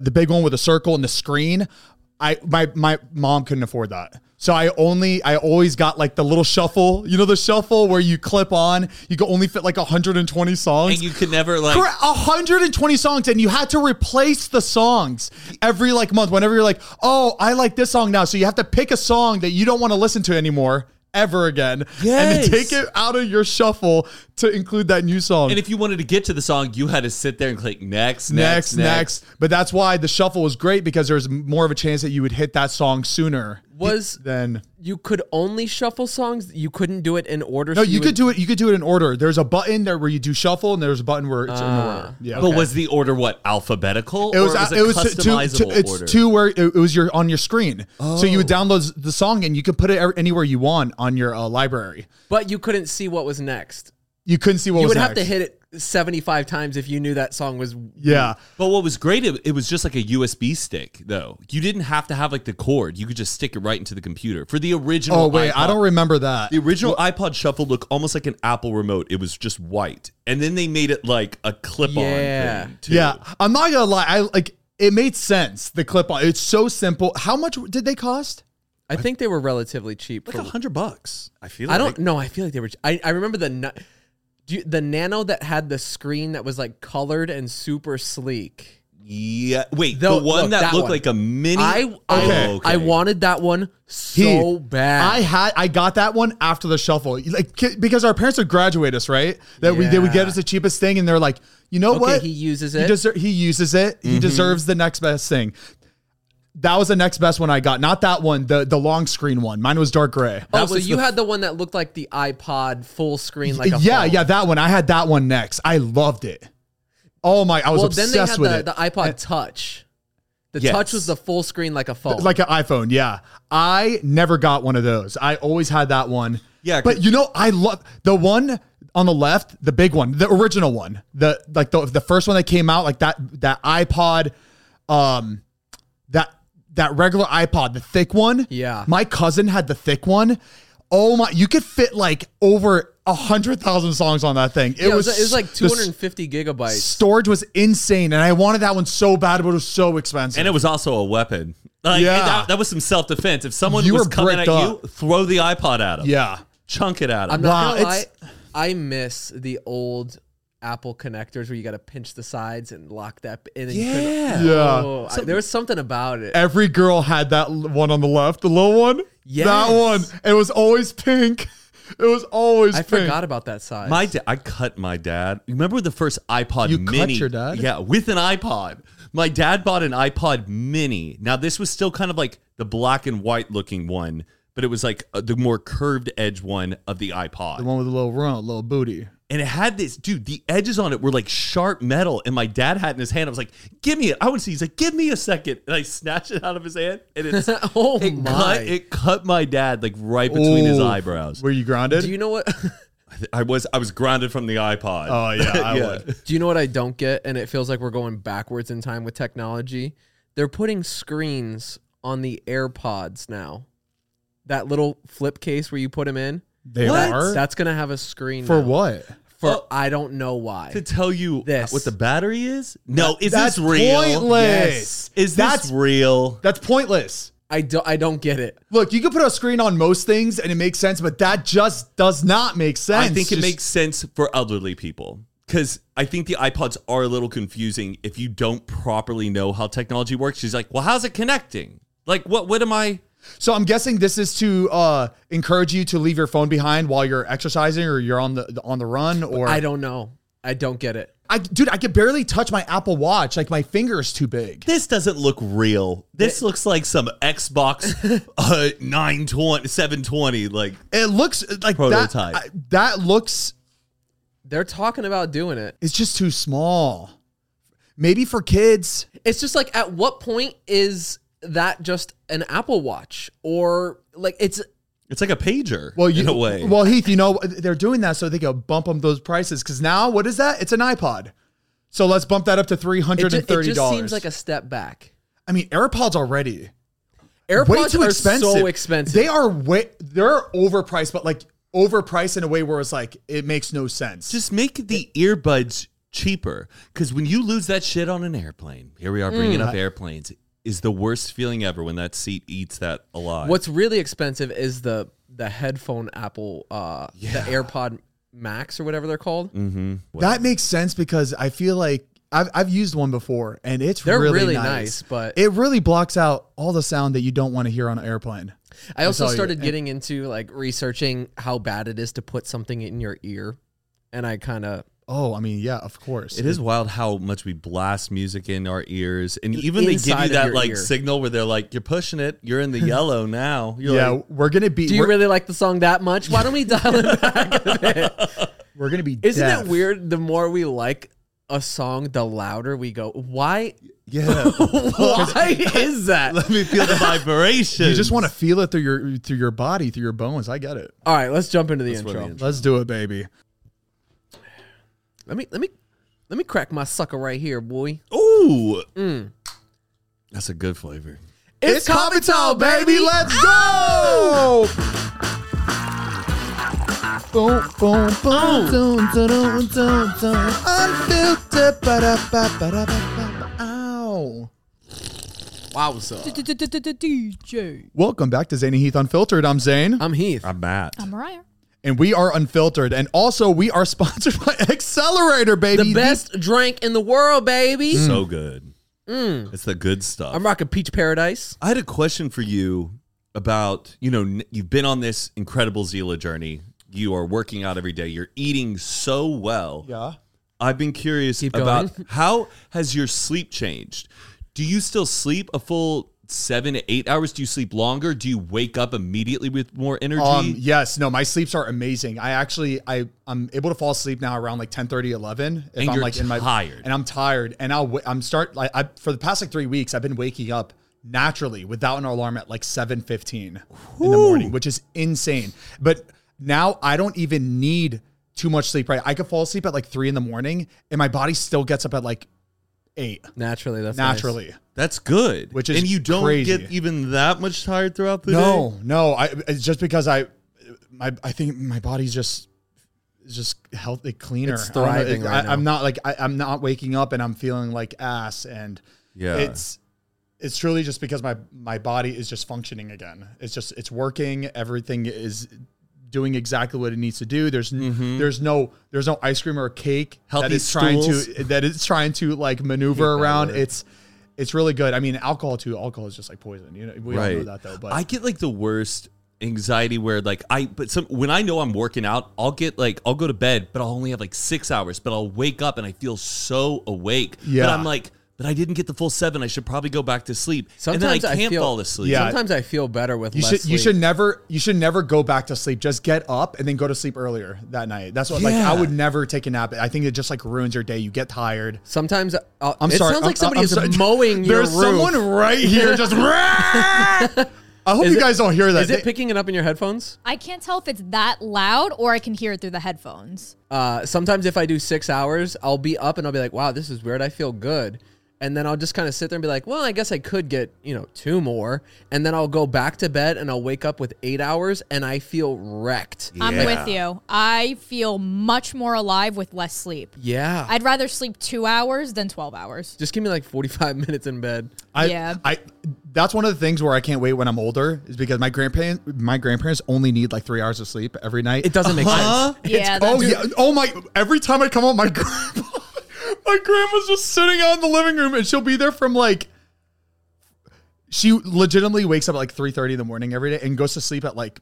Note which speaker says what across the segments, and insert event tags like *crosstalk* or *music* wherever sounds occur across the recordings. Speaker 1: the big one with a circle and the screen. I my my mom couldn't afford that. So I only I always got like the little shuffle, you know the shuffle where you clip on, you could only fit like 120 songs.
Speaker 2: And you could never like.
Speaker 1: Correct. 120 songs and you had to replace the songs every like month whenever you're like oh i like this song now so you have to pick a song that you don't want to listen to anymore ever again and
Speaker 2: Yes.
Speaker 1: to take it out of your shuffle to include that new song
Speaker 2: And if you wanted to get to the song, you had to sit there and click next,
Speaker 1: next,
Speaker 2: next, next.
Speaker 1: but that's why the shuffle was great because there's more of a chance that you would hit that song sooner
Speaker 3: Was
Speaker 1: than
Speaker 3: you could only shuffle songs? You couldn't do it in order.
Speaker 1: no
Speaker 3: so
Speaker 1: you
Speaker 3: would-
Speaker 1: could do it you could do it in order there's a button there where you do shuffle and there's a button where it's in order yeah
Speaker 2: But was the order what alphabetical?
Speaker 1: it was, uh,
Speaker 2: or
Speaker 1: it was to,
Speaker 2: customizable
Speaker 1: to, it's
Speaker 2: order?
Speaker 1: to where it, it was your on your screen. So you would download the song and you could put it ev- anywhere you want on your uh, library.
Speaker 3: but you couldn't see what was next.
Speaker 1: You couldn't see what
Speaker 3: you
Speaker 1: was
Speaker 3: would have
Speaker 1: next.
Speaker 3: to hit it seventy-five times if you knew that song was.
Speaker 1: Yeah,
Speaker 2: But what was great, it, it was just like a USB stick, though. You didn't have to have like the cord. You could just stick it right into the computer for the original.
Speaker 1: Oh wait, I
Speaker 2: iPod.
Speaker 1: don't remember that.
Speaker 2: The original iPod Shuffle looked almost like an Apple remote. It was just white, and then they made it like a clip-on
Speaker 3: Yeah.
Speaker 2: thing. Too.
Speaker 1: Yeah, I'm not gonna lie. I like it made sense. The clip on it's so simple. How much did they cost?
Speaker 3: I think they were relatively cheap.
Speaker 2: like
Speaker 3: for-
Speaker 2: a hundred bucks. I feel.
Speaker 3: I don't
Speaker 2: like.
Speaker 3: know. I feel like they were. I, I remember the na- do you, the Nano that had the screen that was like colored and super sleek.
Speaker 2: Yeah. Wait,
Speaker 3: Though-
Speaker 2: the one
Speaker 3: look,
Speaker 2: that,
Speaker 3: that
Speaker 2: looked
Speaker 3: one.
Speaker 2: like a mini.
Speaker 3: I I,
Speaker 2: Oh,
Speaker 1: Okay.
Speaker 3: I wanted that one so
Speaker 1: Heath,
Speaker 3: bad.
Speaker 1: I had I got that one after the shuffle, like ki- because our parents would graduate us, right? That we they would get
Speaker 3: Yeah.
Speaker 1: us the cheapest thing, and they're like, you know
Speaker 3: Okay,
Speaker 1: what?
Speaker 3: he uses
Speaker 1: He,
Speaker 3: it. Mm-hmm.
Speaker 1: deser- he uses it. He deserves the next best thing. That was the next best one I got. Not that one, the the long screen one. Mine was dark gray.
Speaker 3: oh,
Speaker 2: that
Speaker 3: so
Speaker 2: was
Speaker 3: you
Speaker 2: the-
Speaker 3: had the one that looked like the iPod full screen, like a
Speaker 1: yeah,
Speaker 3: phone.
Speaker 1: yeah, that one. I had that one next. I loved it. Oh my! I was
Speaker 3: Well, then they had
Speaker 1: obsessed with
Speaker 3: the,
Speaker 1: it.
Speaker 3: the iPod Touch. The
Speaker 2: Yes.
Speaker 3: Touch was the full screen, like a phone.
Speaker 1: like an iPhone. Yeah, I never got one of those. I always had that one.
Speaker 2: Yeah, 'cause-
Speaker 1: but you know, I love the one on the left, the big one, the original one, the like the the first one that came out, like that that iPod, um, that that regular iPod, the thick one.
Speaker 3: Yeah.
Speaker 1: my cousin had the thick one. Oh my! You could fit like over a hundred thousand songs on that thing. It,
Speaker 3: Yeah,
Speaker 1: was,
Speaker 3: it was like
Speaker 1: the s-
Speaker 3: 250 gigabytes.
Speaker 1: Storage was insane, and I wanted that one so bad, but it was so expensive.
Speaker 2: And it was also a weapon. Like,
Speaker 1: Yeah.
Speaker 2: and that, that was some self defense. If someone
Speaker 1: You
Speaker 2: was
Speaker 1: were
Speaker 2: coming at
Speaker 1: bricked
Speaker 2: you, throw the iPod at them.
Speaker 1: yeah,
Speaker 2: Chunk it at
Speaker 3: I'm
Speaker 2: them.
Speaker 1: Wow,
Speaker 3: not gonna
Speaker 1: it's-
Speaker 3: lie, I miss the old Apple connectors where you got to pinch the sides and lock that. And then
Speaker 2: Yeah.
Speaker 3: you couldn't-
Speaker 1: Yeah.
Speaker 3: Oh, I- there was something about it.
Speaker 1: every girl had that l- one on the left, the little one.
Speaker 3: Yes.
Speaker 1: That one. It was always pink. *laughs* It was always
Speaker 3: I
Speaker 1: pink.
Speaker 3: forgot about that size. *laughs*
Speaker 2: My dad, I cut my dad. Remember the first iPod
Speaker 1: You cut
Speaker 2: Mini?
Speaker 1: your dad?
Speaker 2: Yeah, with an iPod. My dad bought an iPod Mini. Now this was still kind of like the black and white looking one, but it was like uh, the more curved edge one of the iPod.
Speaker 1: The one with the little round, little booty.
Speaker 2: and it had this dude. The edges on it were like sharp metal, and my dad had it in his hand. I was like, "Give me it!" I would see. He's like, "Give me a second. and I snatched it out of his hand, and it's
Speaker 3: oh
Speaker 2: it
Speaker 3: my!
Speaker 2: cut it cut my dad like right between his
Speaker 1: Ooh.
Speaker 2: eyebrows.
Speaker 1: Were you grounded?
Speaker 3: do you know what? *laughs*
Speaker 2: I was I was grounded from the iPod.
Speaker 1: oh yeah,
Speaker 2: *laughs*
Speaker 1: I
Speaker 2: Yeah.
Speaker 1: would.
Speaker 3: do you know what I don't get? And it feels like we're going backwards in time with technology. They're putting screens on the AirPods now. That little flip case where you put them in.
Speaker 1: They
Speaker 2: What?
Speaker 1: are
Speaker 3: That's gonna have a screen
Speaker 1: for
Speaker 3: now.
Speaker 1: what?
Speaker 3: For
Speaker 2: Oh.
Speaker 3: I don't know why.
Speaker 2: to tell you
Speaker 3: This.
Speaker 2: what the battery is? No, is
Speaker 1: That's
Speaker 2: this real?
Speaker 1: pointless.
Speaker 2: Is this
Speaker 1: That's-
Speaker 2: real?
Speaker 1: That's pointless.
Speaker 3: I don't. I don't get it.
Speaker 1: Look, you can put a screen on most things and it makes sense, but that just does not make sense.
Speaker 2: I think it
Speaker 1: Just-
Speaker 2: makes sense for elderly people because I think the iPods are a little confusing if you don't properly know how technology works. She's like, well, how's it connecting? Like, what? What am I?
Speaker 1: So I'm guessing this is to uh, encourage you to leave your phone behind while you're exercising or you're on the on the run or
Speaker 3: I don't know. I don't get it.
Speaker 1: I dude, I could barely touch my Apple Watch. Like my finger is too big.
Speaker 2: This doesn't look real. This looks like some Xbox *laughs* uh, 920, 720. Like,
Speaker 1: It looks like
Speaker 2: Prototype.
Speaker 1: That, I- that looks
Speaker 3: They're talking about doing it.
Speaker 1: it's just too small. Maybe for kids.
Speaker 3: It's just like at what point is that just an Apple Watch or like it's
Speaker 2: It's like a pager.
Speaker 1: Well, you,
Speaker 2: in a way.
Speaker 1: Well, Heath, you know they're doing that so they can bump them those prices. Because now, what is that? It's an iPod. So let's bump that up to three
Speaker 3: it ju-
Speaker 1: hundred and
Speaker 3: it just,
Speaker 1: thirty
Speaker 3: seems
Speaker 1: dollars.
Speaker 3: like a step back.
Speaker 1: I mean, AirPods already
Speaker 3: AirPods
Speaker 1: way too
Speaker 3: are
Speaker 1: expensive.
Speaker 3: so expensive.
Speaker 1: They are way they're overpriced, but like overpriced in a way where it's like it makes no sense.
Speaker 2: Just make the earbuds cheaper. Because when you lose that shit on an airplane, here we are bringing up airplanes, is the worst feeling ever when that seat eats that alive.
Speaker 3: What's really expensive is the the headphone Apple uh the AirPod Max or whatever they're called.
Speaker 2: mm-hmm.
Speaker 1: that makes sense because I feel like I've I've used one before and it's
Speaker 3: They're
Speaker 1: really,
Speaker 3: really,
Speaker 1: nice.
Speaker 3: nice. but
Speaker 1: It really blocks out all the sound that you don't want to hear on an airplane.
Speaker 3: I also
Speaker 1: all you-
Speaker 3: started getting into like researching how bad it is to put something in your ear, and I kind of
Speaker 1: Oh, I mean, yeah, of course.
Speaker 2: It is wild how much we blast music in our ears, and even they give
Speaker 3: Inside
Speaker 2: you
Speaker 3: of
Speaker 2: that
Speaker 3: your
Speaker 2: like
Speaker 3: ear.
Speaker 2: signal where they're like, "You're pushing it. You're in the yellow now." You're
Speaker 1: yeah,
Speaker 2: like,
Speaker 1: we're gonna be
Speaker 3: Do you
Speaker 1: we're,
Speaker 3: really like the song that much? Why don't we dial it back a bit?
Speaker 1: we're gonna be.
Speaker 3: Isn't
Speaker 1: deaf.
Speaker 3: it weird? The more we like a song, the louder we go. Why? *laughs*
Speaker 1: Yeah,
Speaker 3: Why *laughs* is that?
Speaker 2: let me feel the vibration.
Speaker 1: you just want to feel it through your through your body, through your bones. I get it.
Speaker 3: All right, let's jump into the
Speaker 2: where
Speaker 3: intro.
Speaker 2: the intro-
Speaker 1: Let's do it, baby.
Speaker 3: Let me let me let me crack my sucker right here, boy.
Speaker 2: Oh. Ooh, that's a good flavor.
Speaker 1: It's
Speaker 3: coffee
Speaker 1: Coffee
Speaker 3: time,
Speaker 1: Time, baby. Let's go. Boom, boom, boom, zoom, zoom, zoom, zoom. Unfiltered, ba-da, ba, ba-da, ba, ba, ba, ow.
Speaker 3: Wow, so
Speaker 4: DJ.
Speaker 1: Welcome back to Zane and Heath Unfiltered. I'm Zane,
Speaker 3: I'm Heath.
Speaker 2: I'm Matt.
Speaker 4: I'm Mariah.
Speaker 1: and we are unfiltered, and also we are *laughs* sponsored by Accelerator, baby. Mm.
Speaker 3: the best drink in the world, baby.
Speaker 2: so good. It's the good stuff.
Speaker 3: I'm rocking Peach Paradise.
Speaker 2: I had a question for you about you know n- you've been on this incredible Zila journey. You are working out every day. You're eating so well.
Speaker 1: Yeah.
Speaker 2: I've been curious
Speaker 3: Keep
Speaker 2: about
Speaker 3: going. *laughs*
Speaker 2: how has your sleep changed? Do you still sleep a full seven to eight hours? Do you sleep longer? Do you wake up immediately with more energy?
Speaker 1: Um, yes, no, my sleeps are amazing. I actually, I, I'm able to fall asleep now around like 10, 11. If
Speaker 2: And
Speaker 1: I'm
Speaker 2: you're
Speaker 1: like
Speaker 2: tired.
Speaker 1: And I'm tired. And I'll, wa- I'm start like, I, for the past like three weeks, I've been waking up naturally without an alarm at like seven fifteen in the morning, which is insane. But now I don't even need too much sleep, right? I could fall asleep at like three in the morning and my body still gets up at like eight
Speaker 3: Naturally, that's nice.
Speaker 1: naturally.
Speaker 2: That's good.
Speaker 1: Which is
Speaker 2: and you don't
Speaker 1: crazy.
Speaker 2: get even that much tired throughout the
Speaker 1: no,
Speaker 2: day.
Speaker 1: no. I it's just because I, my I think my body's just is just healthy, cleaner.
Speaker 3: It's
Speaker 1: I don't know.
Speaker 3: thriving
Speaker 1: It-
Speaker 3: right
Speaker 1: I, I'm
Speaker 3: now.
Speaker 1: not like I, I'm not waking up and I'm feeling like ass, and
Speaker 2: Yeah.
Speaker 1: it's it's truly just because my my body is just functioning again. It's just it's working. Everything is doing exactly what it needs to do. There's n- there's no there's no ice cream or cake that
Speaker 2: Mm-hmm. Healthy
Speaker 1: is trying to
Speaker 2: stools.
Speaker 1: that is trying to like maneuver around. It's it's really good. I mean, alcohol too. Alcohol is just like poison. You know, we all know that though. But
Speaker 2: I get like the worst anxiety where like I but some when I know I'm working out, I'll get like I'll go to bed, but I'll only have like six hours, but I'll wake up and I feel so awake.
Speaker 1: Yeah.
Speaker 2: But I'm like, but I didn't get the full seven. I should probably go back to sleep. and
Speaker 3: Sometimes
Speaker 2: then
Speaker 3: I
Speaker 2: I can't
Speaker 3: feel-
Speaker 2: fall asleep.
Speaker 1: Yeah.
Speaker 3: Sometimes I feel better with
Speaker 1: You
Speaker 3: less
Speaker 1: should you
Speaker 3: sleep.
Speaker 1: should never you should never go back to sleep. Just get up and then go to sleep earlier that night. That's what like
Speaker 2: Yeah.
Speaker 1: I would never take a nap. I think it just like ruins your day. You get tired.
Speaker 3: Sometimes I'll,
Speaker 1: I'm
Speaker 3: it
Speaker 1: sorry.
Speaker 3: sounds like
Speaker 1: I'm-
Speaker 3: somebody
Speaker 1: I'm *laughs*
Speaker 3: is
Speaker 1: sorry.
Speaker 3: *laughs* mowing your
Speaker 1: There's
Speaker 3: roof.
Speaker 1: someone right here just. *laughs* I hope
Speaker 3: Is
Speaker 1: you
Speaker 3: it-
Speaker 1: guys don't hear that.
Speaker 3: Is it
Speaker 1: They-
Speaker 3: picking it up in your headphones?
Speaker 4: I can't tell if it's that loud or I can hear it through the headphones.
Speaker 3: Uh, sometimes if I do six hours, I'll be up and I'll be like, "Wow, this is weird. I feel good," and then I'll just kind of sit there and be like, "Well, I guess I could get you know two more," and then I'll go back to bed and I'll wake up with eight hours and I feel wrecked.
Speaker 4: I'm with you. I feel much more alive with less sleep.
Speaker 3: Yeah,
Speaker 4: I'd rather sleep two hours than 12 hours.
Speaker 3: just give me like forty five *laughs* minutes in bed.
Speaker 1: I,
Speaker 4: Yeah.
Speaker 1: I that's one of the things where I can't wait when I'm older is because my grandparents my grandparents only need like three hours of sleep every night.
Speaker 3: It doesn't make sense.
Speaker 4: yeah.
Speaker 1: Oh
Speaker 4: that's-
Speaker 1: yeah. Oh my! Every time I come home, my *laughs* grandma, my grandma's just sitting out in the living room, and she'll be there from like. She legitimately wakes up at like three thirty in the morning every day and goes to sleep at like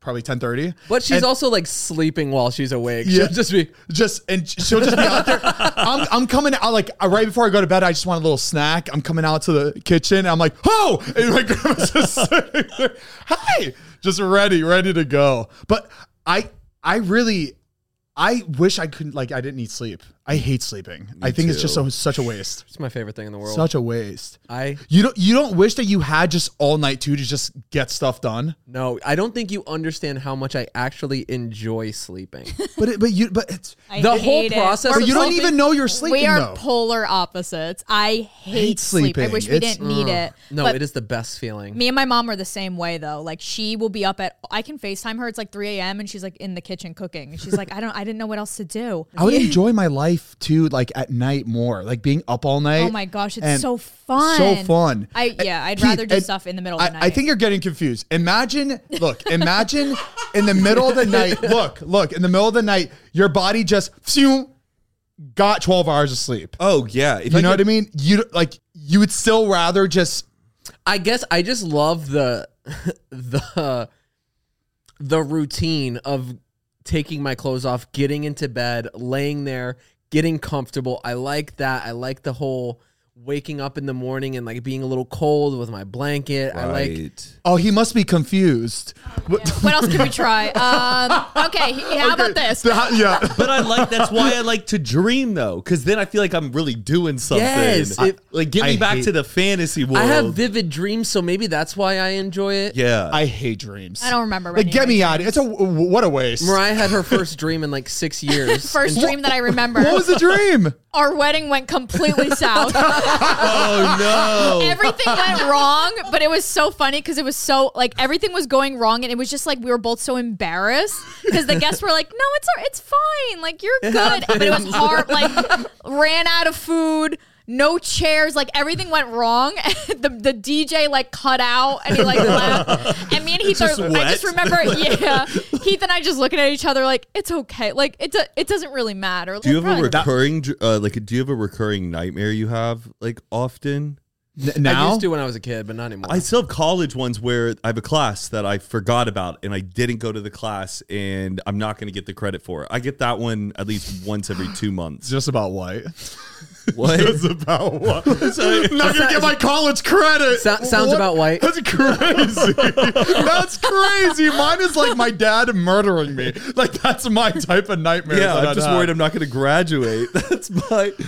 Speaker 1: probably ten thirty.
Speaker 3: But she's
Speaker 1: And-
Speaker 3: also like sleeping while she's awake.
Speaker 1: Yeah.
Speaker 3: She'll just be.
Speaker 1: Just and she'll just be out there. I'm, I'm coming out like uh, right before I go to bed. I just want a little snack. I'm coming out to the kitchen. And I'm like, oh, and my grandma's just *laughs* sitting there. Hi, just ready, ready to go. But I, I really, I wish I couldn't. Like, I didn't need sleep. I hate sleeping. I think it's just so, such a waste.
Speaker 3: It's my favorite thing in the world.
Speaker 1: Such a waste.
Speaker 3: I
Speaker 1: You don't you don't wish that you had just all night too to just get stuff
Speaker 4: *laughs*
Speaker 1: done.
Speaker 3: no, I don't think you understand how much I actually enjoy sleeping.
Speaker 1: But it, but you but it's
Speaker 4: I
Speaker 3: The whole
Speaker 4: hate it.
Speaker 3: process.
Speaker 1: but
Speaker 3: of
Speaker 1: you don't
Speaker 3: sleeping-
Speaker 1: even know you're sleeping
Speaker 4: we are
Speaker 1: though.
Speaker 4: polar opposites. I hate,
Speaker 1: Hate
Speaker 4: sleep. I
Speaker 1: sleeping.
Speaker 4: wish we
Speaker 1: It's- uh,
Speaker 4: didn't need it.
Speaker 3: No,
Speaker 4: but
Speaker 3: it is the best feeling.
Speaker 4: Me and my mom are the same way though. Like she will be up at I can FaceTime her. It's like 3 a.m. and she's like in the kitchen cooking. And She's like, I don't I didn't know what else to do.
Speaker 1: I would
Speaker 4: *laughs*
Speaker 1: enjoy my life too, like at night more, like being up all night.
Speaker 4: Oh my gosh, it's
Speaker 1: and
Speaker 4: so fun.
Speaker 1: So fun.
Speaker 4: I yeah, I'd
Speaker 1: Keith,
Speaker 4: rather do
Speaker 1: and
Speaker 4: stuff in the middle
Speaker 1: I,
Speaker 4: of the night.
Speaker 1: I think you're getting confused. Imagine, look, imagine in the middle of the night,
Speaker 4: *laughs*
Speaker 1: look, look, in the middle of the night, your body just phew, got 12 hours of sleep.
Speaker 2: Oh yeah, if
Speaker 1: You know what
Speaker 2: could-
Speaker 1: I mean? You like you would still rather just
Speaker 3: I guess I just love the *laughs* the the routine of taking my clothes off, getting into bed, laying there, getting comfortable. I like that. I like the whole waking up in the morning and like being a little cold with my blanket. I like
Speaker 2: Right.
Speaker 1: oh he must be confused. *laughs*
Speaker 4: what else can we try? Um, okay, how about this?
Speaker 1: That- yeah.
Speaker 2: But I like that's why I like to dream though, because then I feel like I'm really doing something.
Speaker 3: Yes,
Speaker 2: I-
Speaker 3: it-
Speaker 2: like get me
Speaker 1: I
Speaker 2: back
Speaker 1: hate-
Speaker 2: to the fantasy world.
Speaker 3: I have vivid dreams, so maybe that's why I enjoy it.
Speaker 2: yeah,
Speaker 1: I hate dreams.
Speaker 4: I don't remember.
Speaker 1: Like,
Speaker 4: any
Speaker 1: get
Speaker 4: of
Speaker 1: me
Speaker 4: my
Speaker 1: out of it. It's a what a waste.
Speaker 3: Mariah had her first dream in like
Speaker 4: *laughs*
Speaker 3: six years.
Speaker 4: First
Speaker 3: And-
Speaker 4: dream that I
Speaker 1: *laughs*
Speaker 4: remember.
Speaker 1: What was the dream?
Speaker 4: Our wedding
Speaker 1: *laughs*
Speaker 4: went completely south.
Speaker 2: oh no.
Speaker 4: *laughs* everything went wrong, but it was so funny because it was so like everything was going wrong, and it was just like we were both so embarrassed because the guests were like, "No, it's all- it's fine, like you're good," but it was hard. Like ran out of food. No chairs, like everything went wrong. *laughs* the, the DJ like cut out and he
Speaker 2: *laughs*
Speaker 4: like left. And me and Heath
Speaker 2: Just
Speaker 4: are, I just
Speaker 2: wet.
Speaker 4: remember,
Speaker 2: *laughs*
Speaker 4: yeah. Heath and I just looking at each other like it's okay, like it do, it doesn't really matter.
Speaker 2: Do you
Speaker 4: Like,
Speaker 2: have a
Speaker 4: we're like-
Speaker 2: recurring dr- uh, like? Do you have a recurring nightmare you have like often?
Speaker 1: N-
Speaker 3: I
Speaker 1: now
Speaker 3: used to when I was a kid, but not anymore.
Speaker 2: I still have college ones where I have a class that I forgot about and I didn't go to the class and I'm not going to get the credit for it. I get that one at least once every two
Speaker 1: it's
Speaker 2: months.
Speaker 1: just about white. *laughs*
Speaker 2: What?
Speaker 1: It's about
Speaker 2: *laughs*
Speaker 1: what? I'm not gonna
Speaker 3: It's-
Speaker 1: get my college credit.
Speaker 3: So- sounds
Speaker 1: What?
Speaker 3: about white.
Speaker 1: That's crazy. *laughs* that's crazy. Mine is like my dad murdering me. Like that's my type of nightmare.
Speaker 2: yeah,
Speaker 1: that
Speaker 2: I'm
Speaker 1: I'd
Speaker 2: just
Speaker 1: have.
Speaker 2: worried I'm not going to graduate. *laughs* That's my.
Speaker 1: It's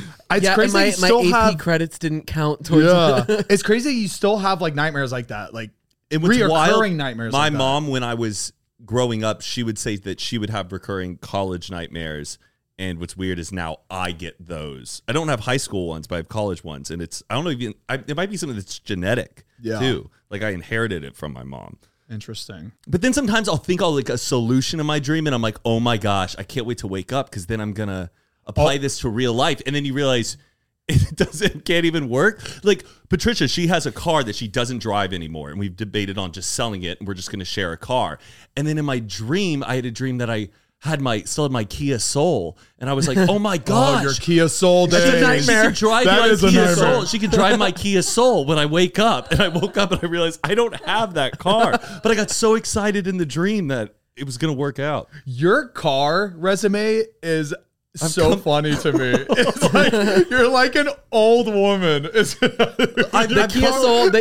Speaker 3: yeah, and
Speaker 1: crazy. that
Speaker 3: my,
Speaker 1: you
Speaker 3: my
Speaker 1: still
Speaker 3: AP
Speaker 1: have.
Speaker 3: credits didn't count towards
Speaker 1: yeah, *laughs* it's crazy. that You still have like nightmares like that. Like
Speaker 2: And what's
Speaker 1: reoccurring
Speaker 2: wild,
Speaker 1: nightmares.
Speaker 2: My
Speaker 1: like that.
Speaker 2: mom, when I was growing up, she would say that she would have recurring college nightmares. And what's weird is now I get those. I don't have high school ones, but I have college ones, and it's I don't know even I, it might be something that's genetic
Speaker 1: Yeah.
Speaker 2: too. Like I inherited it from my mom.
Speaker 1: Interesting.
Speaker 2: But then sometimes I'll think I'll like a solution in my dream, and I'm like, oh my gosh, I can't wait to wake up because then I'm gonna
Speaker 1: Oh.
Speaker 2: apply this to real life, and then you realize *laughs* it doesn't can't even work. Like Patricia, she has a car that she doesn't drive anymore, and we've debated on just selling it, and we're just gonna share a car. And then in my dream, I had a dream that I had my still had my Kia Soul, and I
Speaker 1: *laughs*
Speaker 2: was like, oh my gosh,
Speaker 1: Oh, your Kia Soul
Speaker 2: that's
Speaker 1: days.
Speaker 2: a nightmare. She can drive
Speaker 1: That
Speaker 2: my
Speaker 1: is a
Speaker 2: Kia
Speaker 1: nightmare.
Speaker 2: Soul. She can drive my Kia Soul when I wake up. And I woke up and I realized I don't have
Speaker 1: *laughs*
Speaker 2: that car. But I got so excited in the dream that it was going to work out.
Speaker 1: Your car resume is so funny to me. It's like you're like an old woman. *laughs* It's
Speaker 2: I,
Speaker 3: The Kia Soul, the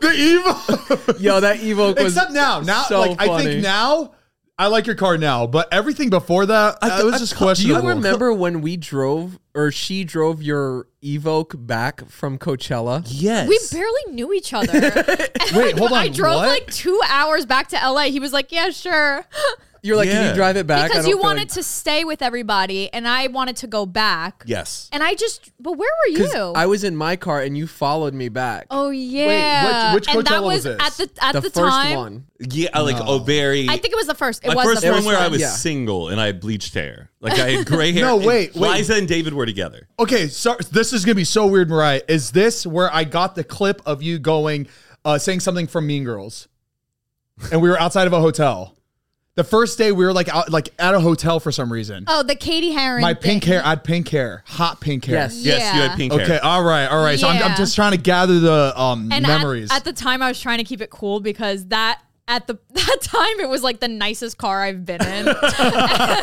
Speaker 1: *laughs* The Evo.
Speaker 3: *laughs* *laughs* Yo, that Evoke was
Speaker 1: Except now, now
Speaker 3: so
Speaker 1: like I
Speaker 3: funny.
Speaker 1: think now I like your car now, but everything before that I, was
Speaker 2: I-
Speaker 1: just
Speaker 2: I- do you
Speaker 3: Do you
Speaker 1: questionable.
Speaker 3: remember when we drove or she drove your Evoke back from Coachella?
Speaker 2: Yes.
Speaker 4: We barely knew each other. *laughs*
Speaker 1: Wait, hold on.
Speaker 4: I drove
Speaker 1: what?
Speaker 4: like two hours back to LA. He was like, "Yeah, sure,"
Speaker 3: You're like, can
Speaker 2: Yeah.
Speaker 3: you drive it back? I
Speaker 4: because
Speaker 3: don't
Speaker 4: you
Speaker 3: feel
Speaker 4: wanted
Speaker 3: like-
Speaker 4: to stay with everybody, and I wanted to go back.
Speaker 2: yes.
Speaker 4: And I just, but where were you?
Speaker 3: 'Cause I was in my car and you followed me back.
Speaker 4: oh yeah.
Speaker 1: which
Speaker 4: and that
Speaker 1: Coachella was
Speaker 4: was,
Speaker 1: this?
Speaker 4: at the at
Speaker 3: the,
Speaker 4: the,
Speaker 3: first
Speaker 4: time.
Speaker 3: one.
Speaker 2: Yeah, I like oh, very.
Speaker 4: I think it was the first. It
Speaker 2: my
Speaker 4: was
Speaker 2: first,
Speaker 4: the
Speaker 2: one
Speaker 4: first
Speaker 2: where I was
Speaker 3: Yeah.
Speaker 2: single and I had bleached hair. Like I
Speaker 1: *laughs*
Speaker 2: had gray hair.
Speaker 1: No,
Speaker 2: and
Speaker 1: wait, wait.
Speaker 2: Liza and David were together.
Speaker 1: Okay, so this is gonna be so weird, Mariah. Is this where I got the clip of you going, uh, saying something from Mean Girls, and we were outside of a hotel. The first day we were like out, like at a hotel for some reason.
Speaker 4: Oh, the Katie Herring.
Speaker 1: My
Speaker 4: thing.
Speaker 1: pink hair, I had pink hair, hot pink hair.
Speaker 3: Yes.
Speaker 2: Yes, you
Speaker 4: Yeah.
Speaker 2: had pink
Speaker 1: Okay,
Speaker 2: hair.
Speaker 1: all right, all right. So I'm, I'm
Speaker 4: Yeah.
Speaker 1: just trying to gather the um
Speaker 4: And at-
Speaker 1: memories.
Speaker 4: At, the time, I was trying to keep it cool because that at the *laughs* that time it was like the nicest car I've been in. *laughs*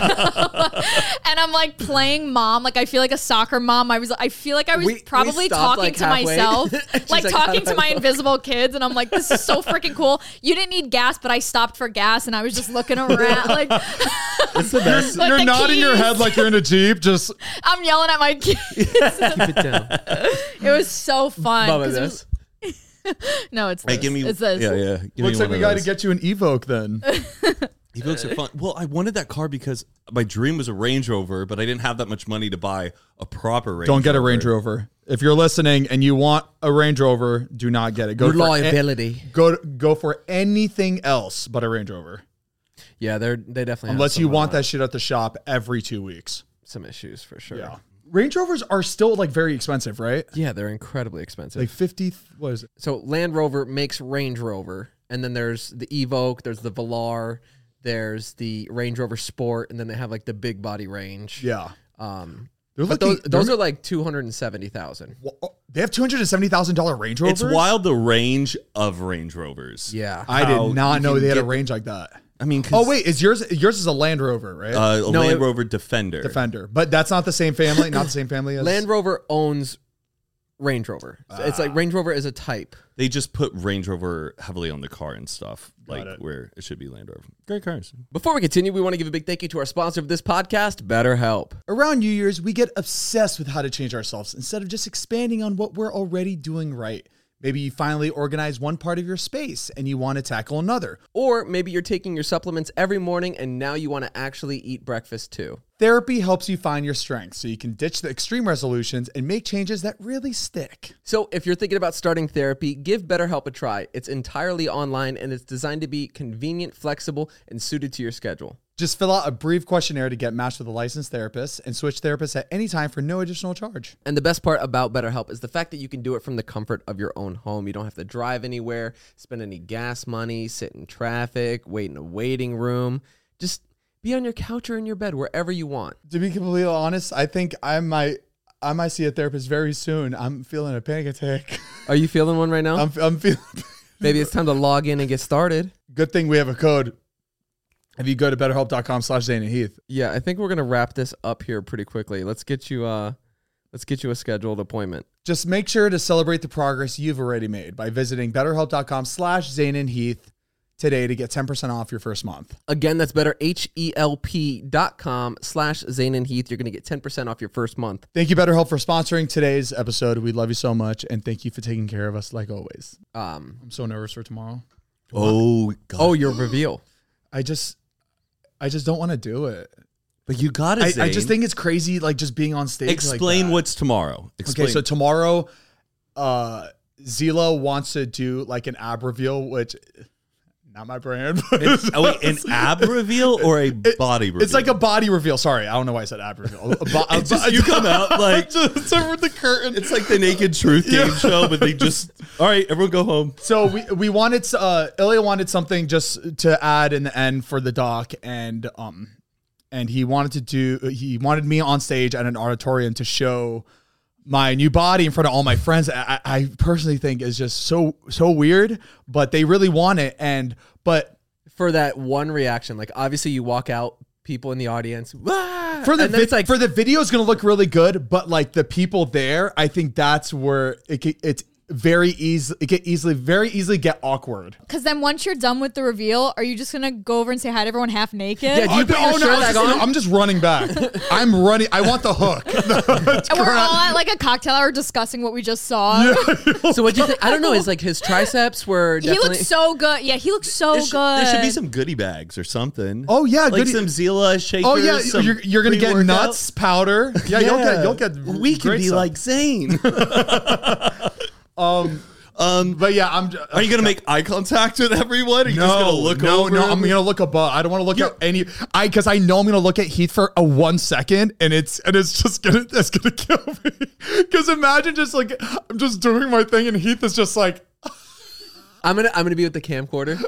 Speaker 4: and I'm like playing mom, like I feel like a soccer mom. I was I feel like I was
Speaker 3: We- we
Speaker 4: probably
Speaker 3: stopped,
Speaker 4: talking
Speaker 3: like,
Speaker 4: to
Speaker 3: halfway.
Speaker 4: myself,
Speaker 3: *laughs* She's
Speaker 4: like
Speaker 3: like, "How
Speaker 4: talking
Speaker 3: do I
Speaker 4: to my
Speaker 3: look?"
Speaker 4: invisible kids and I'm like this is so freaking cool. You didn't need gas, but I stopped for gas and I was just looking around *laughs* like
Speaker 2: It's the best.
Speaker 4: Like
Speaker 1: you're
Speaker 4: the
Speaker 1: nodding your
Speaker 4: keys.
Speaker 1: head like you're in a Jeep. Just
Speaker 4: I'm yelling at my *laughs* kids.
Speaker 3: Keep it down.
Speaker 4: *laughs* It was so fun.
Speaker 3: Bubba
Speaker 4: 'cause it
Speaker 3: this.
Speaker 4: was- no, it's
Speaker 2: Hey,
Speaker 4: this.
Speaker 2: give me.
Speaker 4: it's this.
Speaker 2: Yeah, yeah. Give me
Speaker 1: looks like we
Speaker 2: one of
Speaker 1: got to
Speaker 2: those.
Speaker 1: get you an Evoque
Speaker 4: *laughs*
Speaker 1: then.
Speaker 2: He looks at fun. Well, I wanted that car because my dream was a Range Rover, but I didn't have that much money to buy a proper Range.
Speaker 1: Don't get a
Speaker 2: Rover.
Speaker 1: Range Rover. If you're listening and you want a Range Rover, do not get it. Go
Speaker 3: Reliability.
Speaker 1: For, a- go go for anything else but a Range Rover,
Speaker 3: Yeah, they're they definitely have
Speaker 1: unless you
Speaker 3: some,
Speaker 1: want
Speaker 3: uh,
Speaker 1: that shit at the shop every two weeks.
Speaker 3: some issues for sure.
Speaker 1: Yeah, Range Rovers are still like very expensive, right?
Speaker 3: Yeah, they're incredibly expensive.
Speaker 1: Like fifty. What is it?
Speaker 3: so Land Rover makes Range Rover, and then there's the Evoque, there's the Velar, there's the Range Rover Sport, and then they have like the big body range.
Speaker 1: Yeah,
Speaker 3: Um,
Speaker 1: they're
Speaker 3: but
Speaker 1: looking.
Speaker 3: those, those are like two hundred and seventy thousand.
Speaker 1: are oh, they have two hundred and seventy thousand dollar Range Rovers.
Speaker 2: It's wild the range of Range Rovers.
Speaker 3: Yeah.
Speaker 1: I
Speaker 2: How
Speaker 1: did not
Speaker 2: you
Speaker 1: know
Speaker 2: can
Speaker 1: they had a
Speaker 2: get-
Speaker 1: range like that.
Speaker 2: I mean, 'cause,
Speaker 1: Oh wait, is yours yours is a Land Rover, right?
Speaker 2: uh, a
Speaker 3: No,
Speaker 2: Land
Speaker 3: it-
Speaker 2: Rover Defender.
Speaker 1: Defender, but that's not the same family. Not the same family as
Speaker 3: Land Rover owns Range Rover. So It's
Speaker 1: Ah.
Speaker 3: like Range Rover is a type.
Speaker 2: They just put Range Rover heavily on the car and stuff, like
Speaker 1: it.
Speaker 2: where it should be Land Rover. Great cars.
Speaker 3: Before we continue, we want to give a big thank you to our sponsor of this podcast, BetterHelp.
Speaker 1: Around New Year's, we get obsessed with how to change ourselves instead of just expanding on what we're already doing right. Maybe you finally organize one part of your space and you want to tackle another.
Speaker 3: Or maybe you're taking your supplements every morning and now you want to actually eat breakfast too.
Speaker 1: Therapy helps you find your strengths so you can ditch the extreme resolutions and make changes that really stick.
Speaker 3: So, if you're thinking about starting therapy, give BetterHelp a try. It's entirely online and it's designed to be convenient, flexible, and suited to your schedule.
Speaker 1: Just fill out a brief questionnaire to get matched with a licensed therapist and switch therapists at any time for no additional charge.
Speaker 3: And the best part about BetterHelp is the fact that you can do it from the comfort of your own home. You don't have to drive anywhere, spend any gas money, sit in traffic, wait in a waiting room. Just be on your couch or in your bed, wherever you want.
Speaker 1: To be completely honest, I think I might I might see a therapist very soon. I'm feeling a panic attack. *laughs*
Speaker 3: Are you feeling one right now?
Speaker 1: I'm, I'm feeling
Speaker 3: Maybe it's time to log in and get started.
Speaker 1: good thing we have a code. If you go to betterhelp.com slash Zane and Heath.
Speaker 3: Yeah, I think we're gonna wrap this up here pretty quickly. Let's get you uh let's get you a scheduled appointment.
Speaker 1: Just make sure to celebrate the progress you've already made by visiting betterhelp.com slash Zane and Heath today to get 10% off your first month.
Speaker 3: Again, that's better H E L P dot com slash Zane and Heath. You're gonna get ten percent off your first month.
Speaker 1: Thank you, BetterHelp, for sponsoring today's episode. We love you so much, and thank you for taking care of us like always.
Speaker 3: Um
Speaker 1: I'm so nervous for tomorrow.
Speaker 2: Oh God!
Speaker 3: Oh, your reveal.
Speaker 1: I just, I just don't want to do it.
Speaker 2: but you got
Speaker 1: I,
Speaker 2: it.
Speaker 1: I just think it's crazy, like just being on stage. like
Speaker 2: Explain
Speaker 1: that.
Speaker 2: what's tomorrow. Explain.
Speaker 1: Okay, so tomorrow, uh, Zila wants to do like an ab reveal, which not my brand. But
Speaker 2: *laughs* Are we oh, an ab reveal or a body
Speaker 1: *laughs*
Speaker 2: reveal?
Speaker 1: It's like a body reveal. Sorry, I don't know why I said ab reveal. A bo- a
Speaker 2: *laughs* It's just
Speaker 1: bo-
Speaker 2: you
Speaker 1: *laughs*
Speaker 2: come out like
Speaker 1: It's over the curtain.
Speaker 2: it's like the Naked Truth
Speaker 1: *laughs*
Speaker 2: game
Speaker 1: Yeah.
Speaker 2: show, but they just all right. Everyone go home.
Speaker 1: So we we wanted uh, Ilya wanted something just to add in the end for the doc, and um, and he wanted to do he wanted me on stage at an auditorium to show my new body in front of all my friends. I, I I personally think is just so so weird, but they really want it, and but.
Speaker 3: For that one reaction. Like obviously you walk out, people in the audience, "Wah!"
Speaker 1: for the
Speaker 3: and then
Speaker 1: vid-
Speaker 3: it's like
Speaker 1: for the video is going to look really good, but like the people there, I think that's where it ca- it's very easy. It can easily very easily get awkward.
Speaker 4: Because then once you're done with the reveal, are you just gonna go over and say hi to everyone half naked?
Speaker 3: Yeah, do you put your shirt
Speaker 1: I was
Speaker 3: back
Speaker 1: just-
Speaker 3: on?
Speaker 1: I'm just running back.
Speaker 3: *laughs*
Speaker 1: I'm running. I want the hook.
Speaker 4: and we're all at like a cocktail hour discussing what we just saw.
Speaker 3: So what do you think? I don't know. It's
Speaker 1: *laughs*
Speaker 3: like his triceps were
Speaker 4: He
Speaker 3: definitely
Speaker 4: looks so good. Yeah, he looks so
Speaker 2: There should,
Speaker 4: good.
Speaker 2: there should be some goodie bags or something.
Speaker 1: Oh, yeah,
Speaker 2: like
Speaker 1: goodie-
Speaker 2: some Zila
Speaker 1: *laughs*
Speaker 2: shakers.
Speaker 1: oh yeah,
Speaker 2: some
Speaker 1: you're, you're gonna get
Speaker 2: pre-workout.
Speaker 1: nuts powder. Yeah, you'll get you'll get.
Speaker 2: We can
Speaker 1: great
Speaker 2: be
Speaker 1: stuff.
Speaker 2: like Zane.
Speaker 1: *laughs* But yeah, I'm. j-
Speaker 2: Are you gonna make eye contact with everyone? Are you just gonna look
Speaker 1: no,
Speaker 2: over?
Speaker 1: no. I'm
Speaker 2: and-
Speaker 1: gonna look above. I don't want to look at any. I because I know I'm gonna look at Heath for a one second, and it's and it's just gonna that's gonna *laughs* kill me. Because imagine just like I'm just doing my thing, and Heath is just like,
Speaker 3: I'm gonna I'm gonna be with the camcorder.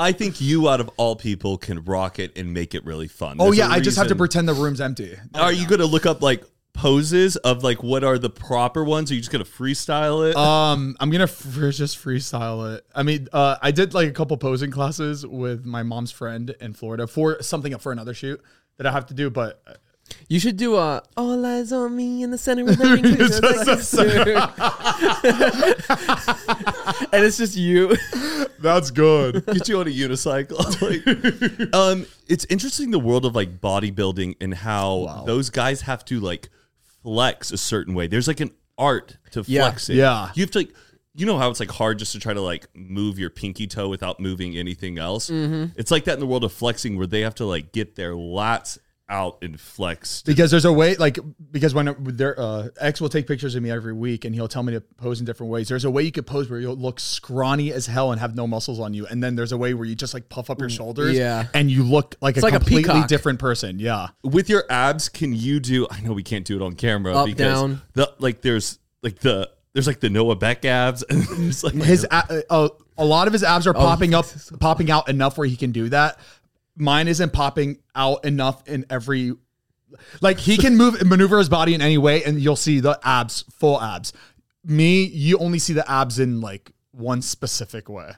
Speaker 2: I think you, out of all people, can rock it and make it really fun.
Speaker 1: oh
Speaker 2: There's
Speaker 1: yeah,
Speaker 2: a
Speaker 1: I just have to
Speaker 2: reason-
Speaker 1: pretend the room's empty.
Speaker 2: Are you gonna look up like poses of like what are the proper ones? Are you just gonna freestyle it?
Speaker 1: Um, I'm gonna f- just freestyle it. I mean, uh, I did like a couple posing classes with my mom's friend in Florida for something for another shoot that I have to do. But uh,
Speaker 3: You should do a "All Eyes on Me" in the center
Speaker 1: *laughs*
Speaker 3: of the ring.
Speaker 1: Yes, yes, *laughs*
Speaker 3: and it's just you.
Speaker 1: that's good.
Speaker 2: Get you on a unicycle. *laughs* Like, um, it's interesting the world of like bodybuilding and how those guys have to like flex a certain way. There's like an art to
Speaker 3: Yeah.
Speaker 2: flexing.
Speaker 1: Yeah.
Speaker 2: you have to like. You know how it's like hard just to try to like move your pinky toe without moving anything else.
Speaker 3: Mm-hmm.
Speaker 2: It's like that in the world of flexing where they have to like get their lats out and flex.
Speaker 1: *laughs* because there's a way like because when their uh, ex will take pictures of me every week and he'll tell me to pose in different ways there's a way you could pose where you'll look scrawny as hell and have no muscles on you and then there's a way where you just like puff up your shoulders
Speaker 3: yeah.
Speaker 1: and you look like a
Speaker 3: like a
Speaker 1: completely
Speaker 3: peacock.
Speaker 1: different person yeah
Speaker 2: with your abs can you do i know we can't do it on camera
Speaker 3: Up,
Speaker 2: because
Speaker 3: down.
Speaker 2: the like there's like the there's like the noah beck abs *laughs* and there's like
Speaker 1: his a, uh, a lot of his abs are popping up popping out enough where he can do that mine isn't popping out enough in every like he can move *laughs* maneuver his body in any way and you'll see the abs full abs me you only see the abs in like one specific way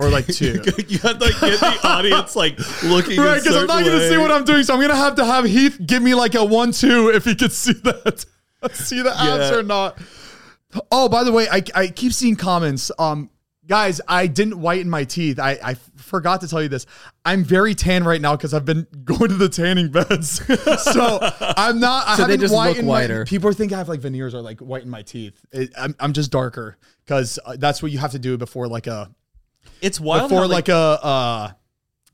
Speaker 1: or like two
Speaker 2: *laughs* you have to like,
Speaker 1: *laughs*
Speaker 2: get the audience like looking
Speaker 1: Right, because I'm not going to see what I'm doing, so I'm going to have to have Heath give me like a one-two if he could see that, *laughs* see the abs
Speaker 2: Yeah.
Speaker 1: or not. Oh, by the way, I, I keep seeing comments. Um, guys, I didn't whiten my teeth. I, I forgot to tell you this. I'm very tan right now because I've been *laughs* going to the tanning beds, *laughs* so I'm not. I
Speaker 3: So they
Speaker 1: haven't
Speaker 3: just look
Speaker 1: whitened my-
Speaker 3: whiter.
Speaker 1: people think I have like veneers or like whiten my teeth. It, I'm I'm just darker because uh, that's what you have to do before like a
Speaker 2: it's wild
Speaker 1: before
Speaker 2: how,
Speaker 1: like, a uh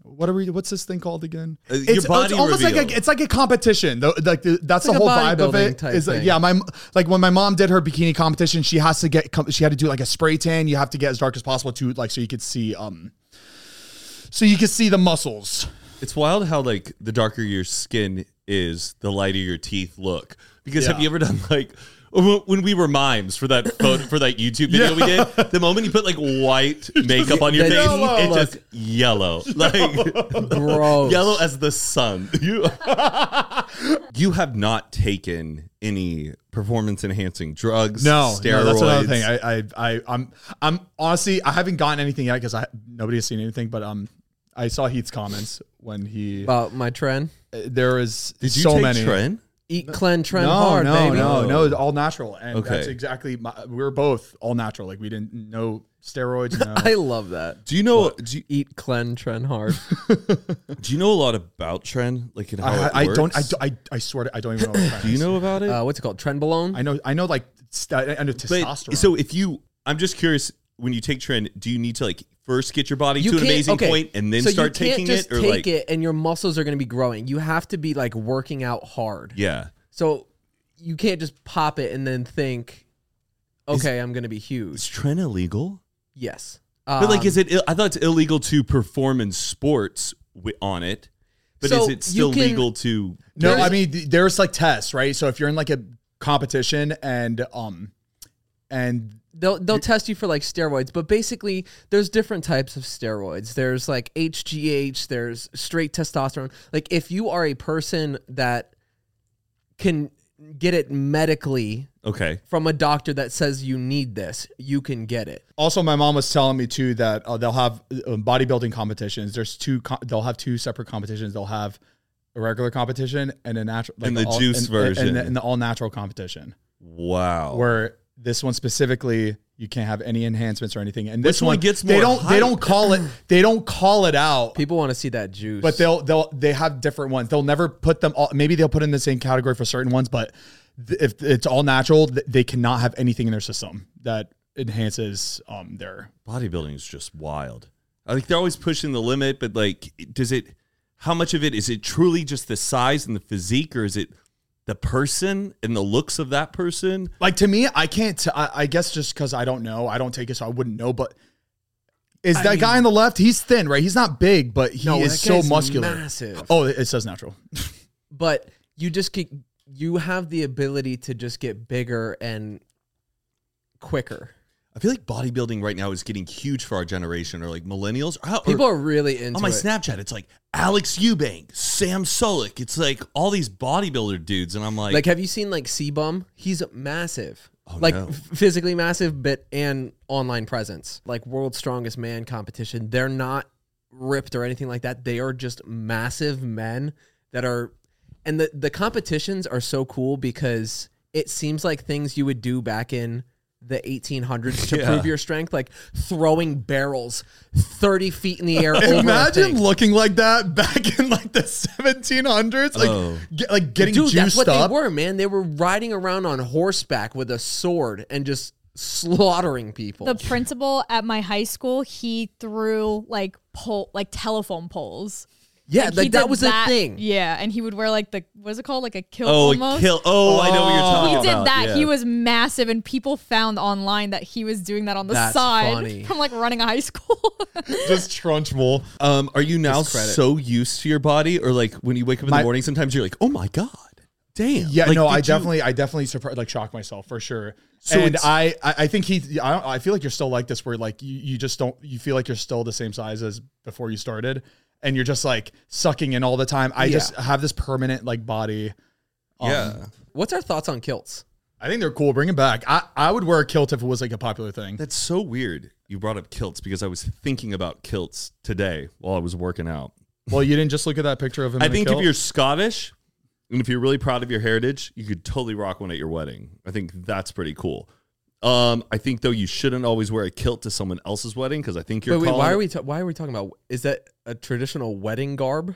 Speaker 1: what are we what's this thing called again
Speaker 2: Uh, your
Speaker 1: it's, it's
Speaker 2: body
Speaker 1: almost like a,
Speaker 2: reveal.
Speaker 1: it's like a competition though like the, that's
Speaker 3: It's
Speaker 1: the
Speaker 3: like a
Speaker 1: whole vibe of
Speaker 3: bodybuilding
Speaker 1: it
Speaker 3: type
Speaker 1: is like,
Speaker 3: thing.
Speaker 1: yeah my like when my mom did her bikini competition she has to get com- she had to do like a spray tan you have to get as dark as possible to like so you could see um so you could see the muscles
Speaker 2: it's wild how like the darker your skin is the lighter your teeth look because have
Speaker 1: Yeah.
Speaker 2: you ever done like when when we were mimes for that photo for that YouTube video we did, the moment you put like *laughs* white makeup on your
Speaker 3: Then
Speaker 2: face,
Speaker 3: yellow.
Speaker 2: it just *laughs* yellow, like
Speaker 3: Gross.
Speaker 2: yellow as the sun. *laughs* You, you have not taken any performance enhancing drugs.
Speaker 1: no,
Speaker 2: steroids.
Speaker 1: no that's another thing I, I i i'm i'm honestly i haven't gotten anything yet because i nobody has seen anything but um i saw heath's comments when he
Speaker 3: About my trend.
Speaker 1: there is
Speaker 2: Did you
Speaker 1: so
Speaker 2: take
Speaker 1: many
Speaker 2: Tren?
Speaker 3: Eat, clean, trend
Speaker 1: no,
Speaker 3: hard,
Speaker 1: no,
Speaker 3: baby.
Speaker 1: No, no, it's all natural. And
Speaker 2: Okay.
Speaker 1: that's exactly my, we were both all natural. Like we didn't no steroids, no.
Speaker 3: *laughs* I love that.
Speaker 2: Do you know? Do you,
Speaker 3: Eat, clean,
Speaker 2: *laughs*
Speaker 3: trend hard.
Speaker 2: do you know a lot about Tren? Like in how
Speaker 1: I,
Speaker 2: Oh, it
Speaker 1: I don't I,
Speaker 2: works?
Speaker 1: do- I I swear to, I don't even know. What
Speaker 2: *laughs* Do you know about it?
Speaker 3: Uh, what's it called? Trend balone.
Speaker 1: I know I know like st- I know
Speaker 2: But-
Speaker 1: testosterone.
Speaker 2: so if you, I'm just curious. When you take Tren, do you need to like first get your body
Speaker 3: You
Speaker 2: to an
Speaker 3: can't-
Speaker 2: amazing
Speaker 3: okay,
Speaker 2: point and then
Speaker 3: so
Speaker 2: start
Speaker 3: you can't
Speaker 2: taking
Speaker 3: just
Speaker 2: it, or
Speaker 3: take
Speaker 2: like
Speaker 3: it, and your muscles are going to be growing. You have to be like working out hard.
Speaker 2: yeah?
Speaker 3: So you can't just pop it and then think, okay, I'm going to be
Speaker 2: Is
Speaker 3: huge.
Speaker 2: Tren illegal?
Speaker 3: Yes.
Speaker 2: But like,
Speaker 3: Um,
Speaker 2: is it? Ill- I thought it's illegal to perform in sports wi- on it. But
Speaker 3: So
Speaker 2: is
Speaker 3: you
Speaker 2: it still
Speaker 3: can-
Speaker 2: legal to?
Speaker 1: no,
Speaker 3: there's-
Speaker 1: I mean th- there's like tests, right? So if you're in like a competition and um and
Speaker 3: They'll they'll test you for like steroids, but basically there's different types of steroids. There's like HGH, there's straight testosterone. Like if you are a person that can get it medically
Speaker 2: Okay.
Speaker 3: from a doctor that says you need this, you can get it.
Speaker 1: also my mom was telling me too that uh, they'll have uh, bodybuilding competitions. There's two co- they'll have two separate competitions. They'll have a regular competition and a natural like
Speaker 2: And the
Speaker 1: all- and-
Speaker 2: juice
Speaker 1: and-
Speaker 2: version.
Speaker 1: and the- and the all natural competition.
Speaker 2: Wow.
Speaker 1: where this one specifically you can't have any enhancements or anything. And this
Speaker 2: Which one
Speaker 1: one
Speaker 2: gets
Speaker 1: they
Speaker 2: more
Speaker 1: don't they
Speaker 2: hype?
Speaker 1: don't call it they don't call it out.
Speaker 3: People want to see that juice.
Speaker 1: But they'll they'll they have different ones. They'll never put them all. Maybe they'll put in the same category for certain ones, but th- if it's all natural, th- they cannot have anything in their system that enhances um their.
Speaker 2: bodybuilding is just wild. I think they're always pushing the limit, but like, does it? How much of it is it truly just the size and the physique, or is it the person and the looks of that person?
Speaker 1: Like to me, I can't. T- I, I guess just because I don't know, I don't take it, so I wouldn't know. But is that guy on the left? He's thin, right? He's not big, but he
Speaker 3: No,
Speaker 1: is
Speaker 3: that
Speaker 1: so
Speaker 3: guy's
Speaker 1: muscular.
Speaker 3: massive.
Speaker 1: Oh, it it says natural.
Speaker 3: but you just get, you have the ability to just get bigger and quicker.
Speaker 2: I feel like bodybuilding right now is getting huge for our generation, or like millennials. Or how, or-
Speaker 3: People are really into
Speaker 2: on Oh my
Speaker 3: it.
Speaker 2: Snapchat, it's like Alex Eubank, Sam Solik. It's like all these bodybuilder dudes, and I'm like,
Speaker 3: Like, have you seen like Seabum? He's massive.
Speaker 2: Oh,
Speaker 3: like
Speaker 2: no.
Speaker 3: f- physically massive, but and online presence. Like World's Strongest Man competition. They're not ripped or anything like that. They are just massive men that are and the, the competitions are so cool because it seems like things you would do back in the 1800s
Speaker 2: *laughs*
Speaker 3: to
Speaker 2: Yeah.
Speaker 3: prove your strength, like throwing barrels 30 feet in the
Speaker 2: *laughs*
Speaker 3: air. over a
Speaker 1: Imagine
Speaker 3: thing.
Speaker 1: looking like that back in like the 1700s, like
Speaker 2: Oh.
Speaker 1: get, like getting
Speaker 3: Dude,
Speaker 1: juiced
Speaker 3: that's what
Speaker 1: up.
Speaker 3: they were, man. They were riding around on horseback with a sword and just slaughtering people.
Speaker 4: the principal at my high school, he threw like pole, like telephone poles.
Speaker 3: yeah, like,
Speaker 4: he
Speaker 3: that
Speaker 4: did
Speaker 3: was a thing.
Speaker 4: Yeah, and he would wear like the what's it called, like a kilt.
Speaker 2: oh,
Speaker 4: almost.
Speaker 2: kill. Oh, I know what you're talking
Speaker 4: He
Speaker 2: about.
Speaker 4: did that.
Speaker 2: Yeah.
Speaker 4: He was massive, and people found online that he was doing that on the
Speaker 3: That's
Speaker 4: side
Speaker 3: funny.
Speaker 4: *laughs* from like running a high school. *laughs*
Speaker 1: Just trunchbull.
Speaker 2: Um, are you now
Speaker 3: credit.
Speaker 2: so used to your body, or like when you wake up in
Speaker 1: My-
Speaker 2: the morning, sometimes you're like, oh my god, damn.
Speaker 1: Yeah,
Speaker 2: Like,
Speaker 1: no,
Speaker 2: did
Speaker 1: I
Speaker 2: you-
Speaker 1: definitely, I definitely surprised, like shocked myself for sure.
Speaker 2: So
Speaker 1: and
Speaker 2: it's-
Speaker 1: I, I, I think he, I, don't, I feel like you're still like this, where like you, you just don't, you feel like you're still the same size as before you started, and you're just like sucking in all the time. I just have this permanent like body. Um,
Speaker 2: yeah.
Speaker 3: What's our thoughts on kilts?
Speaker 1: I think they're cool. Bring it back. I, I would wear a kilt if it was like a popular
Speaker 2: *laughs*
Speaker 1: thing.
Speaker 2: That's so weird. You brought up kilts because I was thinking about kilts today while I was working out.
Speaker 1: Well, you didn't just look at that picture of him.
Speaker 2: I
Speaker 1: in a
Speaker 2: think
Speaker 1: kilt?
Speaker 2: if you're Scottish and if you're really proud of your heritage, you could totally rock one at your wedding. I think that's pretty cool. Um, I think though you shouldn't always wear a kilt to someone else's wedding because I think you're.
Speaker 3: Wait, wait,
Speaker 2: calling
Speaker 3: why are we ta- why are we talking about? Is that a traditional wedding garb?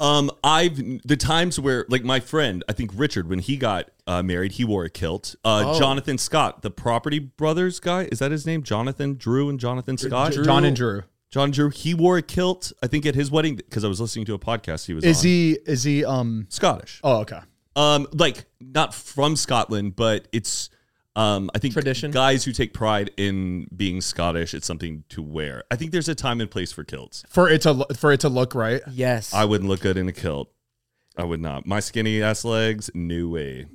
Speaker 2: Um, I've the times where like my friend, I think Richard, when he got uh, married, he wore a kilt. Uh,
Speaker 3: Oh.
Speaker 2: Jonathan Scott, the Property Brothers guy, is that his name? Jonathan Drew and Jonathan Scott,
Speaker 1: John and Drew.
Speaker 2: John Drew. He wore a kilt. I think at his wedding because I was listening to a podcast. He was
Speaker 1: Is
Speaker 2: on.
Speaker 1: he? Is he? Um.
Speaker 2: Scottish?
Speaker 1: Oh, okay.
Speaker 2: Um, like not from Scotland, but it's um, I think
Speaker 3: Tradition.
Speaker 2: Guys who take pride in being Scottish, it's something to wear. I think there's a time and place for kilts.
Speaker 1: For it to lo- for it to look right.
Speaker 3: Yes.
Speaker 2: I wouldn't look good in a kilt. I would not. My skinny ass legs, new way.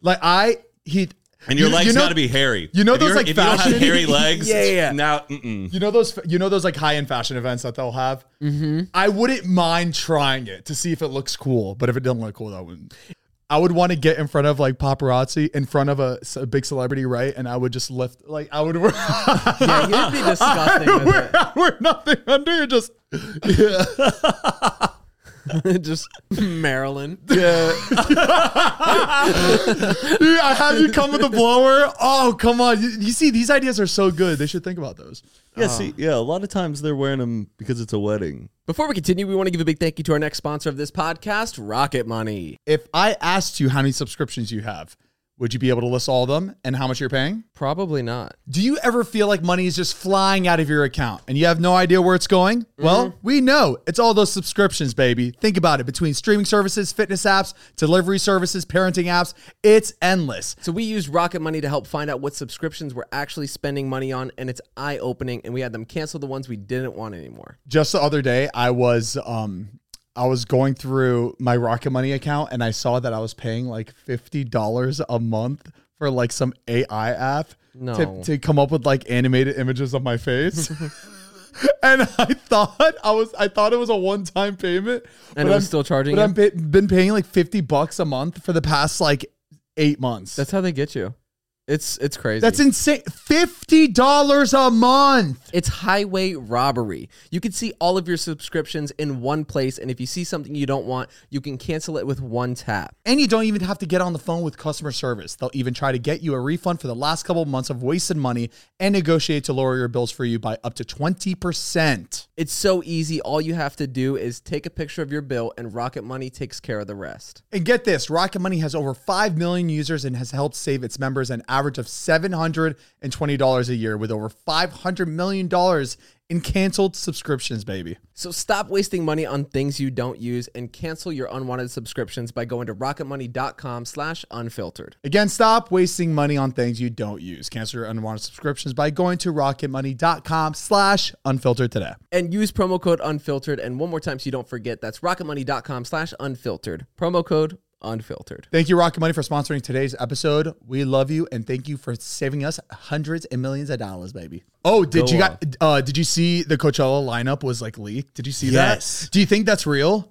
Speaker 1: Like I he.
Speaker 2: And your
Speaker 1: you-
Speaker 2: legs
Speaker 1: you know-
Speaker 2: got to be hairy.
Speaker 1: you know
Speaker 2: If
Speaker 1: those,
Speaker 2: you're-
Speaker 1: like,
Speaker 2: if you don't have
Speaker 1: fashion- *laughs*
Speaker 2: hairy legs.
Speaker 3: Yeah, yeah, yeah.
Speaker 2: Now, mm-mm.
Speaker 1: You know those you know those like high end fashion events that they'll have. Mm-hmm. I wouldn't mind trying it to see if it looks cool, but if it doesn't look cool, I wouldn't. I would want to get in front of like paparazzi, in front of a, a big celebrity, right? And I would just lift, like I would *laughs* wear,
Speaker 3: yeah, you'd be disgusting
Speaker 1: wear,
Speaker 3: with
Speaker 1: I wear nothing under, and just yeah.
Speaker 3: it. *laughs* just Marilyn.
Speaker 1: *laughs* Dude, I have you come with a blower. Oh come on, you, you see these ideas are so good. They should think about those.
Speaker 2: yeah. See,
Speaker 1: Ah.
Speaker 2: yeah. A lot of times they're wearing them because it's a wedding.
Speaker 3: *laughs* Before we continue, we want to give a big thank you to our next sponsor of this podcast, Rocket Money.
Speaker 1: If I asked you how many subscriptions you have, would you be able to list all of them and how much you're paying?
Speaker 3: Probably not.
Speaker 1: Do you ever feel like money is just flying out of your account and you have no idea where it's going? Well, we know it's all those subscriptions, baby. Think about it between streaming services, fitness apps, delivery services, parenting apps, it's endless.
Speaker 3: So we used Rocket Money to help find out what subscriptions we're actually spending money on, and it's eye opening. And we had them cancel the ones we didn't want anymore.
Speaker 1: Just the other day, I was um I was going through my Rocket Money account and I saw that I was paying like $50 a month for like some AI app
Speaker 3: No.
Speaker 1: to, to come up with like animated images of my face. *laughs* and I thought I was I thought it was a one-time payment.
Speaker 3: And
Speaker 1: but
Speaker 3: it was
Speaker 1: I'm-
Speaker 3: still charging.
Speaker 1: But
Speaker 3: You?
Speaker 1: I've pa- been paying like fifty bucks a month for the past like eight months.
Speaker 3: That's
Speaker 1: That's
Speaker 3: how they get you. It's it's crazy.
Speaker 1: that's insane. Fifty dollars a month.
Speaker 3: It's highway robbery. You can see all of your subscriptions in one place, and if you see something you don't want, you can cancel it with one tap.
Speaker 1: And you don't even have to get on the phone with customer service. They'll even try to get you a refund for the last couple of months of wasted money and negotiate to lower your bills for you by up to 20%.
Speaker 3: It's so easy. All you have to do is take a picture of your bill, and Rocket Money takes care of the rest.
Speaker 1: And get this Rocket Money has over 5 million users and has helped save its members an average of $720 a year with over $500 million in canceled subscriptions, baby.
Speaker 3: So stop wasting money on things you don't use and cancel your unwanted subscriptions by going to rocketmoney.com slash unfiltered.
Speaker 1: Again, stop wasting money on things you don't use. Cancel your unwanted subscriptions by going to rocketmoney.com slash unfiltered today.
Speaker 3: And use promo code unfiltered. And one more time so you don't forget, that's rocketmoney.com slash unfiltered. Promo code unfiltered.
Speaker 1: Thank you, Rocket Money, for sponsoring today's episode. We love you, and thank you for saving us hundreds and millions of dollars, baby. Oh, did
Speaker 2: Go
Speaker 1: you got? Uh, did you see the Coachella lineup was like leaked? Did you see
Speaker 2: Yes.
Speaker 1: that? Do you think that's real?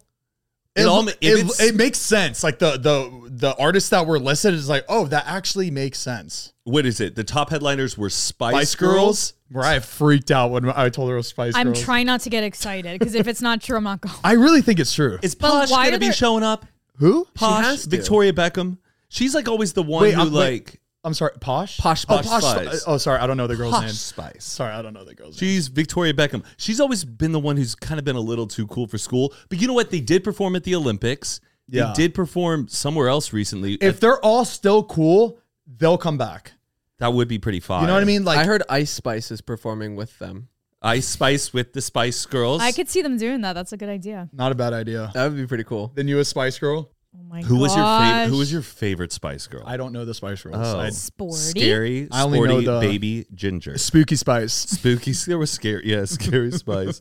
Speaker 2: It all ma-
Speaker 1: it,
Speaker 2: if it's-
Speaker 1: it makes sense. Like the the the artists that were listed is like, oh, that actually makes sense.
Speaker 2: What is it? The top headliners were Spice,
Speaker 1: Spice Girls. Mariah freaked out when I told her it was Spice
Speaker 4: I'm
Speaker 1: Girls.
Speaker 4: trying not to get excited because if it's not true, I'm not going.
Speaker 1: I really think it's true.
Speaker 2: Is
Speaker 4: But
Speaker 2: Posh
Speaker 4: why
Speaker 2: going
Speaker 4: are
Speaker 2: to be
Speaker 4: there-
Speaker 2: showing up?
Speaker 1: Who?
Speaker 2: Posh,
Speaker 3: has to.
Speaker 2: Victoria Beckham. She's like always the one
Speaker 1: Wait,
Speaker 2: who
Speaker 1: I'm- wait.
Speaker 2: like
Speaker 1: I'm sorry, Posh.
Speaker 3: Posh
Speaker 1: Oh,
Speaker 3: Spice.
Speaker 2: Spice.
Speaker 1: Oh, sorry, I don't know the girl's name.
Speaker 2: Spice.
Speaker 1: Sorry, I don't know the girl's name.
Speaker 2: She's Victoria Beckham. She's always been the one who's kind of been a little too cool for school. But you know what? They did perform at the Olympics.
Speaker 1: Yeah.
Speaker 2: They did perform somewhere else recently.
Speaker 1: If they're all still cool, they'll come back.
Speaker 2: that would be pretty fun.
Speaker 1: You know what I mean? Like
Speaker 3: I heard Ice Spice is performing with them.
Speaker 2: Ice Spice with the Spice Girls.
Speaker 4: I could see them doing that. That's a good idea.
Speaker 1: Not a bad idea.
Speaker 3: That would be pretty cool.
Speaker 1: The newest Spice Girl.
Speaker 4: Oh my
Speaker 2: Who was your favorite? Who
Speaker 4: gosh.
Speaker 2: was your favorite Spice Girl?
Speaker 1: I don't know the Spice Girls.
Speaker 2: Oh.
Speaker 1: I-
Speaker 4: sporty?
Speaker 2: Scary,
Speaker 1: I only know
Speaker 2: sporty
Speaker 1: the-
Speaker 2: baby ginger.
Speaker 1: Spooky *laughs* Spice.
Speaker 2: Spooky. There was scary. Yeah, scary Spice.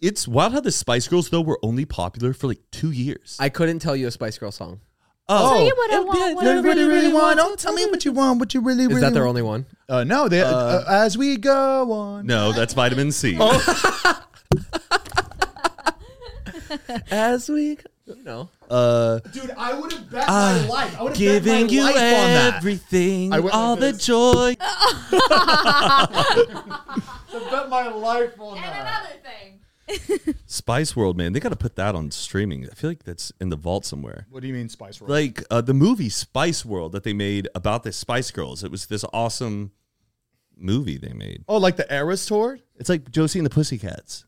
Speaker 2: It's wild how the Spice Girls though were only popular for like two years.
Speaker 3: I couldn't tell you a Spice Girl song.
Speaker 2: oh,
Speaker 4: Tell you what I
Speaker 2: it'll be-
Speaker 4: want, what
Speaker 2: yeah,
Speaker 4: I really, really want.
Speaker 1: Don't tell me what you want. What you really,
Speaker 3: Is that their only one?
Speaker 1: Uh, no, they. Uh, as we go on.
Speaker 2: No, that's vitamin C.
Speaker 1: Oh.
Speaker 2: *laughs*
Speaker 4: *laughs*
Speaker 3: As we, you know,
Speaker 2: Uh,
Speaker 1: Dude, I would have bet
Speaker 2: my
Speaker 1: life. I would
Speaker 2: Ah, giving you everything,
Speaker 1: I went
Speaker 2: all
Speaker 1: like
Speaker 2: the
Speaker 1: this.
Speaker 2: joy.
Speaker 1: I bet my life on
Speaker 4: And another thing.
Speaker 2: Spice World, man, they got to put that on streaming. I feel like that's in the vault somewhere.
Speaker 1: What do you mean, Spice World?
Speaker 2: Like uh, the movie Spice World that they made about the Spice Girls. It was this awesome movie they made.
Speaker 1: oh, like the Eras tour?
Speaker 2: It's like Josie and the Pussycats.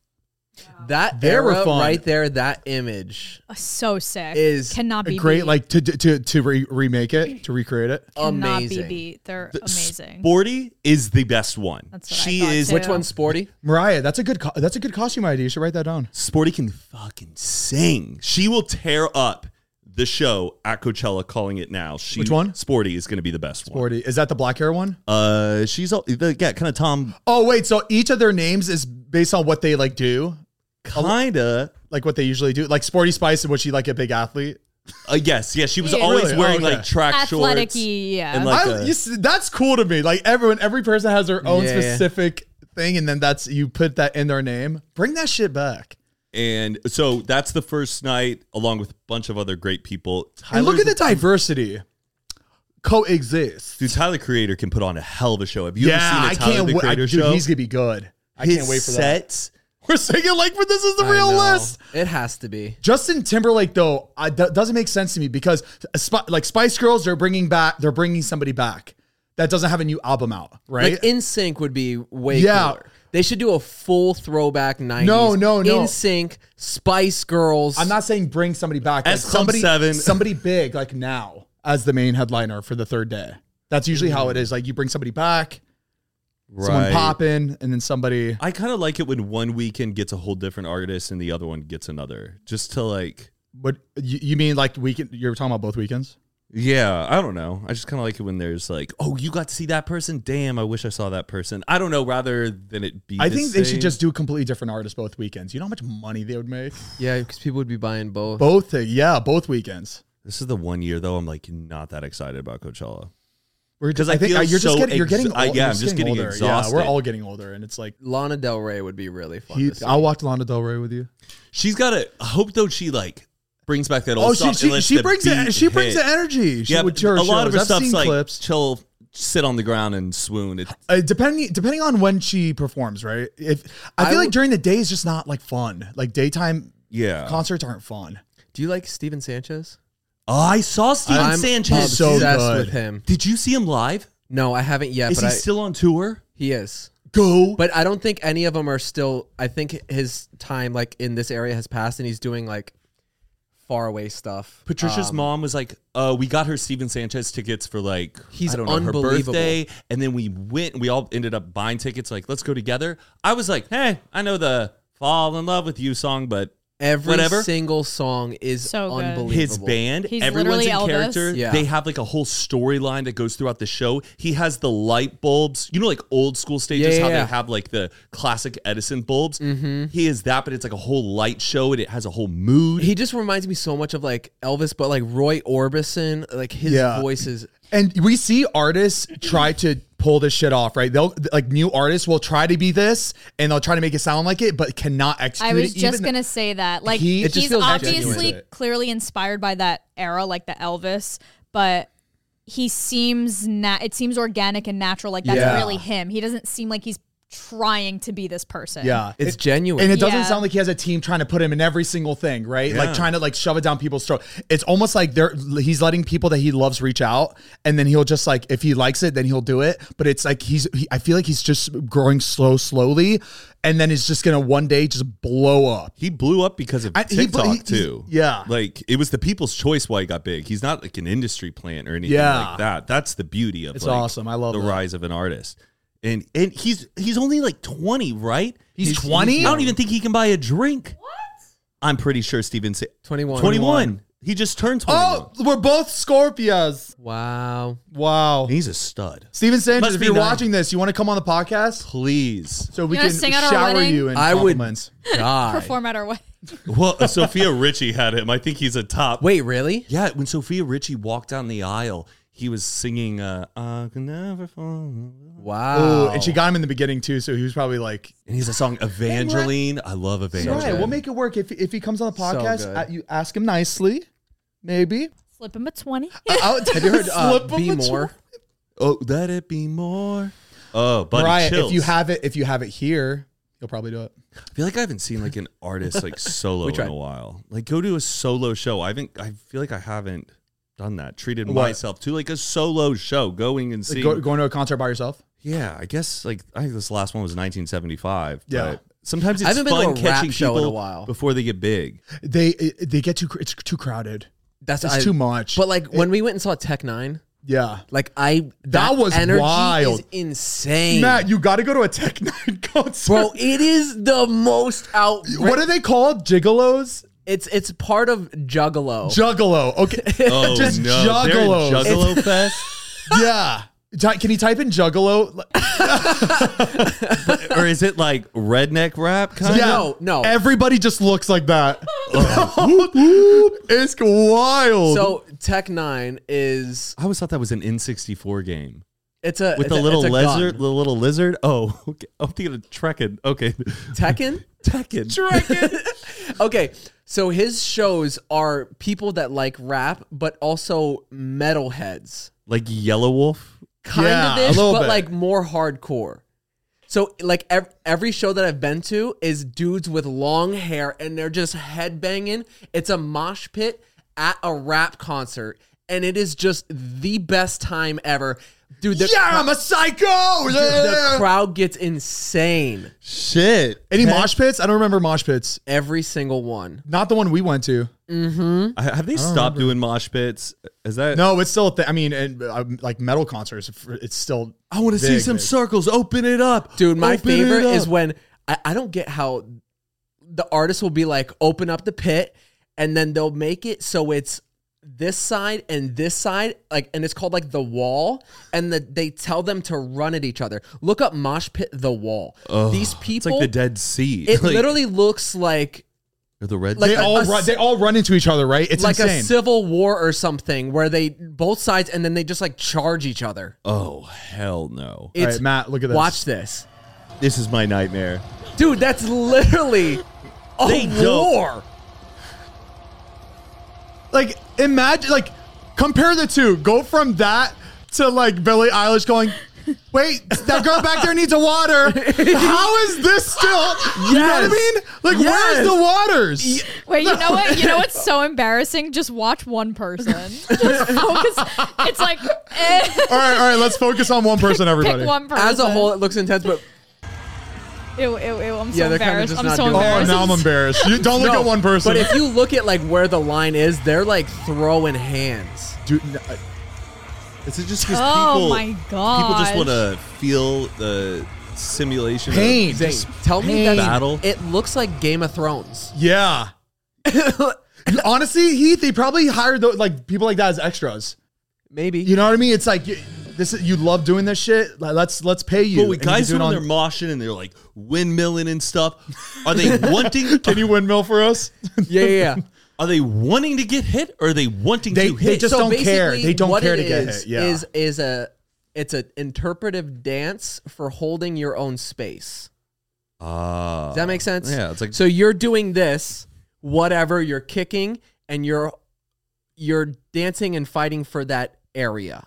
Speaker 3: that
Speaker 1: They were
Speaker 3: era
Speaker 1: fun.
Speaker 3: right there, that image
Speaker 4: Oh. Uh, So sick.
Speaker 3: Is
Speaker 4: cannot
Speaker 1: A
Speaker 4: be
Speaker 1: great,
Speaker 4: beat.
Speaker 1: like to to to re- remake it, to recreate it.
Speaker 4: cannot
Speaker 3: amazing.
Speaker 4: be beat. They're
Speaker 2: The
Speaker 4: amazing.
Speaker 2: Sporty is the best one.
Speaker 4: That's what I
Speaker 2: she
Speaker 4: thought,
Speaker 2: is.
Speaker 4: too.
Speaker 3: Which one's sporty?
Speaker 1: Mariah, that's a good co- that's a good costume idea. You should write that down.
Speaker 2: Sporty can fucking sing. She will tear up the show at Coachella. Calling it now. She,
Speaker 1: Which one?
Speaker 2: Sporty is going to be the best one.
Speaker 1: Forty. Is that the black hair one?
Speaker 2: Uh, she's all the, yeah, kind of Tom,
Speaker 1: Oh wait, so each of their names is based on what they like do,
Speaker 2: kinda.
Speaker 1: like what they usually do. Like Sporty Spice, was she like a big athlete?
Speaker 2: Uh, yes, yes, she was
Speaker 4: Yeah.
Speaker 2: always
Speaker 1: Really?
Speaker 2: wearing
Speaker 1: Oh, okay.
Speaker 2: like track
Speaker 4: Athletic,
Speaker 2: shorts.
Speaker 4: yeah.
Speaker 2: And like,
Speaker 1: I-
Speaker 2: a-
Speaker 1: you s- that's cool to me. Like everyone, every person has their own
Speaker 3: Yeah, yeah.
Speaker 1: specific thing, and then that's you put that in their name. Bring that shit back.
Speaker 2: and so that's the first night, along with a bunch of other great people. Tyler,
Speaker 1: and look at the diversity. Coexist.
Speaker 2: dude. Tyler Creator can put on a hell of a show. Have you
Speaker 1: yeah,
Speaker 2: ever
Speaker 1: I
Speaker 2: seen a Tyler
Speaker 1: can't
Speaker 2: the
Speaker 1: wait. I-
Speaker 2: Creator
Speaker 1: Dude,
Speaker 2: show?
Speaker 1: he's gonna be good. I
Speaker 2: His
Speaker 1: can't wait *laughs* for that.
Speaker 2: sets,
Speaker 1: We're singing like for this is the
Speaker 3: I
Speaker 1: real
Speaker 3: know.
Speaker 1: list.
Speaker 3: It has to be.
Speaker 1: Justin Timberlake though I, that doesn't make sense to me because a Sp- like Spice Girls they're bringing back they're bringing somebody back that doesn't have a new album out right
Speaker 3: Like In Sync would be way
Speaker 1: Yeah.
Speaker 3: cooler. They should do a full throwback 90s.
Speaker 1: No, no, no.
Speaker 3: In Sync, Spice Girls.
Speaker 1: I'm not saying bring somebody back
Speaker 2: S
Speaker 1: like
Speaker 2: Club
Speaker 1: somebody
Speaker 2: Seven.
Speaker 1: somebody big like now as the main headliner for the third day that's usually how it is like you bring somebody back someone
Speaker 2: Right.
Speaker 1: popping and then somebody
Speaker 2: I kind of like it when one weekend gets a whole different artist and the other one gets another, just to like.
Speaker 1: what you, you mean like weekend you're talking about both weekends
Speaker 2: Yeah, I don't know. I just kind of like it when there's like, oh, you got to see that person. Damn, I wish I saw that person. I don't know. Rather than it be,
Speaker 1: I
Speaker 2: the
Speaker 1: think they should
Speaker 2: same.
Speaker 1: just do completely different artists both weekends you know how much money they would make
Speaker 3: yeah, because people would be buying both.
Speaker 1: both yeah both weekends
Speaker 2: This is the one year though. I'm like not that excited about Coachella.
Speaker 1: We're just,
Speaker 2: 'Cause I
Speaker 1: I think
Speaker 2: feel
Speaker 1: uh, you're
Speaker 2: so
Speaker 1: just getting, you're
Speaker 2: exa-
Speaker 1: getting
Speaker 2: I-
Speaker 1: ol-
Speaker 2: yeah,
Speaker 1: you're
Speaker 2: I'm just getting
Speaker 1: older.
Speaker 2: exhausted.
Speaker 1: Yeah, we're all getting older, and it's like
Speaker 3: Lana Del Rey would be really fun.
Speaker 1: he,
Speaker 3: to see.
Speaker 1: I'll watch Lana Del Rey with you.
Speaker 2: She's got to hope though. She like brings back
Speaker 1: Oh,
Speaker 2: that old. song and lets the beat hit.
Speaker 1: e, energy.
Speaker 2: Yeah,
Speaker 1: would-
Speaker 2: but
Speaker 1: her
Speaker 2: a lot of her
Speaker 1: shows. I've
Speaker 2: stuff's
Speaker 1: seen
Speaker 2: like she'll sit on the ground and swoon. It,
Speaker 1: Uh, depending depending on when she performs, right? If I feel
Speaker 3: I
Speaker 1: like
Speaker 3: would-
Speaker 1: during the day is just not like fun. Like daytime
Speaker 2: yeah.
Speaker 1: concerts aren't fun.
Speaker 3: Do you like Steven Sanchez?
Speaker 2: oh, I saw Steven
Speaker 3: I'm
Speaker 2: Sanchez.
Speaker 1: so
Speaker 3: obsessed
Speaker 1: good.
Speaker 3: with him.
Speaker 2: Did you see him live?
Speaker 3: No, I haven't yet,
Speaker 2: Is he
Speaker 3: but I,
Speaker 2: still on tour?
Speaker 3: he is.
Speaker 1: Go.
Speaker 3: But I don't think any of them are still. I think his time like in this area has passed, and he's doing like far away stuff.
Speaker 2: Patricia's
Speaker 3: Um,
Speaker 2: mom was like, uh, "We got her Steven Sanchez tickets for like
Speaker 3: He's
Speaker 2: I don't know her
Speaker 3: unbelievable.
Speaker 2: birthday, and then we went. and We all ended up buying tickets. Like, let's go together. I was like, hey, I know the Fall in Love with You song, but
Speaker 3: Every
Speaker 2: Whatever.
Speaker 3: single song is
Speaker 4: So good.
Speaker 3: unbelievable.
Speaker 2: his band,
Speaker 4: He's
Speaker 2: everyone's in
Speaker 4: literally Elvis.
Speaker 2: character.
Speaker 3: Yeah.
Speaker 2: They have like a whole storyline that goes throughout the show. He has the light bulbs, you know, like old school stages,
Speaker 3: Yeah,
Speaker 2: how
Speaker 3: yeah, yeah.
Speaker 2: they have like the classic Edison bulbs.
Speaker 1: Mm-hmm.
Speaker 2: He is that, but it's like a whole light show and it has a whole mood.
Speaker 3: He just reminds me so much of like Elvis, but like Roy Orbison. Like his
Speaker 1: Yeah.
Speaker 3: voice is
Speaker 1: And we see artists try to pull this shit off, right? They'll like new artists will try to be this and they'll try to make it sound like it, but cannot execute.
Speaker 4: I was
Speaker 1: it,
Speaker 4: just
Speaker 1: even-
Speaker 4: gonna say that. Like
Speaker 1: He- It
Speaker 3: just
Speaker 4: he's
Speaker 3: feels
Speaker 4: obviously
Speaker 1: genuine.
Speaker 4: clearly inspired by that era, like the Elvis, but he seems na- it seems organic and natural. Like that's
Speaker 1: Yeah.
Speaker 4: really him. He doesn't seem like he's trying to be this person.
Speaker 1: Yeah,
Speaker 3: it's genuine.
Speaker 1: and it doesn't
Speaker 4: Yeah.
Speaker 1: sound like he has a team trying to put him in every single thing, right?
Speaker 2: Yeah.
Speaker 1: Like trying to like shove it down people's throat. It's almost like they're he's letting people that he loves reach out, and then he'll just like if he likes it, then he'll do it. But it's like he's he, I feel like he's just growing slow, slowly, and then it's just gonna one day just blow up.
Speaker 2: He blew up because of
Speaker 1: I- he
Speaker 2: TikTok
Speaker 1: blew- he-
Speaker 2: too.
Speaker 1: he's- yeah.
Speaker 2: like it was the people's choice why he got big. He's not like an industry plant or anything
Speaker 1: Yeah.
Speaker 2: like that. That's the beauty of
Speaker 1: It's
Speaker 2: like,
Speaker 1: awesome. I love
Speaker 2: the
Speaker 1: that.
Speaker 2: rise of an artist. And and he's he's only like twenty, right?
Speaker 1: He's 20?
Speaker 2: I don't even think he can buy a drink. What? I'm pretty sure Steven said
Speaker 3: 21.
Speaker 2: 21. He just turned 21.
Speaker 1: Oh, we're both Scorpios.
Speaker 3: Wow.
Speaker 1: Wow.
Speaker 2: He's a stud.
Speaker 1: Steven Sanchez,
Speaker 2: Must
Speaker 1: if
Speaker 2: be
Speaker 1: you're
Speaker 2: nine.
Speaker 1: watching this, you want to come on the podcast
Speaker 2: Please.
Speaker 1: so we
Speaker 4: wanna
Speaker 1: can
Speaker 4: sing at our
Speaker 1: shower
Speaker 4: wedding?
Speaker 1: you in
Speaker 3: I would
Speaker 1: compliments.
Speaker 3: die.
Speaker 4: Perform at our wedding.
Speaker 2: Well,
Speaker 1: *laughs*
Speaker 2: uh, Sophia Ritchie had him. I think he's a top.
Speaker 3: Wait, really?
Speaker 2: Yeah, when Sophia Ritchie walked down the aisle, he was singing uh, I Can Never Fall. in Love."
Speaker 3: Wow.
Speaker 1: Ooh,
Speaker 2: Oh.
Speaker 1: and she got him in the beginning too, so he was probably like,
Speaker 2: And he's a song, Evangeline. I love Evangeline.
Speaker 1: "Right, we'll make it work if if he comes on the podcast.
Speaker 3: good.
Speaker 1: uh, you ask him nicely, maybe."
Speaker 4: Slip him a twenty.
Speaker 1: I, I, have you *laughs* heard uh,
Speaker 3: Slip him a More.
Speaker 2: Oh, let it be more. Oh, buddy,
Speaker 1: Mariah,
Speaker 2: chills.
Speaker 1: if you have it, if you have it here, you'll probably do it.
Speaker 2: I feel like I haven't seen like an artist
Speaker 3: *laughs*
Speaker 2: like solo in
Speaker 3: tried.
Speaker 2: a while. Like go to a solo show. I haven't. I feel like I haven't done that. Treated
Speaker 1: What?
Speaker 2: myself to like a solo show, going and
Speaker 1: Like
Speaker 2: seeing.
Speaker 1: go, going to a concert by yourself.
Speaker 2: yeah, I guess like I think this last one was 1975.
Speaker 1: Yeah.
Speaker 2: but sometimes it's
Speaker 3: I haven't been to
Speaker 2: fun
Speaker 3: a rap
Speaker 2: catching
Speaker 3: show in a
Speaker 2: people
Speaker 3: while.
Speaker 2: before they get
Speaker 3: *laughs*
Speaker 2: big.
Speaker 1: They it- they get too cr- it's too crowded.
Speaker 3: That's
Speaker 1: It's
Speaker 3: I-
Speaker 1: too much.
Speaker 3: But like when we went and saw Tech Nine,
Speaker 1: Yeah,
Speaker 3: like I
Speaker 1: That was
Speaker 3: energy
Speaker 1: wild.
Speaker 3: is insane,
Speaker 1: Matt, you got to go to a Tech *laughs* Nine concert. *laughs*
Speaker 3: bro. It is the most out.
Speaker 1: what are they called? Gigolos,
Speaker 3: It's it's part of Juggalo.
Speaker 1: Juggalo. Okay, *laughs*
Speaker 2: Oh
Speaker 1: Just
Speaker 2: no, They're in
Speaker 1: juggalos.
Speaker 3: *laughs*
Speaker 2: Juggalo Fest.
Speaker 1: *laughs* yeah. Ty- Can you type in Juggalo?
Speaker 2: or is it like redneck rap kind
Speaker 3: Yeah.
Speaker 2: of?
Speaker 3: No, no.
Speaker 1: Everybody just looks like that. it's wild.
Speaker 3: so Tech Nine is
Speaker 2: I always thought that was an N64 game
Speaker 3: it's a
Speaker 2: with
Speaker 3: it's
Speaker 2: the
Speaker 3: a-
Speaker 2: little
Speaker 3: it's a
Speaker 2: lizard,
Speaker 3: gun.
Speaker 2: the little lizard. Oh, *laughs* okay. I'm thinking of Trekkin.
Speaker 3: *laughs*
Speaker 2: Okay,
Speaker 3: Tekken.
Speaker 2: Trekkin.
Speaker 3: okay, so his shows are people that like rap, but also metalheads.
Speaker 2: like Yellow Wolf.
Speaker 3: kind
Speaker 1: Yeah,
Speaker 3: of ish,
Speaker 1: a little
Speaker 3: but
Speaker 1: bit.
Speaker 3: like more hardcore. So like ev- every show that I've been to is dudes with long hair and they're just headbanging. It's a mosh pit at a rap concert, and it is just the best time ever, dude. The,
Speaker 1: yeah, I'm a psycho.
Speaker 3: the
Speaker 1: Yeah.
Speaker 3: crowd gets insane
Speaker 1: Shit. Any mosh pits? I don't remember mosh pits.
Speaker 3: every single one.
Speaker 1: Not the one we went to.
Speaker 2: I, have they stopped doing mosh pits? Is that
Speaker 1: No, it's still a thing. I mean, and uh, like metal concerts, it's still.
Speaker 2: I want to see
Speaker 1: Big,
Speaker 2: some
Speaker 1: big.
Speaker 2: circles. Open it up,
Speaker 3: Dude, my
Speaker 2: Open it
Speaker 3: favorite is
Speaker 2: up.
Speaker 3: when I, I don't get how the artist will be like, open up the pit, and then they'll make it so it's this side and this side, like, and it's called like the wall, and the, they tell them to run at each other. Look up mosh pit the wall. These
Speaker 2: It's
Speaker 3: people,
Speaker 2: like the Dead *laughs* Sea.
Speaker 3: it
Speaker 2: Like-
Speaker 3: literally looks like
Speaker 2: or the Red.
Speaker 3: like
Speaker 1: They
Speaker 3: a-
Speaker 1: all
Speaker 3: a
Speaker 1: run.
Speaker 3: s-
Speaker 1: They all run into each other, right? It's
Speaker 3: like a
Speaker 1: insane.
Speaker 3: civil war or something where they both sides and then they just like charge each other.
Speaker 2: oh hell no!
Speaker 3: It's
Speaker 1: right, Matt, look at this.
Speaker 3: Watch this,
Speaker 2: This is my nightmare.
Speaker 3: dude. That's literally a
Speaker 2: They don't-
Speaker 3: war.
Speaker 1: like imagine, like compare the two. Go from that to like Billie Eilish going. Wait, that girl back there needs a water. How is this still? You know what I
Speaker 3: Yes.
Speaker 1: mean? Like,
Speaker 3: Yes.
Speaker 1: where's the waters?
Speaker 4: Wait, you know what? You know
Speaker 1: *laughs*
Speaker 4: what's so embarrassing? Just watch
Speaker 3: *laughs*
Speaker 4: one person. Just focus. It's like eh,
Speaker 1: All right, all right. Let's focus on one person, everybody.
Speaker 4: pick one person
Speaker 3: As a whole, it looks
Speaker 1: *laughs*
Speaker 3: intense, but
Speaker 4: Ew, ew, ew, I'm so
Speaker 3: Yeah, they're kinda
Speaker 4: embarrassed.
Speaker 3: just
Speaker 4: I'm
Speaker 3: not
Speaker 4: so
Speaker 3: doing it.
Speaker 1: Oh,
Speaker 4: embarrassed.
Speaker 1: now I'm embarrassed. You don't look
Speaker 3: No,
Speaker 1: at one person.
Speaker 3: But if you look at like where the line is, they're like throwing hands.
Speaker 1: Dude, n-
Speaker 2: uh,
Speaker 1: I-
Speaker 2: Is it just because
Speaker 4: Oh
Speaker 2: people?
Speaker 4: my
Speaker 2: People just
Speaker 4: gosh.
Speaker 2: want to feel the simulation of-
Speaker 1: Pain.
Speaker 3: Zane,
Speaker 1: Just
Speaker 3: tell me that
Speaker 2: Battle.
Speaker 3: it looks like Game of Thrones.
Speaker 1: yeah, *laughs* Honestly, Heath, they probably hired those, like people like that as extras.
Speaker 3: Maybe.
Speaker 1: You know what I mean? It's like you, this is, you love doing this shit. Like, let's let's pay you.
Speaker 2: But we
Speaker 1: And you can
Speaker 2: guys
Speaker 1: do it
Speaker 2: who are
Speaker 1: on-
Speaker 2: they're moshing and they're like windmilling and stuff, are they
Speaker 1: *laughs*
Speaker 2: wanting?
Speaker 1: Can you windmill for us?
Speaker 3: yeah, yeah, yeah.
Speaker 2: Are they wanting to get hit? or Are they wanting
Speaker 1: They-
Speaker 2: to
Speaker 1: *laughs* they
Speaker 2: hit?
Speaker 1: just don't care.
Speaker 3: basically
Speaker 1: They don't
Speaker 3: what
Speaker 1: care
Speaker 3: it
Speaker 1: to get
Speaker 3: is,
Speaker 1: hit, yeah.
Speaker 3: Is is a it's an interpretive dance for holding your own space.
Speaker 2: Ah.
Speaker 3: Does that make sense?
Speaker 2: yeah, it's like-
Speaker 3: so you're doing this, whatever you're kicking, and you're you're dancing and fighting for that area.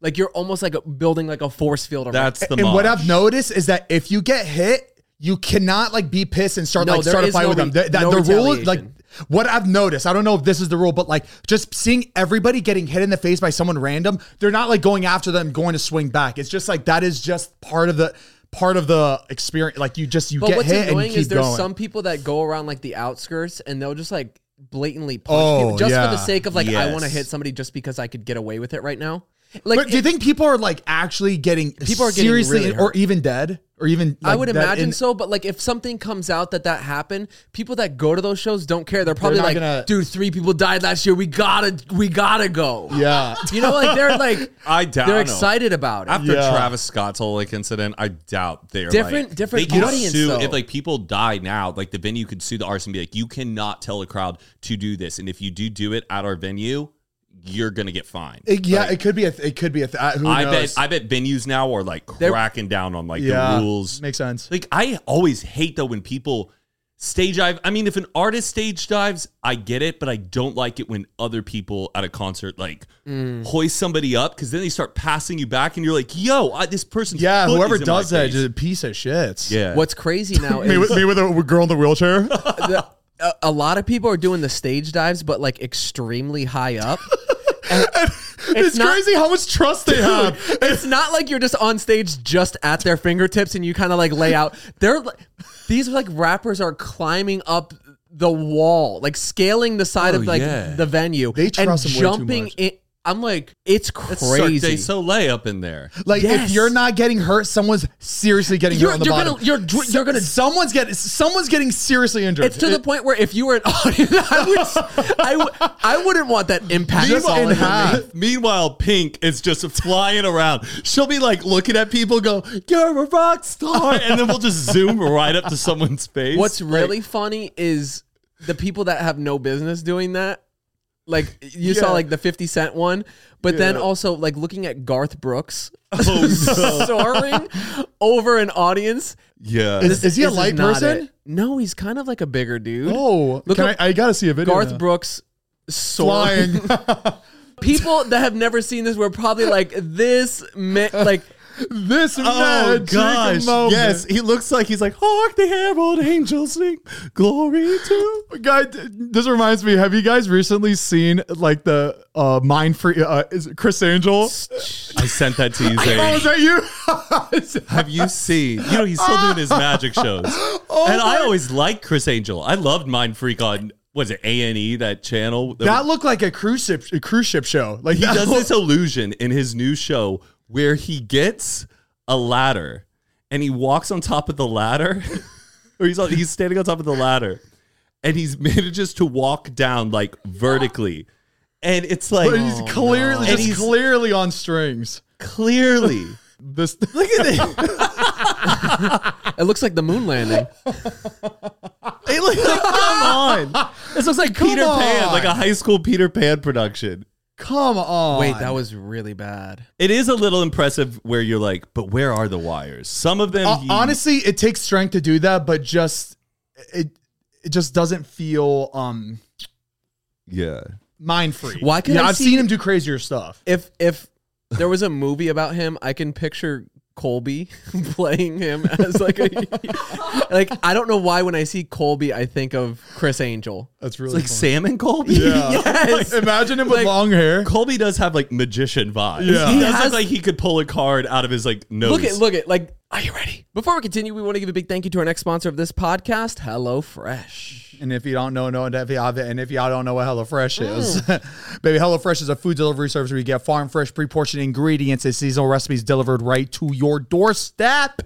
Speaker 3: Like you're almost like a, building like a force field. Around.
Speaker 2: that's the
Speaker 1: and what
Speaker 2: mosh.
Speaker 1: I've noticed is that if you get hit, you cannot like be pissed and start
Speaker 3: No,
Speaker 1: like
Speaker 3: there
Speaker 1: start a
Speaker 3: is
Speaker 1: fight
Speaker 3: no
Speaker 1: with them.
Speaker 3: re-
Speaker 1: The, that,
Speaker 3: no
Speaker 1: the rule,
Speaker 3: retaliation.
Speaker 1: like what I've noticed, I don't know if this is the rule, but like just seeing everybody getting hit in the face by someone random, they're not like going after them, going to swing back. It's just like that is just part of the part of the experience. Like you just you
Speaker 3: but
Speaker 1: get
Speaker 3: what's
Speaker 1: hit and you
Speaker 3: annoying
Speaker 1: keep
Speaker 3: is there's
Speaker 1: going.
Speaker 3: some people that go around like the outskirts and they'll just like blatantly punch
Speaker 1: Oh,
Speaker 3: people just for the
Speaker 1: yeah.
Speaker 3: sake of like I want to
Speaker 2: Yes.
Speaker 3: hit somebody just because I could get away with it right now. Like
Speaker 1: but do you
Speaker 3: it-
Speaker 1: think people are like actually getting
Speaker 3: People are getting
Speaker 1: seriously
Speaker 3: really
Speaker 1: or
Speaker 3: hurt.
Speaker 1: even dead or even
Speaker 3: I
Speaker 1: like,
Speaker 3: would
Speaker 1: dead
Speaker 3: imagine
Speaker 1: in-
Speaker 3: so, but like if something comes out that that happened, people that go to those shows don't care. They're probably
Speaker 1: not
Speaker 3: like,
Speaker 1: gonna-
Speaker 3: "Dude, three people died last year. We gotta, we gotta go."
Speaker 1: Yeah.
Speaker 3: you know, like they're
Speaker 1: *laughs*
Speaker 3: like,
Speaker 2: I doubt- I
Speaker 3: they're
Speaker 2: don't know.
Speaker 3: excited about it.
Speaker 2: After
Speaker 1: Yeah.
Speaker 2: Travis Scott's whole like incident, I doubt they're
Speaker 3: Different-
Speaker 2: like,
Speaker 3: different
Speaker 2: They could
Speaker 3: audience,
Speaker 2: sue
Speaker 3: though.
Speaker 2: if like people die now, like the venue could sue the artist and be like, you cannot tell a crowd to do this, and if you do do it at our venue, you're gonna get fined.
Speaker 1: It- yeah,
Speaker 2: Like,
Speaker 1: it could be a th- it could be a th- uh, who
Speaker 2: I
Speaker 1: knows?
Speaker 2: bet I bet venues now are like cracking down on like
Speaker 1: yeah,
Speaker 2: the rules.
Speaker 1: makes sense.
Speaker 2: Like I always hate though when people stage dive. I mean, if an artist stage dives, I get it, but I don't like it when other people at a concert like
Speaker 1: Mm.
Speaker 2: hoist somebody up because then they start passing you back, and you're like, "Yo, I, this person."
Speaker 1: Yeah, whoever does that is a piece of shit.
Speaker 2: yeah.
Speaker 1: *laughs*
Speaker 3: What's crazy now
Speaker 1: me,
Speaker 3: is
Speaker 1: with, me with a girl in the
Speaker 3: *laughs*
Speaker 1: wheelchair.
Speaker 3: the, a, a lot of people are doing the stage dives, but like extremely
Speaker 1: *laughs*
Speaker 3: high up. And
Speaker 1: it's
Speaker 3: not-
Speaker 1: crazy how much trust they have.
Speaker 3: *laughs* It's not like you're just on stage just at their fingertips and you kind of like lay out. They're li- these like rappers are climbing up the wall, like scaling the side of like
Speaker 2: yeah.
Speaker 3: the venue.
Speaker 1: They
Speaker 3: and
Speaker 1: trust them way too
Speaker 3: jumping
Speaker 1: much.
Speaker 3: in. I'm like, it's
Speaker 2: crazy?
Speaker 3: crazy.
Speaker 2: Soleil up in there.
Speaker 1: Like
Speaker 3: Yes.
Speaker 1: if you're not getting hurt, someone's seriously getting
Speaker 3: You're-
Speaker 1: hurt on the
Speaker 3: you're
Speaker 1: bottom.
Speaker 3: gonna- you're dr- you're gonna-
Speaker 1: someone's getting someone's getting seriously injured.
Speaker 3: it's to the
Speaker 1: It-
Speaker 3: point where if you were an *laughs* audience, I, would, s- I, w- I wouldn't want that impact.
Speaker 1: Just
Speaker 3: falling
Speaker 1: in
Speaker 3: on me.
Speaker 1: half.
Speaker 2: *laughs* Meanwhile, Pink is just flying around. She'll be like looking at people, go, "You're a rock star," and then we'll just zoom right up to someone's face.
Speaker 3: What's
Speaker 2: Like,
Speaker 3: really funny is the people that have no business doing that. Like you saw like the 50 cent one, but then also like looking at Garth Brooks
Speaker 1: Oh,
Speaker 3: *laughs* soaring over an audience.
Speaker 2: yeah.
Speaker 1: *laughs* is, is he a
Speaker 3: This
Speaker 1: light
Speaker 3: not
Speaker 1: person?
Speaker 3: it. No, he's kind of like a bigger dude.
Speaker 1: Oh,
Speaker 3: Look
Speaker 1: can
Speaker 3: up
Speaker 1: I, I gotta see a video.
Speaker 3: Garth
Speaker 1: now.
Speaker 3: Brooks soaring.
Speaker 1: flying.
Speaker 3: *laughs*
Speaker 2: *laughs*
Speaker 3: People that have never seen this were probably like this me- like
Speaker 1: this
Speaker 2: Oh
Speaker 1: magic
Speaker 2: gosh!
Speaker 1: moment.
Speaker 2: Yes, he looks like he's like hark the herald angels sing glory to.
Speaker 1: *laughs* Guy, this reminds me. Have you guys recently seen like the uh, mind free? Uh, is it Chris Angel?
Speaker 2: I sent that to you.
Speaker 1: Oh, was
Speaker 2: Zane.
Speaker 1: that *laughs* Oh, you?
Speaker 2: Have you seen? You know he's still doing his
Speaker 1: *laughs*
Speaker 2: magic shows,
Speaker 1: Oh
Speaker 2: and I always liked Chris Angel. I loved Mind Freak on was it A and E that channel
Speaker 1: that looked like a cruise ship, a cruise ship show. Like
Speaker 2: he
Speaker 1: *laughs*
Speaker 2: does this illusion in his new show where he gets a ladder and he walks on top of the ladder *laughs* or he's on, he's standing on top of the ladder and he manages to walk down like vertically and it's like
Speaker 1: But he's clearly
Speaker 2: no. And
Speaker 1: just
Speaker 2: he's-
Speaker 1: clearly on strings.
Speaker 2: clearly
Speaker 1: *laughs* This look at it. *laughs*
Speaker 3: it looks like the moon landing.
Speaker 2: it look like, come
Speaker 1: *laughs*
Speaker 2: on this looks like Peter Pan
Speaker 1: on.
Speaker 2: like a high school Peter Pan production
Speaker 1: Come on.
Speaker 3: Wait, that was really bad.
Speaker 2: it is a little impressive where you're like but where are the wires some of them
Speaker 1: Uh,
Speaker 2: he-
Speaker 1: honestly, it takes strength to do that, but just it it just doesn't feel um
Speaker 2: yeah
Speaker 1: mind free.
Speaker 3: Why can't
Speaker 1: yeah,
Speaker 3: I
Speaker 1: I've
Speaker 3: see-
Speaker 1: seen him do crazier stuff.
Speaker 3: if if there was a movie about him, I can picture Colby *laughs* playing him as like a *laughs* like I don't know why when I see Colby I think of Chris Angel.
Speaker 1: That's
Speaker 2: it's
Speaker 1: really
Speaker 2: like
Speaker 3: *laughs*
Speaker 2: Sam and Colby *laughs*
Speaker 1: Yeah.
Speaker 3: Yes.
Speaker 1: Imagine him with
Speaker 3: Like-
Speaker 1: long hair.
Speaker 2: Colby does have like magician vibes.
Speaker 1: Yeah.
Speaker 2: He,
Speaker 1: He
Speaker 2: does
Speaker 3: has-
Speaker 2: look like he could pull a card out of his like nose.
Speaker 3: Look at look at like are you ready? Before we continue, we want to give a big thank you to our next sponsor of this podcast, Hello Fresh.
Speaker 1: And if you don't know, no, and if you have it, and if y'all don't know what HelloFresh is, *laughs* baby, HelloFresh is a food delivery service where you get farm fresh, pre portioned ingredients and seasonal recipes delivered right to your doorstep.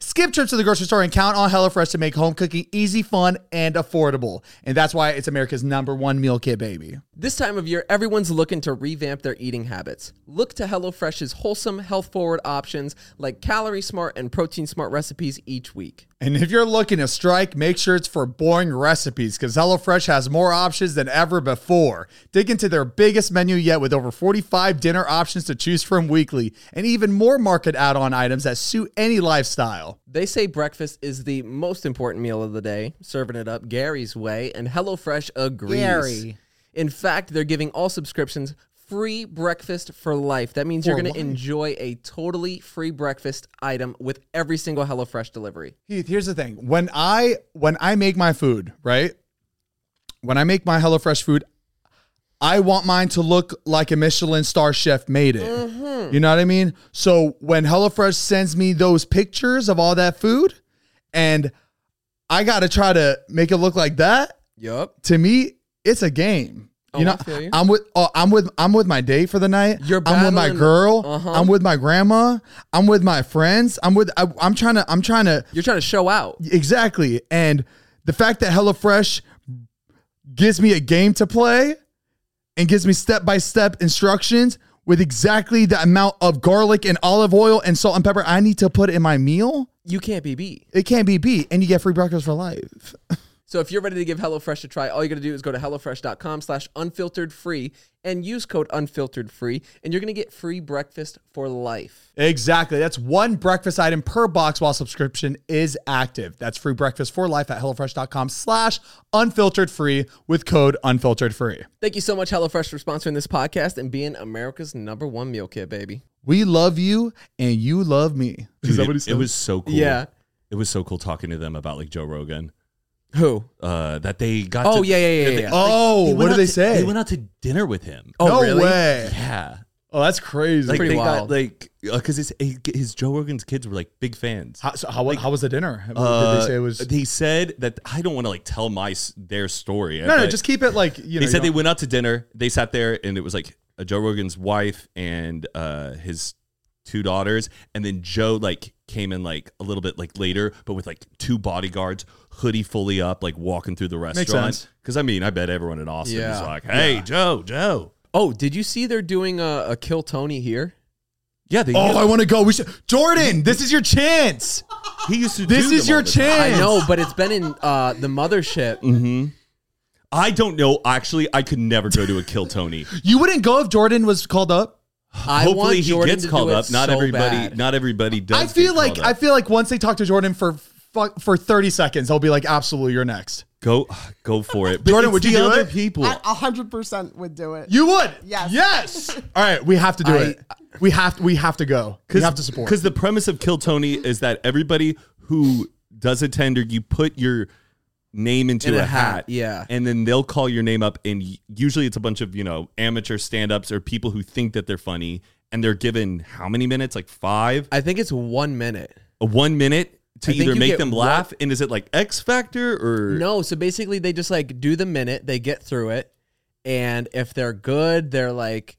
Speaker 1: Skip trips to the grocery store and count on HelloFresh to make home cooking easy, fun, and affordable. And that's why it's America's number one meal kit, baby.
Speaker 3: This time of year, everyone's looking to revamp their eating habits. Look to HelloFresh's wholesome, health forward options like calorie smart and protein smart recipes each week.
Speaker 1: And if you're looking to strike, make sure it's for boring recipes because HelloFresh has more options than ever before. Dig into their biggest menu yet with over 45 dinner options to choose from weekly and even more market add on items that suit any lifestyle.
Speaker 3: They say breakfast is the most important meal of the day, serving it up Gary's way, and HelloFresh agrees.
Speaker 1: Gary.
Speaker 3: In fact, they're giving all subscriptions free breakfast for life. That means you're
Speaker 1: For
Speaker 3: going to
Speaker 1: life.
Speaker 3: enjoy a totally free breakfast item with every single HelloFresh delivery.
Speaker 1: Heath, here's the thing. When I when I make my food, right? When I make my HelloFresh food, I want mine to look like a Michelin star chef made it.
Speaker 3: Mm-hmm.
Speaker 1: You know what I mean? So when HelloFresh sends me those pictures of all that food, and I gotta try to make it look like that,
Speaker 3: Yup.
Speaker 1: to me, it's a game.
Speaker 3: Oh,
Speaker 1: you
Speaker 3: I
Speaker 1: know,
Speaker 3: feel you.
Speaker 1: am with oh, I'm with I'm with my date for the night.
Speaker 3: You're
Speaker 1: I'm with my
Speaker 3: battling-
Speaker 1: girl.
Speaker 3: Uh-huh.
Speaker 1: I'm with my grandma. I'm with my friends. I'm with I, I'm trying to I'm trying to
Speaker 3: You're trying to show out.
Speaker 1: Exactly. And the fact that HelloFresh gives me a game to play and gives me step by step instructions with exactly the amount of garlic and olive oil and salt and pepper I need to put in my meal,
Speaker 3: You can't be beat.
Speaker 1: it can't be beat. And you get free breakfast for life. *laughs*
Speaker 3: So if you're ready to give HelloFresh a try, all you got to do is go to HelloFresh.com slash unfiltered free and use code unfiltered free, and you're going to get free breakfast for life.
Speaker 1: Exactly. That's one breakfast item per box while subscription is active. That's free breakfast for life at HelloFresh.com slash unfiltered free with code unfiltered free.
Speaker 3: Thank you so much, HelloFresh, for sponsoring this podcast and being America's number one meal kit, baby.
Speaker 1: We love you and you love me. Is
Speaker 2: Dude, it, it was so cool.
Speaker 3: Yeah.
Speaker 2: It was so cool talking to them about like Joe Rogan.
Speaker 3: Who?
Speaker 2: Uh, that they got.
Speaker 3: Oh,
Speaker 2: to,
Speaker 3: yeah, yeah, yeah, yeah.
Speaker 2: like,
Speaker 1: Oh,
Speaker 2: they
Speaker 1: what
Speaker 2: went
Speaker 1: did
Speaker 2: out
Speaker 1: they
Speaker 2: to-
Speaker 1: say?
Speaker 2: They went out to dinner with him.
Speaker 3: Oh,
Speaker 1: no
Speaker 3: really?
Speaker 1: way.
Speaker 2: yeah.
Speaker 1: Oh, that's crazy.
Speaker 2: Like
Speaker 3: pretty
Speaker 2: they
Speaker 3: wild.
Speaker 2: got like because his his Joe Rogan's kids were like big fans.
Speaker 1: how, so how, wa- how was the dinner? did
Speaker 2: Uh,
Speaker 1: they say it was?
Speaker 2: They said that I don't want to like tell my s- their story.
Speaker 1: no, no,
Speaker 2: but
Speaker 1: just keep it like you know.
Speaker 2: they said they
Speaker 1: you know.
Speaker 2: went out to dinner. They sat there and it was like uh, Joe Rogan's wife and uh, his two daughters, and then Joe like came in like a little bit like later, but with like two bodyguards, hoodie fully up, like walking through the
Speaker 1: sense.
Speaker 2: restaurant. Because I mean, I bet everyone in Austin
Speaker 3: Yeah.
Speaker 2: is like, "Hey, Joe, Joe."
Speaker 3: Oh, did you see they're doing a, a Kill Tony here?
Speaker 2: Yeah, they
Speaker 1: Oh, I want to go. We should. Jordan, this is your chance.
Speaker 2: he used to.
Speaker 1: This
Speaker 2: do
Speaker 1: is
Speaker 2: them
Speaker 1: your
Speaker 2: all the time. Mm-hmm.
Speaker 1: chance.
Speaker 3: I know, but it's been in uh, the mothership.
Speaker 2: Mm. I don't know. Actually, I could never go to a kill Tony.
Speaker 1: You wouldn't go if Jordan was called up.
Speaker 3: I
Speaker 2: Hopefully,
Speaker 3: want
Speaker 2: he
Speaker 3: Jordan
Speaker 2: gets
Speaker 3: to
Speaker 2: called
Speaker 3: do it
Speaker 2: up. Not
Speaker 3: so
Speaker 2: everybody.
Speaker 3: bad.
Speaker 2: Not everybody does.
Speaker 1: I feel
Speaker 2: get
Speaker 1: like
Speaker 2: called
Speaker 1: I
Speaker 2: up.
Speaker 1: feel like once they talk to Jordan for fuck for thirty seconds, he'll be like, "Absolutely, you're next."
Speaker 2: go go for it. But
Speaker 1: Jordan,
Speaker 2: it's
Speaker 1: would you
Speaker 2: the
Speaker 1: do
Speaker 2: other
Speaker 1: it?
Speaker 2: People.
Speaker 5: I 100% would do it.
Speaker 1: You would.
Speaker 5: Yes.
Speaker 1: Yes. All right, we have to do
Speaker 3: I-
Speaker 1: it. We have we have to go. We have to support.
Speaker 2: Because the premise of Kill Tony is that everybody who does a tender, you put your name into
Speaker 3: In
Speaker 2: a,
Speaker 3: a hat,
Speaker 2: hat,
Speaker 3: yeah.
Speaker 2: and then they'll call your name up, and y- usually it's a bunch of you know amateur stand-ups or people who think that they're funny, and they're given how many minutes? Like five,
Speaker 3: I think it's one minute.
Speaker 2: a one minute to
Speaker 3: I think
Speaker 2: either
Speaker 3: you
Speaker 2: make
Speaker 3: get
Speaker 2: them
Speaker 3: one-
Speaker 2: laugh, and is it like X Factor or
Speaker 3: No, so basically they just like do the minute, they get through it, and if they're good, they're like,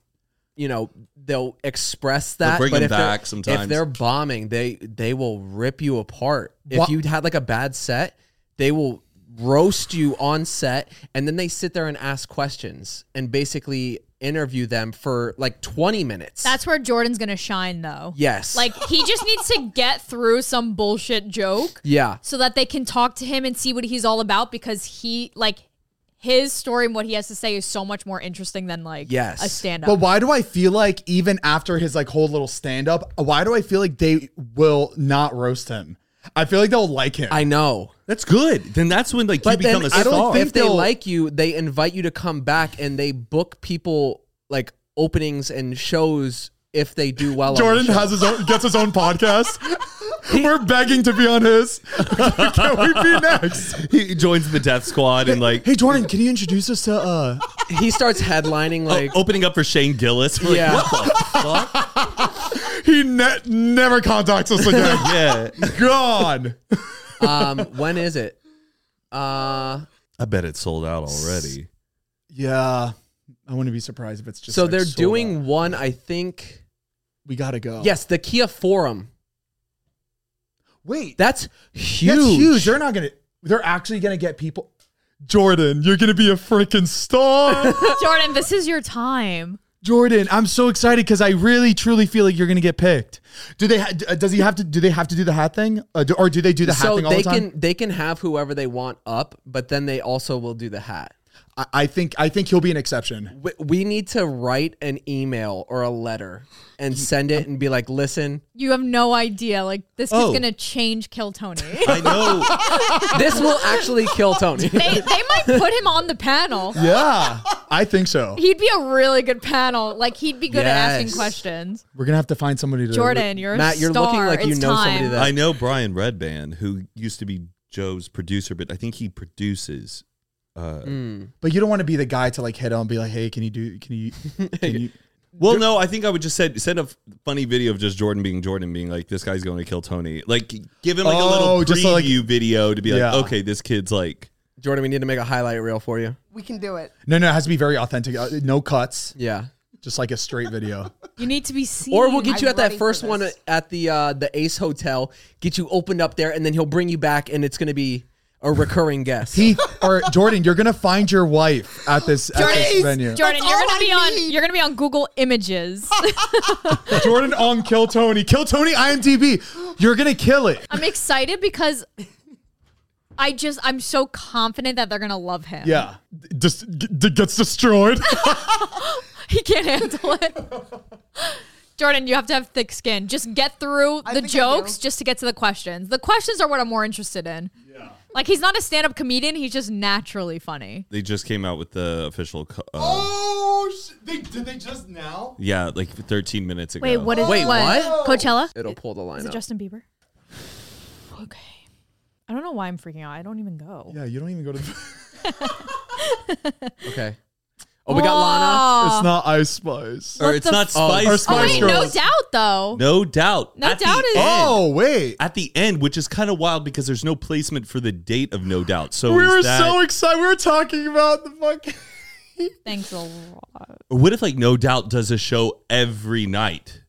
Speaker 3: you know, they'll express that.
Speaker 2: bring
Speaker 3: but
Speaker 2: them
Speaker 3: if they're-
Speaker 2: back sometimes.
Speaker 3: If they're bombing, they they will rip you apart.
Speaker 1: Wha-
Speaker 3: If you had like a bad set, they will roast you on set, and then they sit there and ask questions and basically interview them for like twenty minutes.
Speaker 4: That's where Jordan's gonna shine, though.
Speaker 3: yes,
Speaker 4: Like he just needs to get through some bullshit joke
Speaker 3: yeah.
Speaker 4: so that they can talk to him and see what he's all about because he like his story and what he has to say is so much more interesting than like
Speaker 3: Yes.
Speaker 4: a stand
Speaker 1: But
Speaker 4: up.
Speaker 1: why do I feel like even after his like whole little stand up, why do I feel like they will not roast him? I feel like they'll like him.
Speaker 3: I know.
Speaker 2: That's good. Then that's when like you
Speaker 3: But
Speaker 2: become
Speaker 3: then
Speaker 2: a
Speaker 3: I
Speaker 2: star.
Speaker 3: don't think if they
Speaker 1: they'll-
Speaker 3: like you, they invite you to come back and they book people like openings and shows if they do well.
Speaker 1: Jordan
Speaker 3: on the show.
Speaker 1: has his own gets his own
Speaker 3: *laughs*
Speaker 1: podcast. *laughs* We're begging to be on his. *laughs* Can we be next?
Speaker 2: *laughs* he joins the death squad and like
Speaker 1: Hey Jordan, can you introduce us to uh
Speaker 3: he starts
Speaker 1: *laughs* Oh,
Speaker 3: headlining like
Speaker 2: opening up for Shane Gillis. We're like,
Speaker 3: Yeah.
Speaker 2: what the fuck?
Speaker 1: he ne- never contacts us again.
Speaker 2: yeah.
Speaker 1: Gone.
Speaker 3: um when is it? Uh
Speaker 2: I bet it's sold out already.
Speaker 1: *laughs* Yeah. I wouldn't be surprised if it's just
Speaker 3: so
Speaker 1: like,
Speaker 3: they're
Speaker 1: sold
Speaker 3: doing
Speaker 1: out.
Speaker 3: one I think
Speaker 1: we gotta go.
Speaker 3: yes, the Kia Forum.
Speaker 1: Wait,
Speaker 3: That's huge.
Speaker 1: That's huge. They're not gonna. They're actually gonna get people. Jordan, you're gonna be a freaking
Speaker 3: *laughs*
Speaker 1: star.
Speaker 4: Jordan, this is your time.
Speaker 1: Jordan, I'm so excited because I really truly feel like you're gonna get picked. Do they? Ha- d- uh, does he have to? Do they have to do the hat thing, uh, do, or do they do the hat
Speaker 3: so
Speaker 1: thing all
Speaker 3: they
Speaker 1: the time?
Speaker 3: can they can have whoever they want up, but then they also will do the hat.
Speaker 1: I, I think. I think he'll be an exception.
Speaker 3: We, we need to write an email or a letter and send it and be like, listen,
Speaker 4: You have no idea. Like this is
Speaker 2: Oh.
Speaker 4: gonna change Kill Tony.
Speaker 2: I know.
Speaker 3: this will actually kill
Speaker 5: *laughs*
Speaker 3: Tony.
Speaker 4: they they might put him on the panel.
Speaker 1: Yeah, I think
Speaker 3: *laughs*
Speaker 1: so.
Speaker 4: He'd be a really good panel. Like he'd be good at asking
Speaker 3: Yes.
Speaker 4: questions.
Speaker 1: We're gonna have to find somebody to.
Speaker 4: Jordan, you're
Speaker 3: Matt,
Speaker 4: a
Speaker 3: you're
Speaker 4: star.
Speaker 3: looking like you
Speaker 4: It's
Speaker 3: know somebody
Speaker 4: time.
Speaker 3: that-
Speaker 2: I know Brian Redband, who used to be Joe's producer, but I think he produces. Uh,
Speaker 1: But you don't want to be the guy to like hit on and be like, "Hey, can you do? Can
Speaker 3: *laughs*
Speaker 1: you? Can you
Speaker 2: Well, no, I think I would just said send a f- funny video of just Jordan being Jordan, being like, "This guy's going to kill Tony." Like, give him like a
Speaker 1: Oh,
Speaker 2: little
Speaker 1: just
Speaker 2: preview
Speaker 1: so, like-
Speaker 2: video to be like,
Speaker 1: Yeah.
Speaker 2: "Okay, this kid's like."
Speaker 3: Jordan, we need to make a highlight reel for you.
Speaker 5: We can do it.
Speaker 1: no, no, it has to be very authentic. Uh, no cuts,
Speaker 3: Yeah.
Speaker 1: just like a straight video.
Speaker 4: You need to be seen.
Speaker 3: Or we'll get you
Speaker 5: I'm
Speaker 3: at that
Speaker 5: ready for
Speaker 3: first one
Speaker 5: this.
Speaker 3: at the uh, the Ace Hotel, get you opened up there, and then he'll bring you back, and it's going to be a recurring guest.
Speaker 1: He or Jordan, you're gonna find your wife at this, at this venue.
Speaker 4: Jordan,
Speaker 5: That's
Speaker 4: you're
Speaker 5: all
Speaker 4: gonna
Speaker 5: I
Speaker 4: be on
Speaker 5: need.
Speaker 4: you're gonna be on Google
Speaker 3: *laughs*
Speaker 4: Images.
Speaker 1: Jordan on Kill Tony. Kill Tony IMDb. You're going to kill it.
Speaker 4: I'm excited because I just I'm so confident that they're gonna love him.
Speaker 1: Yeah. Just gets destroyed.
Speaker 4: He can't handle it. Jordan, you have to have thick skin. Just get through
Speaker 5: I
Speaker 4: the
Speaker 5: think I
Speaker 4: jokes
Speaker 5: do.
Speaker 4: just to get to the questions. The questions are what I'm more interested in. Yeah. Like he's not a stand-up comedian, he's just naturally funny.
Speaker 2: They just came out with the official. co- Uh,
Speaker 1: oh, sh- they, did they just now?
Speaker 2: Yeah, like 13 minutes ago.
Speaker 4: Wait, what is
Speaker 3: Wait, what?
Speaker 4: Coachella?
Speaker 3: It'll pull the line
Speaker 4: Is it
Speaker 3: up.
Speaker 4: Justin Bieber? *sighs* Okay. I don't know why I'm freaking out. I don't even go.
Speaker 1: *laughs* Yeah, you don't even go to the. *laughs* it's
Speaker 3: okay. Oh, we got Lana.
Speaker 1: not Ice Spice.
Speaker 2: or it's
Speaker 4: the
Speaker 2: not
Speaker 4: f-
Speaker 2: Spice.
Speaker 1: Or
Speaker 4: Oh
Speaker 1: Spice
Speaker 4: wait,
Speaker 1: Girls.
Speaker 4: no doubt though.
Speaker 2: No doubt.
Speaker 4: No Doubt is-
Speaker 2: end-
Speaker 1: Oh, wait.
Speaker 2: at the end, which is kind of wild because there's no placement for the date of No Doubt. So
Speaker 1: We
Speaker 2: is
Speaker 1: were
Speaker 2: that-
Speaker 1: so excited. We were talking about the *laughs* fucking.
Speaker 4: Thanks a lot.
Speaker 2: Or what if like No Doubt does a show every night,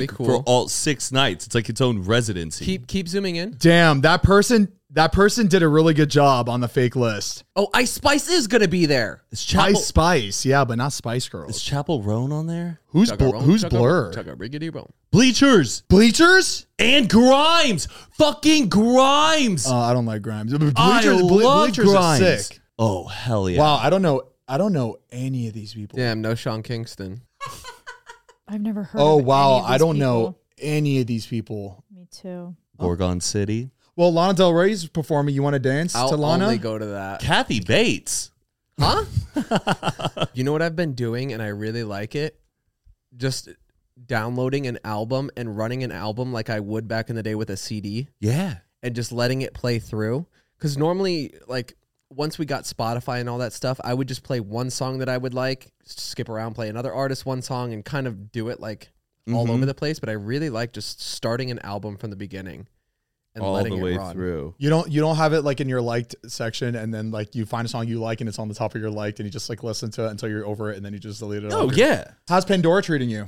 Speaker 2: like
Speaker 3: be cool.
Speaker 2: for all six nights? It's like its own residency.
Speaker 3: keep keep zooming in.
Speaker 1: Damn, that person. That person did a really good job on the fake list.
Speaker 3: Oh, Ice Spice is going to be there.
Speaker 2: is Chapel
Speaker 1: Ice Spice, yeah, but not Spice Girls.
Speaker 2: is Chapel Roan on there?
Speaker 1: who's
Speaker 3: Chugga
Speaker 1: Bl-
Speaker 3: roll,
Speaker 1: who's
Speaker 3: chugga
Speaker 1: Blur?
Speaker 3: roll, chugga riggedy roll.
Speaker 2: Bleachers
Speaker 1: Bleachers?
Speaker 2: and Grimes, fucking Grimes.
Speaker 1: Uh, I don't like Grimes. Bleachers,
Speaker 2: I
Speaker 1: Ble-
Speaker 2: love
Speaker 1: Bleachers
Speaker 2: Grimes.
Speaker 1: are sick.
Speaker 2: Oh hell yeah!
Speaker 1: Wow, I don't know. I don't know any of these people.
Speaker 3: Damn, no Sean Kingston.
Speaker 4: I've never heard.
Speaker 1: Oh
Speaker 4: of any
Speaker 1: wow,
Speaker 4: of
Speaker 1: I
Speaker 4: these
Speaker 1: don't know
Speaker 4: people.
Speaker 1: any of these people.
Speaker 4: Me too.
Speaker 2: Gorgon City,
Speaker 1: Well, Lana Del Rey's performing. You want to dance
Speaker 3: I'll
Speaker 1: to Lana?
Speaker 3: only go to that.
Speaker 2: Kathy Bates. *laughs*
Speaker 3: Huh? you know what I've been doing, and I really like it. Just downloading an album and running an album like I would back in the day with a CD.
Speaker 2: Yeah,
Speaker 3: and just letting it play through. Because normally, like once we got Spotify and all that stuff, I would just play one song that I would like, s- skip around, play another artist, one song, and kind of do it like all
Speaker 2: Mm-hmm.
Speaker 3: over the place. But I really like just starting an album from the beginning and
Speaker 2: all
Speaker 3: letting
Speaker 2: the
Speaker 3: it
Speaker 2: way
Speaker 3: run.
Speaker 2: through.
Speaker 1: you don't. You don't have it like in your liked section, and then like you find a song you like, and it's on the top of your liked, and you just like listen to it until you're over it, and then you just delete it.
Speaker 2: Oh
Speaker 1: off your-
Speaker 2: yeah.
Speaker 1: How's Pandora treating you?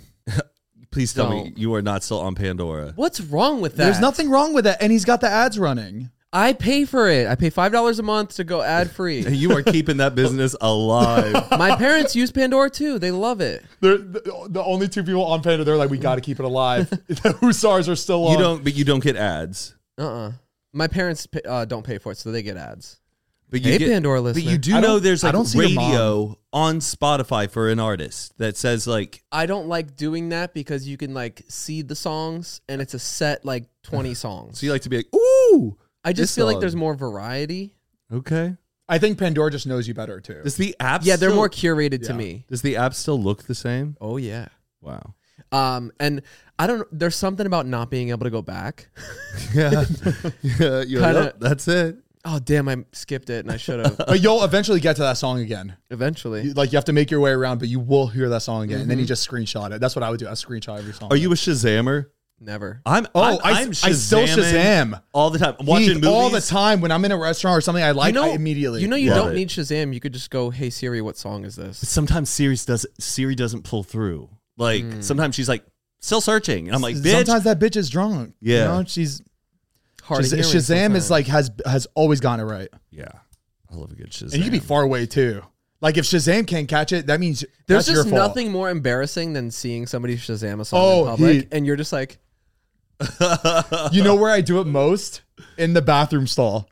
Speaker 2: Please tell me
Speaker 3: Don't.
Speaker 2: you are not still on Pandora.
Speaker 3: What's wrong with that?
Speaker 1: There's nothing wrong with that, and he's got the ads running.
Speaker 3: I pay for it. I pay five dollars a month to go
Speaker 2: *laughs*
Speaker 3: ad free.
Speaker 2: You are keeping that business alive.
Speaker 3: My parents use Pandora too. They love it.
Speaker 1: They're the, the only two people on Pandora. They're like, we got to keep it *laughs* alive. the Hussars are still on.
Speaker 2: you don't, but you don't get ads.
Speaker 3: Uh uh My parents pa- uh, don't pay for it, so they get ads.
Speaker 2: But you
Speaker 3: Hey,
Speaker 2: get,
Speaker 3: Pandora
Speaker 2: But
Speaker 3: listener.
Speaker 2: you do
Speaker 1: I
Speaker 2: know
Speaker 1: don't-
Speaker 2: there's
Speaker 1: I
Speaker 2: like
Speaker 1: don't see the mom.
Speaker 2: radio on Spotify for an artist that says like
Speaker 3: I don't like doing that because you can like see the songs and it's a set like 20 songs.
Speaker 2: so you like to be like ooh
Speaker 3: I just
Speaker 2: this
Speaker 3: feel like
Speaker 2: song.
Speaker 3: there's more variety.
Speaker 2: okay
Speaker 1: I think Pandora just knows you better too.
Speaker 2: does the app
Speaker 3: Yeah, they're
Speaker 2: still-
Speaker 3: more curated to
Speaker 1: yeah.
Speaker 3: me.
Speaker 2: does the app still look the same
Speaker 3: Oh yeah.
Speaker 2: wow
Speaker 3: Um and I don't there's something about not being able to go back.
Speaker 2: *laughs* yeah yeah you're like,
Speaker 3: Kinda-
Speaker 2: "Oh, that's it
Speaker 3: Oh damn, I skipped it and I should have
Speaker 1: but you'll eventually get to that song again.
Speaker 3: eventually.
Speaker 1: You- like you have to make your way around, but you will hear that song again, and then you just screenshot it. That's what I would do. I screenshot every song.
Speaker 2: are you a Shazammer
Speaker 3: Never.
Speaker 2: I'm
Speaker 1: Oh,
Speaker 2: I'm,
Speaker 1: I
Speaker 2: I'm
Speaker 1: s- I still
Speaker 2: Shazamming
Speaker 1: Shazam.
Speaker 2: all the time I'm watching
Speaker 1: Heath,
Speaker 2: movies
Speaker 1: all the time when I'm in a restaurant or something I like.
Speaker 3: you know
Speaker 1: I immediately,
Speaker 3: You know you
Speaker 2: Love
Speaker 3: don't
Speaker 2: it.
Speaker 3: need Shazam. You could just go, "Hey Siri, what song is
Speaker 2: But
Speaker 3: this?"
Speaker 2: sometimes Siri does Siri doesn't pull through like Hmm. sometimes she's like still searching and I'm like bitch
Speaker 1: sometimes that bitch is drunk.
Speaker 2: Yeah.
Speaker 1: you know, she's
Speaker 3: hard of
Speaker 1: Shaz-
Speaker 3: hearing
Speaker 1: Shazam is
Speaker 3: sometimes.
Speaker 1: like has has always gotten it right,
Speaker 2: Yeah, I love a good
Speaker 1: and
Speaker 2: Shazam.
Speaker 1: you can be far away too. Like if Shazam can't catch it, that means
Speaker 3: There's
Speaker 1: that's your
Speaker 3: just
Speaker 1: fault.
Speaker 3: nothing more embarrassing than seeing somebody Shazam a song
Speaker 1: Oh,
Speaker 3: in public,
Speaker 1: he-
Speaker 3: and you're just like,
Speaker 1: You know where I do it most in the bathroom stall.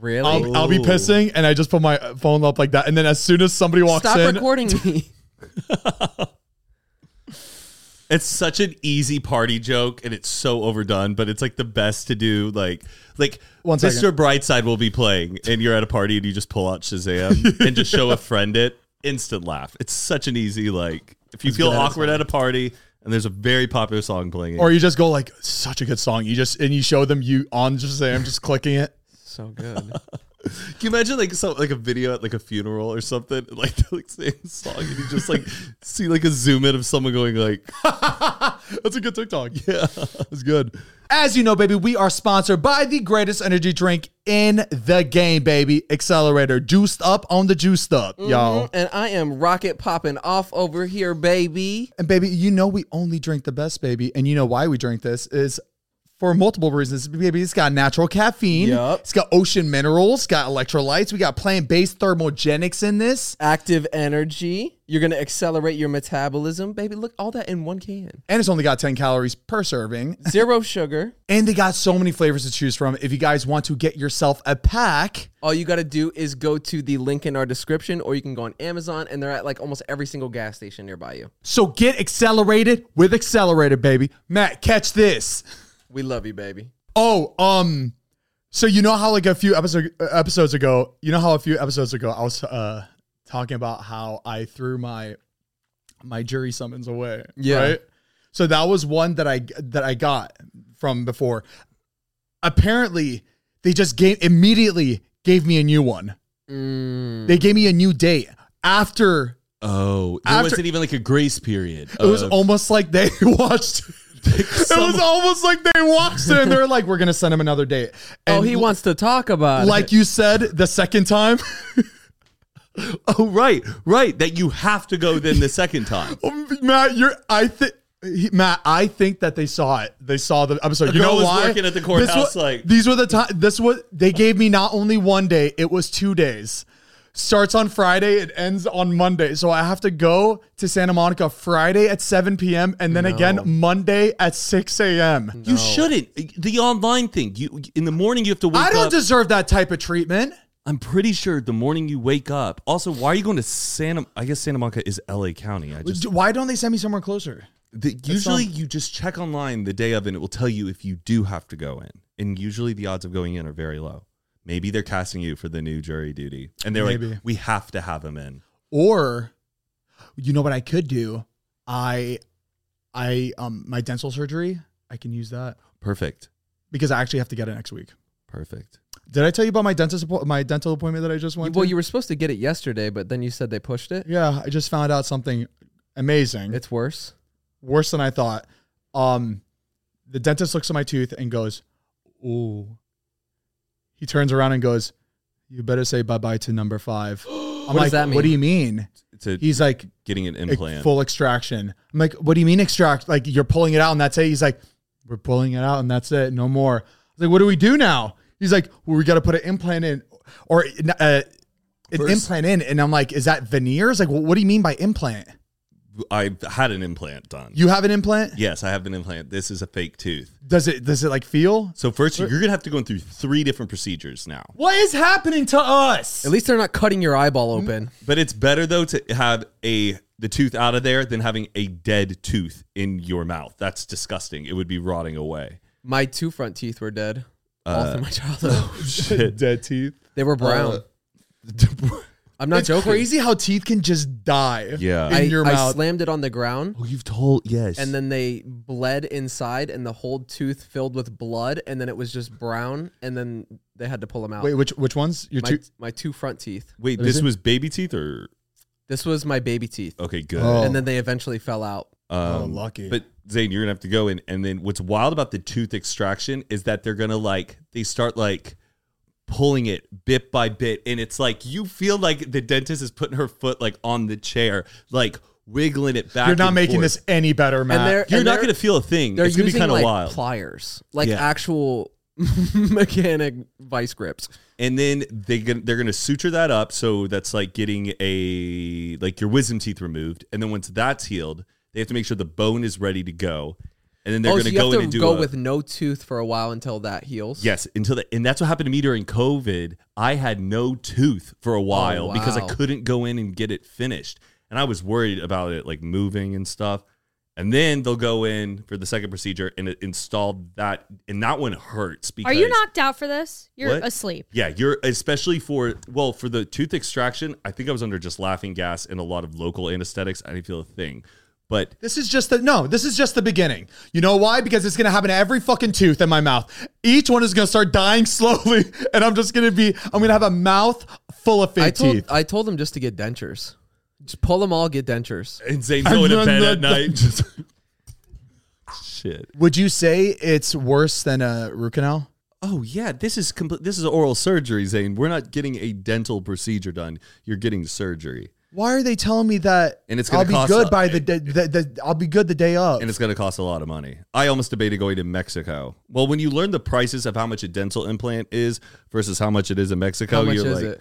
Speaker 3: really?
Speaker 1: I'll, I'll be
Speaker 2: Ooh.
Speaker 1: pissing, and I just put my phone up like that, and then as soon as somebody walks
Speaker 3: Stop
Speaker 1: in,
Speaker 3: recording me.
Speaker 1: *laughs*
Speaker 2: It's such an easy party joke, and it's so overdone, but it's like the best to do. Like, like
Speaker 1: One
Speaker 2: Mr.
Speaker 1: second.
Speaker 2: Brightside will be playing, and you're at a party, and you just pull out Shazam and just show a friend it. Instant laugh. It's such an easy like. If you feel
Speaker 3: good at
Speaker 2: awkward at a party, and there's a very popular song playing,
Speaker 1: or you just go like such a good song. You just and you show them you on Shazam, just clicking it. *laughs*
Speaker 3: so good.
Speaker 2: Can you imagine like some like a video at like a funeral or something, *laughs* like they're, like singing a song, and you just like see like a zoom in of someone going like, *laughs*
Speaker 1: That's a good TikTok. Yeah, it's good. As you know, baby, we are sponsored by the greatest energy drink in the game, baby. Accelerator, juiced up on the juiced up, y'all.
Speaker 3: *laughs* and I am rocket popping off over here, baby.
Speaker 1: And baby, you know we only drink the best, baby, and you know why we drink this is for multiple reasons. Baby, it's got natural caffeine.
Speaker 3: Yup.
Speaker 1: It's got ocean minerals. It's got electrolytes. We got plant-based thermogenics in this,
Speaker 3: Active energy. You're gonna accelerate your metabolism, baby. Look, all that in
Speaker 1: *laughs*
Speaker 3: one can.
Speaker 1: and it's only got 10 calories per serving.
Speaker 3: Zero sugar.
Speaker 1: And they got so many flavors to choose from. If you guys want to get yourself a pack,
Speaker 3: All you gotta do is go to the link in our description, or you can go on Amazon, and they're at like almost every single gas station nearby you.
Speaker 1: so get accelerated with Accelerator, baby. Matt, catch this.
Speaker 3: We love you, baby.
Speaker 1: Oh, um, so you know how like a few episode, uh, episodes ago, you know how a few episodes ago I was uh talking about how I threw my my jury summons away.
Speaker 3: Yeah.
Speaker 1: So that was one that I that I got from before. Apparently, they just gave immediately gave me a new one.
Speaker 3: Mm.
Speaker 1: They gave me a new date after
Speaker 2: oh, it
Speaker 1: After-
Speaker 2: wasn't even like a grace period.
Speaker 1: it
Speaker 3: Uh.
Speaker 1: was almost like they *laughs* watched. It was almost like they watched it, and they're like, "We're gonna send him another date."
Speaker 3: oh,
Speaker 1: And
Speaker 3: he wants to talk about it.
Speaker 1: like you said the second time *laughs*
Speaker 2: oh right, right. That you have to go then the second *laughs* time.
Speaker 1: matt you're i think Matt, I think that they saw it. They saw the episode.
Speaker 2: A
Speaker 1: you know
Speaker 2: girl was
Speaker 1: why?
Speaker 2: working at the
Speaker 1: This
Speaker 2: courthouse,
Speaker 1: was-
Speaker 2: like-
Speaker 1: these were the time. This was they gave me not only one day; it was two days. Starts on Friday, it ends on Monday. So I have to go to Santa Monica Friday at seven p.m. and then again Monday at six a.m.
Speaker 2: You shouldn't. The online thing. You in the morning you have to wake
Speaker 1: I don't
Speaker 2: up.
Speaker 1: deserve that type of treatment.
Speaker 2: I'm pretty sure the morning you wake up. Also, why are you going to Santa? I guess Santa Monica is L.A. County. I just
Speaker 1: D- Why don't they send me somewhere closer?
Speaker 2: The, usually, you just check online the day of, and it will tell you if you do have to go in. And usually, the odds of going in are very low. Maybe they're casting you for the new jury duty, and they're
Speaker 1: Maybe.
Speaker 2: like, "We have to have him in."
Speaker 1: or you know what I could do? I I um my dental surgery, I can use that
Speaker 2: Perfect,
Speaker 1: because I actually have to get it next week.
Speaker 2: perfect.
Speaker 1: Did I tell you about my dentist appo- my dental appointment that I just went
Speaker 3: well,
Speaker 1: to?
Speaker 3: you were supposed to get it yesterday, but then you said they pushed it.
Speaker 1: yeah, I just found out something amazing.
Speaker 3: It's worse.
Speaker 1: worse than I thought. Um the dentist looks at my tooth and goes, "Ooh." He turns around and goes, "You better say bye-bye to number
Speaker 3: *gasps*
Speaker 1: 5." I'm
Speaker 3: does
Speaker 1: like,
Speaker 3: that
Speaker 1: "What do
Speaker 3: mean?"
Speaker 1: you mean?"
Speaker 2: It's a,
Speaker 1: He's like,
Speaker 2: getting an
Speaker 1: ex-
Speaker 2: implant.
Speaker 1: full extraction. I'm like, what do you mean extract? Like you're pulling it out and that's it. He's like, we're pulling it out and that's it. No more. I was like, what do we do now? He's like, well, we got to put an implant in or uh, an implant in. And I'm like, is that veneers? Like, well, what do you mean by implant?
Speaker 2: I had an implant done.
Speaker 1: You have an implant?
Speaker 2: yes, I have an implant. This is a fake tooth.
Speaker 1: Does it, does it like feel?
Speaker 2: So first, you're gonna have to go through three different procedures now.
Speaker 1: What is happening to us?
Speaker 3: At least they're not cutting your eyeball open.
Speaker 2: But it's better though to have a the tooth out of there than having a dead tooth in your mouth. That's disgusting. It would be rotting away.
Speaker 3: My two front teeth were dead all through my *laughs*
Speaker 1: *laughs*
Speaker 3: childhood.
Speaker 1: Dead teeth.
Speaker 3: they were brown. I'm *laughs* not
Speaker 1: It's
Speaker 3: joking.
Speaker 1: crazy how teeth can just die.
Speaker 2: Yeah.
Speaker 1: In
Speaker 3: I,
Speaker 1: your
Speaker 3: I
Speaker 1: mouth.
Speaker 3: slammed it on the ground,
Speaker 2: Oh, you've told yes.
Speaker 3: and then they bled inside, and the whole tooth filled with blood, and then it was just brown, and then they had to pull them out.
Speaker 1: Wait, which, which ones? Your
Speaker 3: my,
Speaker 1: two.
Speaker 3: my two front teeth.
Speaker 2: wait,
Speaker 1: Is
Speaker 2: this
Speaker 1: it-
Speaker 2: was baby teeth or
Speaker 3: This was my baby teeth,
Speaker 2: okay, good.
Speaker 1: Oh.
Speaker 3: and then they eventually fell out.
Speaker 2: Um,
Speaker 1: Oh, lucky.
Speaker 2: But Zane, you're gonna have to go in. And then what's wild about the tooth extraction is that they're gonna like they start like pulling it bit by bit, and it's like you feel like the dentist is putting her foot like on the chair, like wiggling it back.
Speaker 1: You're not
Speaker 2: and
Speaker 1: making
Speaker 2: forth.
Speaker 1: this any better, Matt.
Speaker 3: they're-
Speaker 2: You're
Speaker 3: and
Speaker 2: not
Speaker 3: they're-
Speaker 2: gonna feel a thing.
Speaker 3: They're
Speaker 2: It's gonna be
Speaker 3: using
Speaker 2: kind of
Speaker 3: like
Speaker 2: wild.
Speaker 3: pliers, like
Speaker 2: Yeah.
Speaker 3: actual *laughs* mechanic vice grips.
Speaker 2: and then they gon- they're gonna suture that up so that's like getting a like your wisdom teeth removed and then once that's healed they have to make sure the bone is ready to go and then they're
Speaker 3: oh,
Speaker 2: gonna
Speaker 3: so you
Speaker 2: go in
Speaker 3: have
Speaker 2: and
Speaker 3: to
Speaker 2: do
Speaker 3: go
Speaker 2: a-
Speaker 3: with no tooth for a while until that heals.
Speaker 2: yes until the and that's what happened to me during covid i had no tooth for
Speaker 4: Oh,
Speaker 2: a while because i
Speaker 3: wow.
Speaker 2: couldn't go in and get it finished and i was worried about it like moving and stuff and then they'll go in for the second procedure and it installed that and that one hurts because
Speaker 4: Are you knocked out for this? You're
Speaker 2: What?
Speaker 4: asleep.
Speaker 2: Yeah, you're especially for well for the tooth extraction. I think I was under just laughing gas and a lot of local anesthetics. I didn't feel a thing, but
Speaker 1: This is just the no. This is just the beginning. You know why? Because it's gonna happen to every fucking tooth in my mouth. Each one is gonna start *laughs* dying slowly, and I'm just gonna be. I'm gonna have a mouth full of fake
Speaker 3: I told
Speaker 1: teeth.
Speaker 3: I told them just to get dentures. Just pull them all, get dentures.
Speaker 4: *laughs*
Speaker 2: insane going to
Speaker 1: I'm
Speaker 2: bed
Speaker 1: not-
Speaker 2: at night. Just *laughs* shit.
Speaker 1: Would you say it's worse than uh, a root canal?
Speaker 2: Oh yeah, this is complete. This is oral surgery, Zane. We're not getting a dental procedure done. You're getting surgery,
Speaker 1: Why are they telling me that?
Speaker 2: And it's gonna
Speaker 1: I'll be
Speaker 2: cost
Speaker 1: good
Speaker 2: a-
Speaker 1: by the, day. the, the I'll be good the day of.
Speaker 2: and it's going to cost a lot of money. I almost debated going to Mexico. Well, when you learn the prices of how much a dental implant is versus how much it is in Mexico,
Speaker 3: How much
Speaker 2: you're
Speaker 3: is
Speaker 2: like,
Speaker 3: it?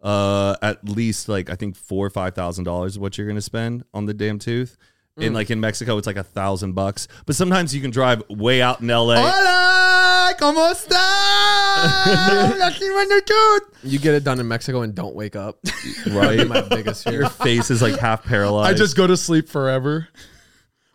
Speaker 2: uh at least like i think four or five thousand dollars is what you're gonna spend on the damn tooth
Speaker 3: Mm.
Speaker 2: and like in mexico it's like a thousand bucks but sometimes you can drive way out in la
Speaker 3: Oh!
Speaker 1: Hola, cómo
Speaker 2: *laughs*
Speaker 1: está? Aquí en el tooth.
Speaker 3: You get it done in Mexico and don't wake up. *laughs* That'd be
Speaker 2: right
Speaker 3: my biggest
Speaker 2: *laughs*
Speaker 3: fear.
Speaker 2: your face is like half paralyzed
Speaker 1: I just go to sleep forever.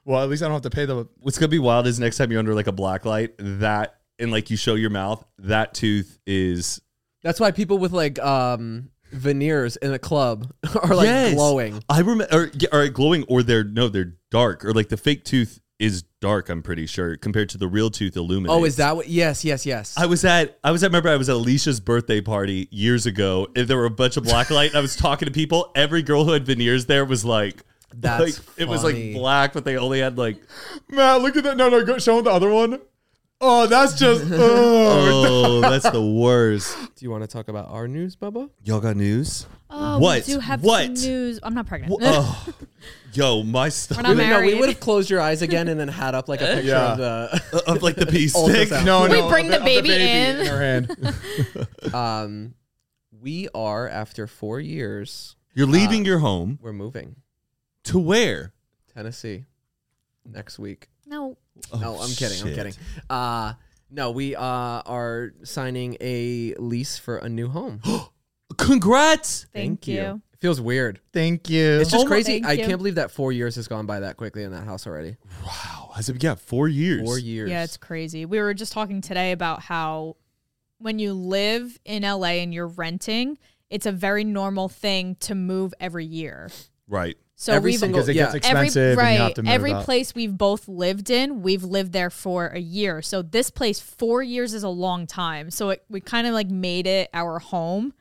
Speaker 1: Well, at least I don't have to pay the.
Speaker 2: what's gonna be wild is next time you're under like a black light that and like you show your mouth that tooth is
Speaker 3: That's why people with like um veneers in a club *laughs* are like
Speaker 2: Yes.
Speaker 3: glowing.
Speaker 2: i remember or, yeah, or glowing or they're no they're dark or like the fake tooth is dark i'm pretty sure compared to the real tooth illuminated
Speaker 3: Oh, is that what? Yes, yes, yes.
Speaker 2: I was at I was at remember I was at Alicia's birthday party years ago and there were a bunch of black light and I was talking to people. Every girl who had veneers there was like
Speaker 3: That's
Speaker 2: like, it was like
Speaker 3: funny.
Speaker 2: black, but they only had like
Speaker 1: Matt, look at that. No, no, go, show him the other one. Oh, that's
Speaker 3: *laughs*
Speaker 1: just. oh.
Speaker 2: Oh, that's the worst.
Speaker 3: Do you want to talk about our news, Bubba?
Speaker 2: Y'all got news?
Speaker 4: Oh,
Speaker 2: What?
Speaker 4: we do have
Speaker 2: What?
Speaker 4: some news. I'm not pregnant.
Speaker 2: Wh- oh. Yo, my
Speaker 4: We're
Speaker 2: stuff
Speaker 3: No,
Speaker 4: not
Speaker 3: we
Speaker 4: married.
Speaker 3: would have closed your eyes again and then had up like
Speaker 2: *laughs*
Speaker 3: a picture of the. *laughs*
Speaker 2: of like *laughs* the pee stick.
Speaker 3: Ultrasound.
Speaker 1: No,
Speaker 4: We
Speaker 1: no,
Speaker 4: bring
Speaker 1: of
Speaker 4: the
Speaker 1: of
Speaker 4: baby in.
Speaker 1: her *laughs* hand.
Speaker 3: Um, we are after four years.
Speaker 2: You're leaving your home
Speaker 3: We're moving
Speaker 2: to where?
Speaker 3: Tennessee next week.
Speaker 4: *laughs* no.
Speaker 3: no, I'm kidding. I'm
Speaker 2: Oh, shit.
Speaker 3: kidding. Uh, no, we uh, are signing a lease for a
Speaker 2: *gasps*
Speaker 3: new home.
Speaker 2: Congrats.
Speaker 4: Thank, you.
Speaker 3: It feels weird.
Speaker 1: Thank you. Oh.
Speaker 3: It's just
Speaker 4: my-
Speaker 3: crazy.
Speaker 4: Thank
Speaker 3: I
Speaker 4: you.
Speaker 3: can't believe that four years has gone by that quickly in that house already.
Speaker 2: Wow. Has it yeah, four years.
Speaker 3: Four years.
Speaker 4: Yeah, it's crazy. We were just talking today about how when you live in LA and you're renting, it's a very normal thing to move every year.
Speaker 2: Right.
Speaker 4: So
Speaker 3: Every
Speaker 4: we've
Speaker 3: single-
Speaker 1: because it
Speaker 3: yeah.
Speaker 1: gets
Speaker 4: every
Speaker 1: expensive.
Speaker 4: right,
Speaker 1: and you have to move
Speaker 4: every
Speaker 1: out.
Speaker 4: place we've both lived in, we've lived there for a year. So this place, four years is a long time. So it, we kind of like made it our home.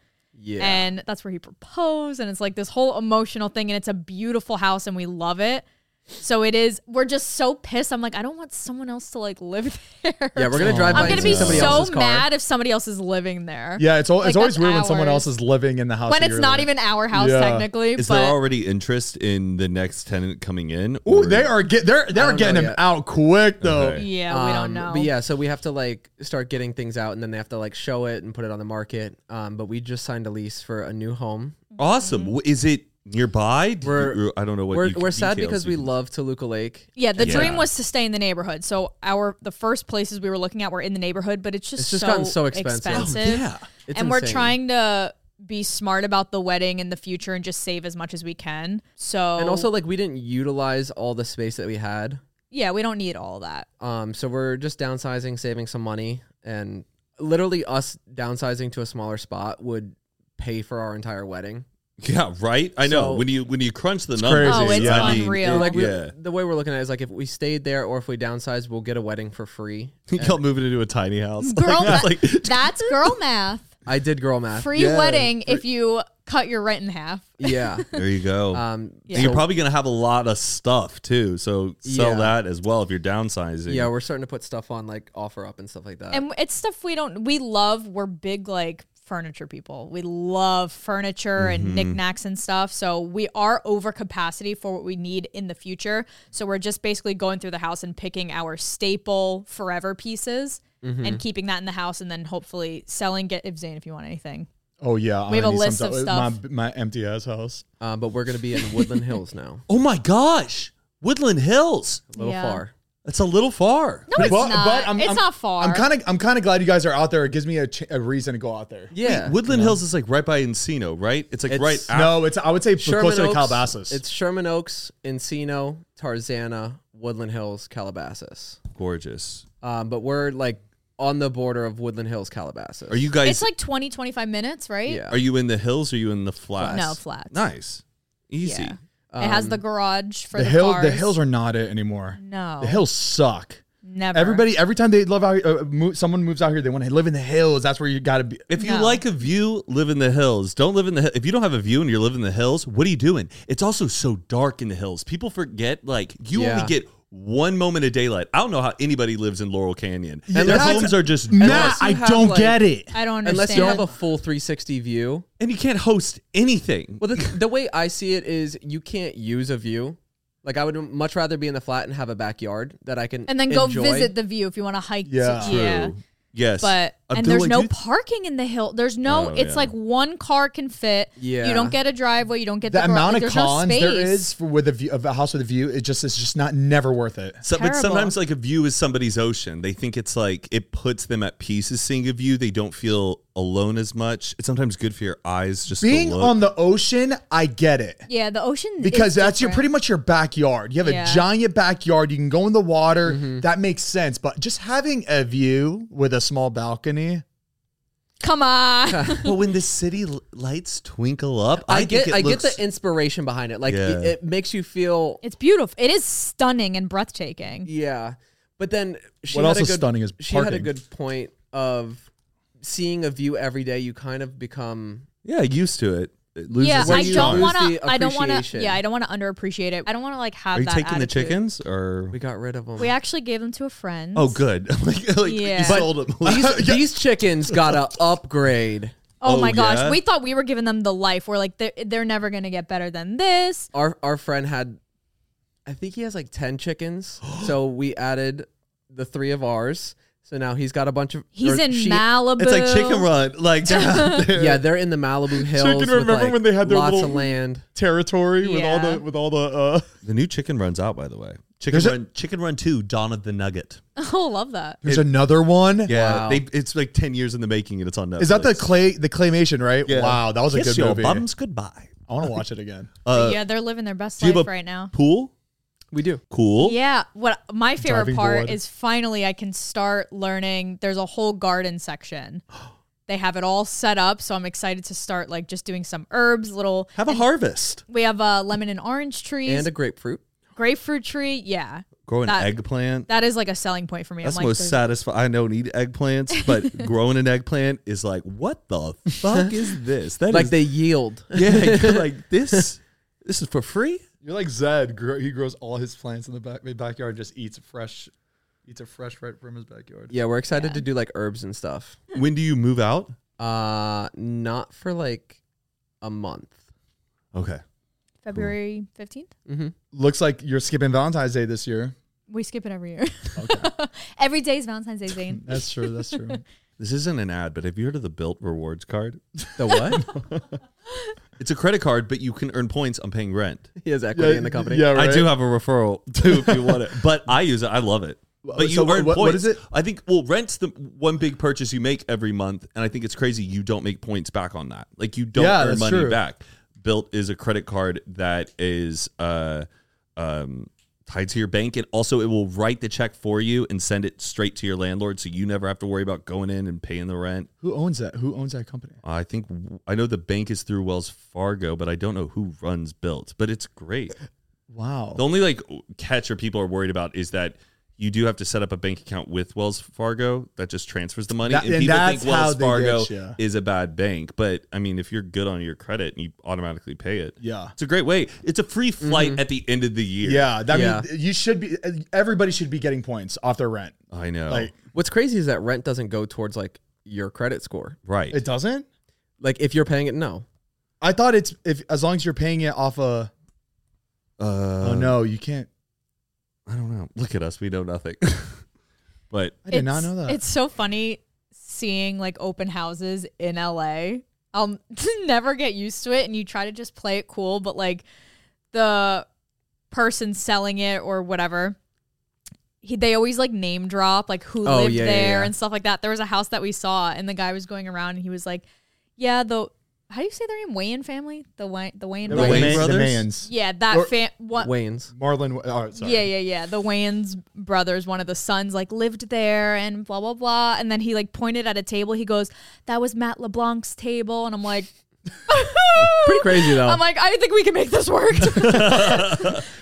Speaker 3: Yeah.
Speaker 4: and that's where he proposed and it's like this whole emotional thing and it's a beautiful house and we love it so it is we're just so pissed i'm like i don't want someone else to like live *laughs* there
Speaker 3: yeah, we're gonna drive by
Speaker 4: i'm
Speaker 3: and
Speaker 4: gonna
Speaker 3: see
Speaker 4: be
Speaker 3: somebody
Speaker 4: so
Speaker 3: else's car.
Speaker 4: mad if somebody else is living there
Speaker 1: Yeah, it's, al-
Speaker 4: Like,
Speaker 1: it's always
Speaker 4: that's
Speaker 1: weird when someone else
Speaker 4: ours.
Speaker 1: is living in the house.
Speaker 4: when
Speaker 1: that
Speaker 4: it's
Speaker 1: you're
Speaker 4: not
Speaker 1: living.
Speaker 4: even our house
Speaker 1: Yeah.
Speaker 4: technically
Speaker 2: Is
Speaker 4: but
Speaker 2: there already interest in the next tenant coming in?
Speaker 1: Ooh,
Speaker 2: or-
Speaker 1: they are get they're they're
Speaker 3: know
Speaker 1: getting him
Speaker 3: yet.
Speaker 1: out quick though.
Speaker 2: Okay.
Speaker 4: yeah we
Speaker 3: Um,
Speaker 4: don't know
Speaker 3: But yeah, so we have to like start getting things out, and then they have to like show it and put it on the market. Um, but we just signed a lease for a new home.
Speaker 2: Awesome.
Speaker 4: Mm-hmm.
Speaker 2: W Is it nearby? Did
Speaker 3: We're-
Speaker 2: you- I don't know what
Speaker 3: we're
Speaker 2: you-
Speaker 3: we're sad
Speaker 2: details
Speaker 3: because
Speaker 2: you-
Speaker 3: we love Toluca Lake.
Speaker 4: yeah, the
Speaker 2: Yeah.
Speaker 4: dream was to stay in the neighborhood. So our the first places we were looking at were in the neighborhood, but it's just,
Speaker 3: It's just gotten so expensive. Oh,
Speaker 4: expensive.
Speaker 2: yeah.
Speaker 3: It's
Speaker 4: and we're
Speaker 3: insane.
Speaker 4: trying to be smart about the wedding in the future and just save as much as we can. So
Speaker 3: And also, like, we didn't utilize all the space that we had.
Speaker 4: yeah, we don't need all that.
Speaker 3: Um, so we're just downsizing, saving some money, and literally us downsizing to a smaller spot would pay for our entire wedding.
Speaker 2: Yeah, right. I know
Speaker 3: So-
Speaker 2: when you when you crunch the numbers,
Speaker 1: crazy, Oh, it's
Speaker 2: I mean,
Speaker 4: unreal.
Speaker 3: And, like we,
Speaker 2: Yeah.
Speaker 3: the way we're looking at it is like if we stayed there or if we downsized, we'll get a wedding for free.
Speaker 2: *laughs* Y'all moving into a tiny house.
Speaker 4: Girl
Speaker 2: *laughs* Like,
Speaker 4: math.
Speaker 2: like,
Speaker 4: That's girl
Speaker 3: *laughs*
Speaker 4: math.
Speaker 3: I did girl math.
Speaker 4: Free wedding if you cut your rent in half.
Speaker 3: Yeah.
Speaker 4: *laughs*
Speaker 2: there you go.
Speaker 3: Um,
Speaker 4: Uh, Yeah.
Speaker 2: And you're
Speaker 3: so-
Speaker 2: probably gonna have a lot of stuff too, so sell
Speaker 3: Yeah.
Speaker 2: that as well if you're downsizing.
Speaker 3: Yeah, we're starting to put stuff on like offer up and stuff like that.
Speaker 4: And it's stuff we don't we love. We're big like furniture people. We love furniture and knickknacks and stuff. So we are over capacity for what we need in the future. So we're just basically going through the house and picking our staple forever pieces and keeping that in the house and then hopefully selling get if Zane if you want anything.
Speaker 1: Oh yeah,
Speaker 4: We
Speaker 1: I'm
Speaker 4: have a
Speaker 1: gonna need
Speaker 4: list
Speaker 1: some
Speaker 4: of
Speaker 1: t-
Speaker 4: stuff.
Speaker 1: My, my empty ass house.
Speaker 3: Uh, but we're gonna be in Woodland Hills now.
Speaker 4: *laughs*
Speaker 2: Oh my gosh, Woodland Hills.
Speaker 3: A little
Speaker 4: Yeah.
Speaker 3: far.
Speaker 2: That's a little far.
Speaker 4: No, it's not. it's not far.
Speaker 1: I'm kind of I'm kind of glad you guys are out there. It gives me a, ch- a reason to go out there.
Speaker 3: Yeah.
Speaker 2: Woodland Hills is like right by Encino, right? It's like
Speaker 3: It's-
Speaker 2: right. out-
Speaker 1: No, it's I would say
Speaker 3: Sherman
Speaker 1: closer to
Speaker 3: Oaks.
Speaker 1: Calabasas.
Speaker 3: It's Sherman Oaks, Encino, Tarzana, Woodland Hills, Calabasas.
Speaker 2: gorgeous.
Speaker 3: Um, but we're like on the border of Woodland Hills, Calabasas.
Speaker 2: Are you guys?
Speaker 4: it's like 20, 25 minutes, right?
Speaker 3: Yeah.
Speaker 2: Are you in the hills? or Are you in the flats?
Speaker 4: No, flats.
Speaker 2: Nice, easy.
Speaker 4: Yeah. it has the garage for
Speaker 1: the
Speaker 4: the,
Speaker 1: hill
Speaker 4: cars.
Speaker 1: the hills are not it anymore.
Speaker 4: No.
Speaker 1: The hills suck.
Speaker 4: never
Speaker 1: Everybody every time they love out uh, move, someone moves out here they want to live in the hills. That's where you got to be.
Speaker 2: If you
Speaker 4: No.
Speaker 2: like a view, live in the hills. Don't live in the hi- if you don't have a view and you're living in the hills, what are you doing? It's also so dark in the hills. People forget like you
Speaker 3: Yeah.
Speaker 2: only get one moment of daylight. I don't know how anybody lives in Laurel Canyon.
Speaker 1: Yeah,
Speaker 2: And their
Speaker 1: that's-
Speaker 2: homes are just
Speaker 1: Matt,
Speaker 3: Unless you
Speaker 1: I
Speaker 3: have,
Speaker 1: don't
Speaker 3: like-
Speaker 1: get it.
Speaker 4: I don't understand.
Speaker 3: Unless you have a full 360 view.
Speaker 2: and you can't host anything.
Speaker 3: Well, the, the way I see it is you can't use a view. Like I would much rather be in the flat and have a backyard that I can
Speaker 4: and then go
Speaker 3: enjoy.
Speaker 4: visit the view if you want to hike. to-
Speaker 1: Yeah. True.
Speaker 4: yeah.
Speaker 2: Yes.
Speaker 4: But
Speaker 2: Uh,
Speaker 4: and
Speaker 2: do
Speaker 4: there's
Speaker 2: I
Speaker 4: no
Speaker 2: do-
Speaker 4: parking in the hill. There's no.
Speaker 2: Oh,
Speaker 4: it's
Speaker 2: yeah.
Speaker 4: like one car can fit.
Speaker 3: Yeah.
Speaker 4: You don't get a driveway. You don't get
Speaker 1: The
Speaker 4: the, garage.
Speaker 1: amount
Speaker 4: Like,
Speaker 1: of
Speaker 4: there's no
Speaker 1: cons there
Speaker 4: space.
Speaker 1: is for with a view of a house with a view, it just is just not never worth it.
Speaker 2: So, but
Speaker 4: Terrible.
Speaker 2: sometimes like a view is somebody's ocean. They think it's like it puts them at peace as seeing a view. They don't feel alone as much. It's sometimes good for your eyes just
Speaker 1: Being
Speaker 2: to look.
Speaker 1: on the ocean, I get it.
Speaker 4: Yeah, the ocean. is
Speaker 1: because that's your
Speaker 4: different.
Speaker 1: pretty much your backyard. You have
Speaker 4: Yeah.
Speaker 1: a giant backyard. You can go in the water.
Speaker 2: Mm-hmm.
Speaker 1: That makes sense. But just having a view with a small balcony,
Speaker 4: Come on.
Speaker 2: *laughs* *laughs*
Speaker 4: *laughs*
Speaker 2: but when the city l- lights twinkle up, I,
Speaker 3: I get
Speaker 2: think it
Speaker 3: I
Speaker 2: looks,
Speaker 3: get the inspiration behind it. Like
Speaker 2: Yeah.
Speaker 3: it, it makes you feel
Speaker 4: It's beautiful. It is stunning and breathtaking.
Speaker 3: yeah. But then she
Speaker 1: What
Speaker 3: had
Speaker 1: else
Speaker 3: a
Speaker 1: is
Speaker 3: good-
Speaker 1: stunning is
Speaker 3: she had a
Speaker 1: parking.
Speaker 3: good point of seeing a view every day. You kind of become
Speaker 2: yeah used to it. It loses
Speaker 4: yeah,
Speaker 2: its
Speaker 3: when
Speaker 4: I
Speaker 3: you
Speaker 4: don't
Speaker 3: lose
Speaker 4: want to.
Speaker 3: the
Speaker 4: I don't want to.
Speaker 3: appreciation.
Speaker 4: Yeah, I don't want to underappreciate it. I don't want to like have.
Speaker 2: Are you
Speaker 4: that
Speaker 2: taking the
Speaker 4: attitude.
Speaker 2: chickens or?
Speaker 3: we got rid of
Speaker 1: *laughs*
Speaker 3: them.
Speaker 4: We actually gave them to a friend.
Speaker 2: Oh, good. *laughs* like, like
Speaker 4: Yeah.
Speaker 2: you
Speaker 4: But
Speaker 2: sold them.
Speaker 3: *laughs*
Speaker 2: *laughs*
Speaker 3: these, these chickens got a upgrade.
Speaker 4: Oh,
Speaker 2: Oh,
Speaker 4: my gosh.
Speaker 2: yeah?
Speaker 4: We thought we were giving them the life. We're like, they're, they're never going to get better than this.
Speaker 3: Our our friend had, I think he has like
Speaker 1: *gasps*
Speaker 3: ten chickens. so we added the three of ours. So now he's got a bunch of.
Speaker 4: He's
Speaker 3: or
Speaker 4: in
Speaker 3: she-
Speaker 4: Malibu.
Speaker 2: it's like
Speaker 4: *laughs*
Speaker 2: chicken run. Like they're out there.
Speaker 3: Yeah, they're in the Malibu hills. with,
Speaker 1: remember
Speaker 3: like,
Speaker 1: when they had their
Speaker 3: lots
Speaker 1: little-
Speaker 3: of land?
Speaker 1: territory with all
Speaker 4: Yeah.
Speaker 1: the with all the. Uh,
Speaker 2: The new chicken runs out, by the way. Chicken
Speaker 1: There's a-
Speaker 2: run, chicken run two, Dawn of the Nugget.
Speaker 4: Oh, love that.
Speaker 1: there's another one.
Speaker 2: Yeah,
Speaker 3: Wow.
Speaker 2: they, it's like ten years in the making, and it's on Netflix.
Speaker 1: Is that the clay the claymation right?
Speaker 2: Yeah.
Speaker 1: Wow, that was a
Speaker 2: Kiss
Speaker 1: good
Speaker 2: your
Speaker 1: movie.
Speaker 2: bums goodbye.
Speaker 1: I want to watch it again.
Speaker 2: Uh,
Speaker 4: yeah, they're living their best
Speaker 2: do you
Speaker 4: life
Speaker 2: have a
Speaker 4: right now.
Speaker 2: Pool,
Speaker 3: We do.
Speaker 2: cool.
Speaker 4: Yeah, what my favorite
Speaker 1: Driving
Speaker 4: part
Speaker 1: board.
Speaker 4: is finally I can start learning. There's a whole garden section. They have it all set up, so I'm excited to start like just doing some herbs, little
Speaker 2: Have a harvest.
Speaker 4: we have uh, lemon and orange trees,
Speaker 3: And a grapefruit.
Speaker 4: grapefruit tree. Yeah.
Speaker 2: Grow an
Speaker 4: That-
Speaker 2: eggplant.
Speaker 4: That is like a selling point for me.
Speaker 2: That's
Speaker 4: I'm
Speaker 2: the
Speaker 4: like
Speaker 2: most
Speaker 4: there's-
Speaker 2: satisfying. I don't eat eggplants,
Speaker 4: *laughs*
Speaker 2: but growing an eggplant is like, what the fuck *laughs* is this? That
Speaker 3: Like
Speaker 2: is-
Speaker 3: they
Speaker 1: *laughs*
Speaker 3: yield.
Speaker 2: *laughs* yeah, you're like this. This is for free.
Speaker 1: You're like Zed. Grow, he grows all his plants in the back, backyard and just eats fresh, eats a fresh right from his backyard.
Speaker 3: Yeah, we're excited to do like herbs and stuff.
Speaker 4: Hmm.
Speaker 2: When do you move out?
Speaker 3: Uh, not for like a month.
Speaker 2: Okay.
Speaker 4: February 15th.
Speaker 1: Looks like you're skipping Valentine's Day this year.
Speaker 4: We skip it every year. *laughs* every day is Valentine's Day, Zane.
Speaker 1: That's true. That's *laughs* true.
Speaker 2: This isn't an ad, but have you heard of the Built Rewards card?
Speaker 3: The what?
Speaker 2: It's a credit card, but you can earn points on paying rent.
Speaker 3: *laughs* he has equity in the company.
Speaker 1: Yeah, right?
Speaker 2: I do have a referral too if
Speaker 1: *laughs*
Speaker 2: you want it, but I use it. I love it. But you
Speaker 1: so
Speaker 2: earn
Speaker 1: what-
Speaker 2: points.
Speaker 1: what is it?
Speaker 2: I think well, rent's the one big purchase you make every month, and I think it's crazy you don't make points back on that. Like you don't
Speaker 1: Yeah,
Speaker 2: earn
Speaker 1: that's
Speaker 2: money
Speaker 1: true.
Speaker 2: back. Built is a credit card that is uh um tied to your bank and also it will write the check for you and send it straight to your landlord so you never have to worry about going in and paying the rent.
Speaker 1: Who owns that? Who owns that company?
Speaker 2: I think I know the bank is through Wells Fargo, but I don't know who runs Built, but it's great.
Speaker 1: Wow.
Speaker 2: The only like catch or people are worried about is that you do have to set up a bank account with Wells Fargo that just transfers the money.
Speaker 1: That-
Speaker 2: and
Speaker 1: and
Speaker 2: people
Speaker 1: that's
Speaker 2: think Wells
Speaker 1: how they
Speaker 2: Fargo
Speaker 1: get ya.
Speaker 2: is a bad bank. But I mean, if you're good on your credit and you automatically pay it,
Speaker 1: Yeah.
Speaker 2: it's a great way. It's a free
Speaker 4: Mm-hmm.
Speaker 2: flight at the end of the year.
Speaker 1: Yeah, that
Speaker 3: Yeah.
Speaker 1: means you should be. Everybody should be getting points off their rent.
Speaker 2: I know.
Speaker 1: Like
Speaker 3: What's crazy is that rent doesn't go towards like your credit score.
Speaker 2: right.
Speaker 1: it doesn't.
Speaker 3: Like if you're paying it, no.
Speaker 1: I thought it's if as long as you're paying it off a.
Speaker 2: uh,
Speaker 1: oh no, you can't.
Speaker 2: I don't know. Look at us. We know nothing. *laughs* But
Speaker 1: I did not know that.
Speaker 4: It's so funny seeing like open houses in LA. I'll *laughs* never get used to it, and you try to just play it cool, but like the person selling it or whatever. He, they always like name drop like who
Speaker 3: Oh,
Speaker 4: lived
Speaker 3: yeah, yeah,
Speaker 4: there
Speaker 3: yeah.
Speaker 4: and stuff like that. There was a house that we saw, and the guy was going around, and he was like, "Yeah, the how do you say their name? Wayan family, the Way the Wayan
Speaker 1: the
Speaker 2: Wayans
Speaker 4: brothers.
Speaker 2: Wayans
Speaker 1: Wayans
Speaker 2: brothers?
Speaker 1: brothers. The Mayans.
Speaker 4: Yeah, that
Speaker 1: Or-
Speaker 4: fam. What?
Speaker 3: Wayne's.
Speaker 1: Marlon. Oh, sorry.
Speaker 4: Yeah, yeah, yeah. The Wayans brothers, one of the sons, like lived there and blah blah blah. And then he like pointed at a table. He goes, "That was Matt LeBlanc's table," and I'm like.
Speaker 3: *laughs* Pretty crazy though.
Speaker 4: I'm like, I think we can make this
Speaker 3: *laughs*
Speaker 4: work.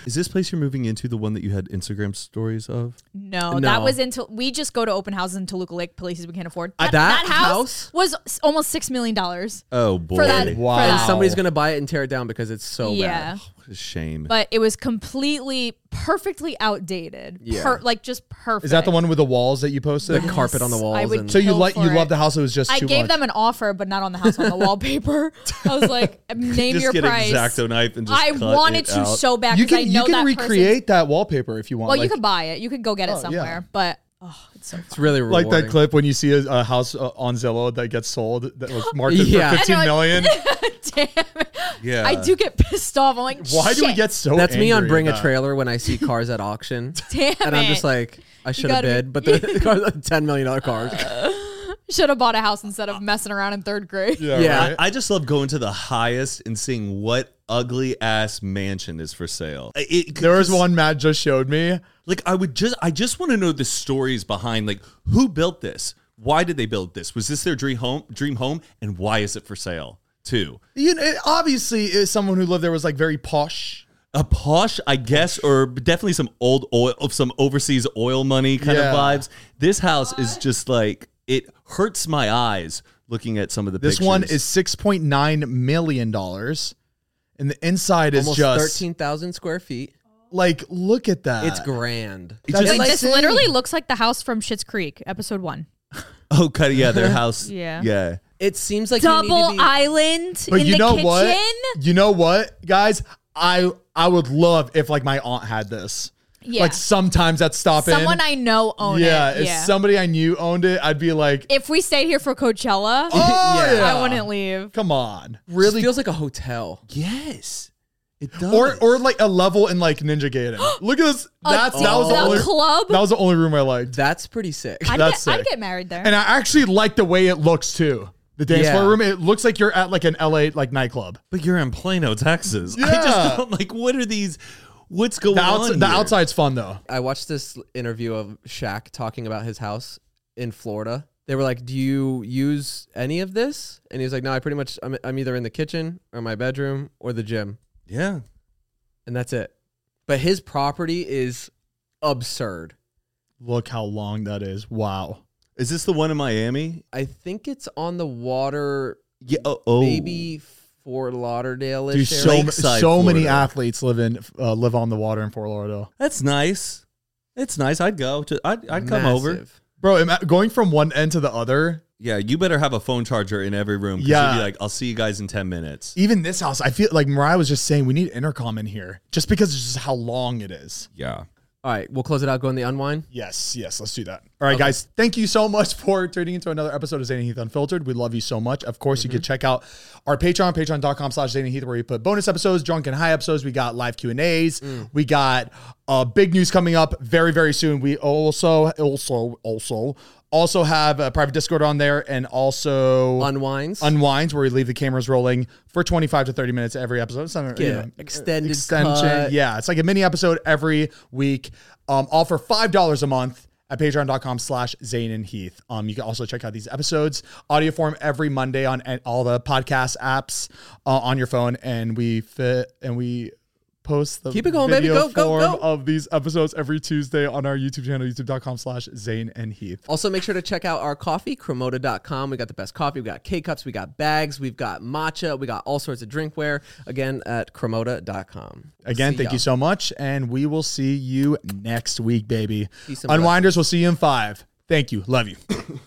Speaker 2: is this place you're moving into the one that you had Instagram stories of?
Speaker 4: no,
Speaker 3: No.
Speaker 4: that was until we just go to open houses in Toluca Lake, places we can't afford.
Speaker 3: I- that house?
Speaker 4: was s- almost six million dollars
Speaker 2: Oh boy,
Speaker 4: for that.
Speaker 1: Wow.
Speaker 4: for
Speaker 3: and
Speaker 4: that.
Speaker 3: somebody's gonna buy it and tear it down because it's so
Speaker 4: yeah,
Speaker 3: bad.
Speaker 2: What a shame.
Speaker 4: but it was completely, perfectly outdated.
Speaker 3: Yeah.
Speaker 4: Per- like just perfect.
Speaker 1: Is that the one with the walls that you posted?
Speaker 3: The carpet on the walls.
Speaker 4: I would
Speaker 3: and
Speaker 1: So you
Speaker 4: Go
Speaker 1: like you
Speaker 4: for it.
Speaker 1: love the house. It was just
Speaker 4: I
Speaker 1: too
Speaker 4: gave
Speaker 1: much.
Speaker 4: them an offer, but not on the
Speaker 1: *laughs*
Speaker 4: house on the wallpaper. I was like, name
Speaker 2: just
Speaker 4: your
Speaker 2: get
Speaker 4: price.
Speaker 2: an exacto knife and just
Speaker 4: I
Speaker 2: cut
Speaker 4: wanted
Speaker 2: it
Speaker 4: to
Speaker 2: out.
Speaker 4: so bad
Speaker 1: you
Speaker 4: because
Speaker 1: can
Speaker 4: I know
Speaker 1: you can
Speaker 4: that
Speaker 1: recreate
Speaker 4: person's-
Speaker 1: that wallpaper if you want.
Speaker 4: Well, you
Speaker 1: like,
Speaker 4: could buy it. You could go get it
Speaker 1: yeah.
Speaker 4: somewhere, but oh, it's so. *laughs*
Speaker 3: it's really
Speaker 1: like
Speaker 3: rewarding.
Speaker 1: that clip when you see a, a house uh, on Zillow that gets sold that
Speaker 4: *gasps*
Speaker 1: was marked
Speaker 3: Yeah.
Speaker 1: for fifteen
Speaker 4: I know, *laughs*
Speaker 1: million.
Speaker 4: Damn it.
Speaker 2: Yeah.
Speaker 4: I do get pissed off. I'm like,
Speaker 1: Why do we
Speaker 4: shit,
Speaker 1: get so?
Speaker 3: That's me on
Speaker 1: angry
Speaker 3: bring
Speaker 1: at
Speaker 3: a
Speaker 1: that?
Speaker 3: trailer when I see cars at auction.
Speaker 4: *laughs* Damn
Speaker 3: and I'm just
Speaker 4: it.
Speaker 3: like, I should have
Speaker 4: gotta
Speaker 3: bid, but the,
Speaker 4: *laughs*
Speaker 3: the *laughs* car's a ten million dollar car.
Speaker 4: should have bought a house instead of messing around in third grade?
Speaker 1: Yeah,
Speaker 3: Yeah.
Speaker 1: *laughs* right?
Speaker 2: I just love going to the highest and seeing what ugly ass mansion is for sale. I- It,
Speaker 1: There was one Matt just showed me.
Speaker 2: Like I would just I just want to know the stories behind like who built this? Why did they build this? Was this their dream home dream home and why is it for sale? Too.
Speaker 1: You know, it obviously, is someone who lived there was like very posh.
Speaker 2: A posh, I guess, or definitely some old oil of some overseas oil money kind
Speaker 1: Yeah.
Speaker 2: of vibes. This house is just like it hurts my eyes looking at some of the
Speaker 1: This
Speaker 2: pictures.
Speaker 1: one is six point nine million dollars, and the inside is
Speaker 3: Almost
Speaker 1: just
Speaker 3: thirteen thousand square feet.
Speaker 1: like look at that.
Speaker 4: Uh,
Speaker 3: It's grand.
Speaker 1: That's
Speaker 2: just-
Speaker 4: Like, this
Speaker 1: insane.
Speaker 4: literally looks like the house from Schitt's Creek, episode one.
Speaker 2: Oh cut yeah,
Speaker 1: *laughs*
Speaker 2: their house.
Speaker 4: Yeah.
Speaker 2: Yeah.
Speaker 3: It seems like you need to
Speaker 4: Double
Speaker 3: be,
Speaker 4: island
Speaker 1: But
Speaker 4: in
Speaker 1: you
Speaker 4: the
Speaker 1: know
Speaker 4: kitchen.
Speaker 1: what? You know what, guys? I I would love if like my aunt had this.
Speaker 4: Yeah.
Speaker 1: Like sometimes at stop in.
Speaker 4: Someone I know owned
Speaker 1: yeah,
Speaker 4: it.
Speaker 1: if somebody I knew owned it, I'd be like,
Speaker 4: if we stayed here for Coachella,
Speaker 1: oh, yeah.
Speaker 4: *laughs* I wouldn't leave.
Speaker 1: Come on.
Speaker 3: really feels like a hotel.
Speaker 2: Yes. It does.
Speaker 1: Or or like a level in like Ninja Gaiden.
Speaker 4: *gasps*
Speaker 1: Look at this. That's that was the,
Speaker 4: the
Speaker 1: only
Speaker 4: club?
Speaker 1: That was the only room I liked.
Speaker 3: That's pretty sick.
Speaker 4: I'd,
Speaker 1: That's
Speaker 4: get, I'd
Speaker 1: sick.
Speaker 4: get married there.
Speaker 1: And I actually like the way it looks too. The dance
Speaker 3: Yeah.
Speaker 1: floor room, it looks like you're at like an LA like nightclub.
Speaker 2: But you're in Plano, Texas. I
Speaker 1: Yeah.
Speaker 2: just don't like what are these what's going
Speaker 1: The,
Speaker 2: on?
Speaker 1: outs- the
Speaker 2: here?
Speaker 1: outside's fun though.
Speaker 3: I watched this interview of Shaq talking about his house in Florida. They were like, "Do you use any of this?" And he was like, "No, I pretty much I'm, I'm either in the kitchen or my bedroom or the gym,
Speaker 2: Yeah.
Speaker 3: and that's it." But his property is absurd.
Speaker 1: Look how long that is. Wow.
Speaker 2: Is this the one in Miami?
Speaker 3: I think it's on the water,
Speaker 2: Yeah. Oh, oh.
Speaker 3: maybe Fort Lauderdale.
Speaker 1: Dude, so, m- so
Speaker 2: Lakeside,
Speaker 1: many
Speaker 2: Florida.
Speaker 1: athletes live in uh, live on the water in Fort Lauderdale.
Speaker 2: That's nice. It's nice. I'd go to. I'd, I'd come over.
Speaker 1: Bro, ima- going from one end to the other,
Speaker 2: Yeah. You better have a phone charger in every room. 'cause you'd
Speaker 1: Yeah.
Speaker 2: Be like, I'll see you guys in ten minutes.
Speaker 1: even this house, I feel like Mariah was just saying we need intercom in here just because it's just how long it is.
Speaker 2: Yeah.
Speaker 3: All right, we'll close it out. Go on the unwind.
Speaker 1: Yes, yes, let's do that. All right, guys, thank you so much for tuning into another episode of Zane and Heath Unfiltered. We love you so much. Of course, you can check out our Patreon, patreon.com slash Zane and Heath, where we put bonus episodes, drunk and high episodes. We got live Q&As. We got uh, big news coming up very, very soon. We also, also, also, also have a private Discord on there and also
Speaker 3: Unwinds.
Speaker 1: Unwinds, where we leave the cameras rolling for 25 to 30 minutes every episode. It's not, you
Speaker 3: Yeah,
Speaker 1: know,
Speaker 3: extended cut.
Speaker 1: Yeah, it's like a mini episode every week. Um, all for five dollars a month at patreon.com slash Zane and Heath. Um, you can also check out these episodes audio form every Monday on and all the podcast apps uh, on your phone, and we fit and we post the
Speaker 3: Keep it going, baby.
Speaker 1: video
Speaker 3: Go, go,
Speaker 1: form
Speaker 3: go.
Speaker 1: of these episodes every Tuesday on our YouTube channel, youtube.com slash Zane and Heath.
Speaker 3: Also, make sure to check out our coffee, Cremota.com. We got the best coffee. We got K cups. We got bags. We've got matcha. We got all sorts of drinkware. Again, at Cremota.com.
Speaker 1: Again,
Speaker 3: See
Speaker 1: thank
Speaker 3: y'all.
Speaker 1: you so much. And we will see you next week, baby.
Speaker 3: Peace and
Speaker 1: Unwinders, we'll see you in five. Thank you. Love you.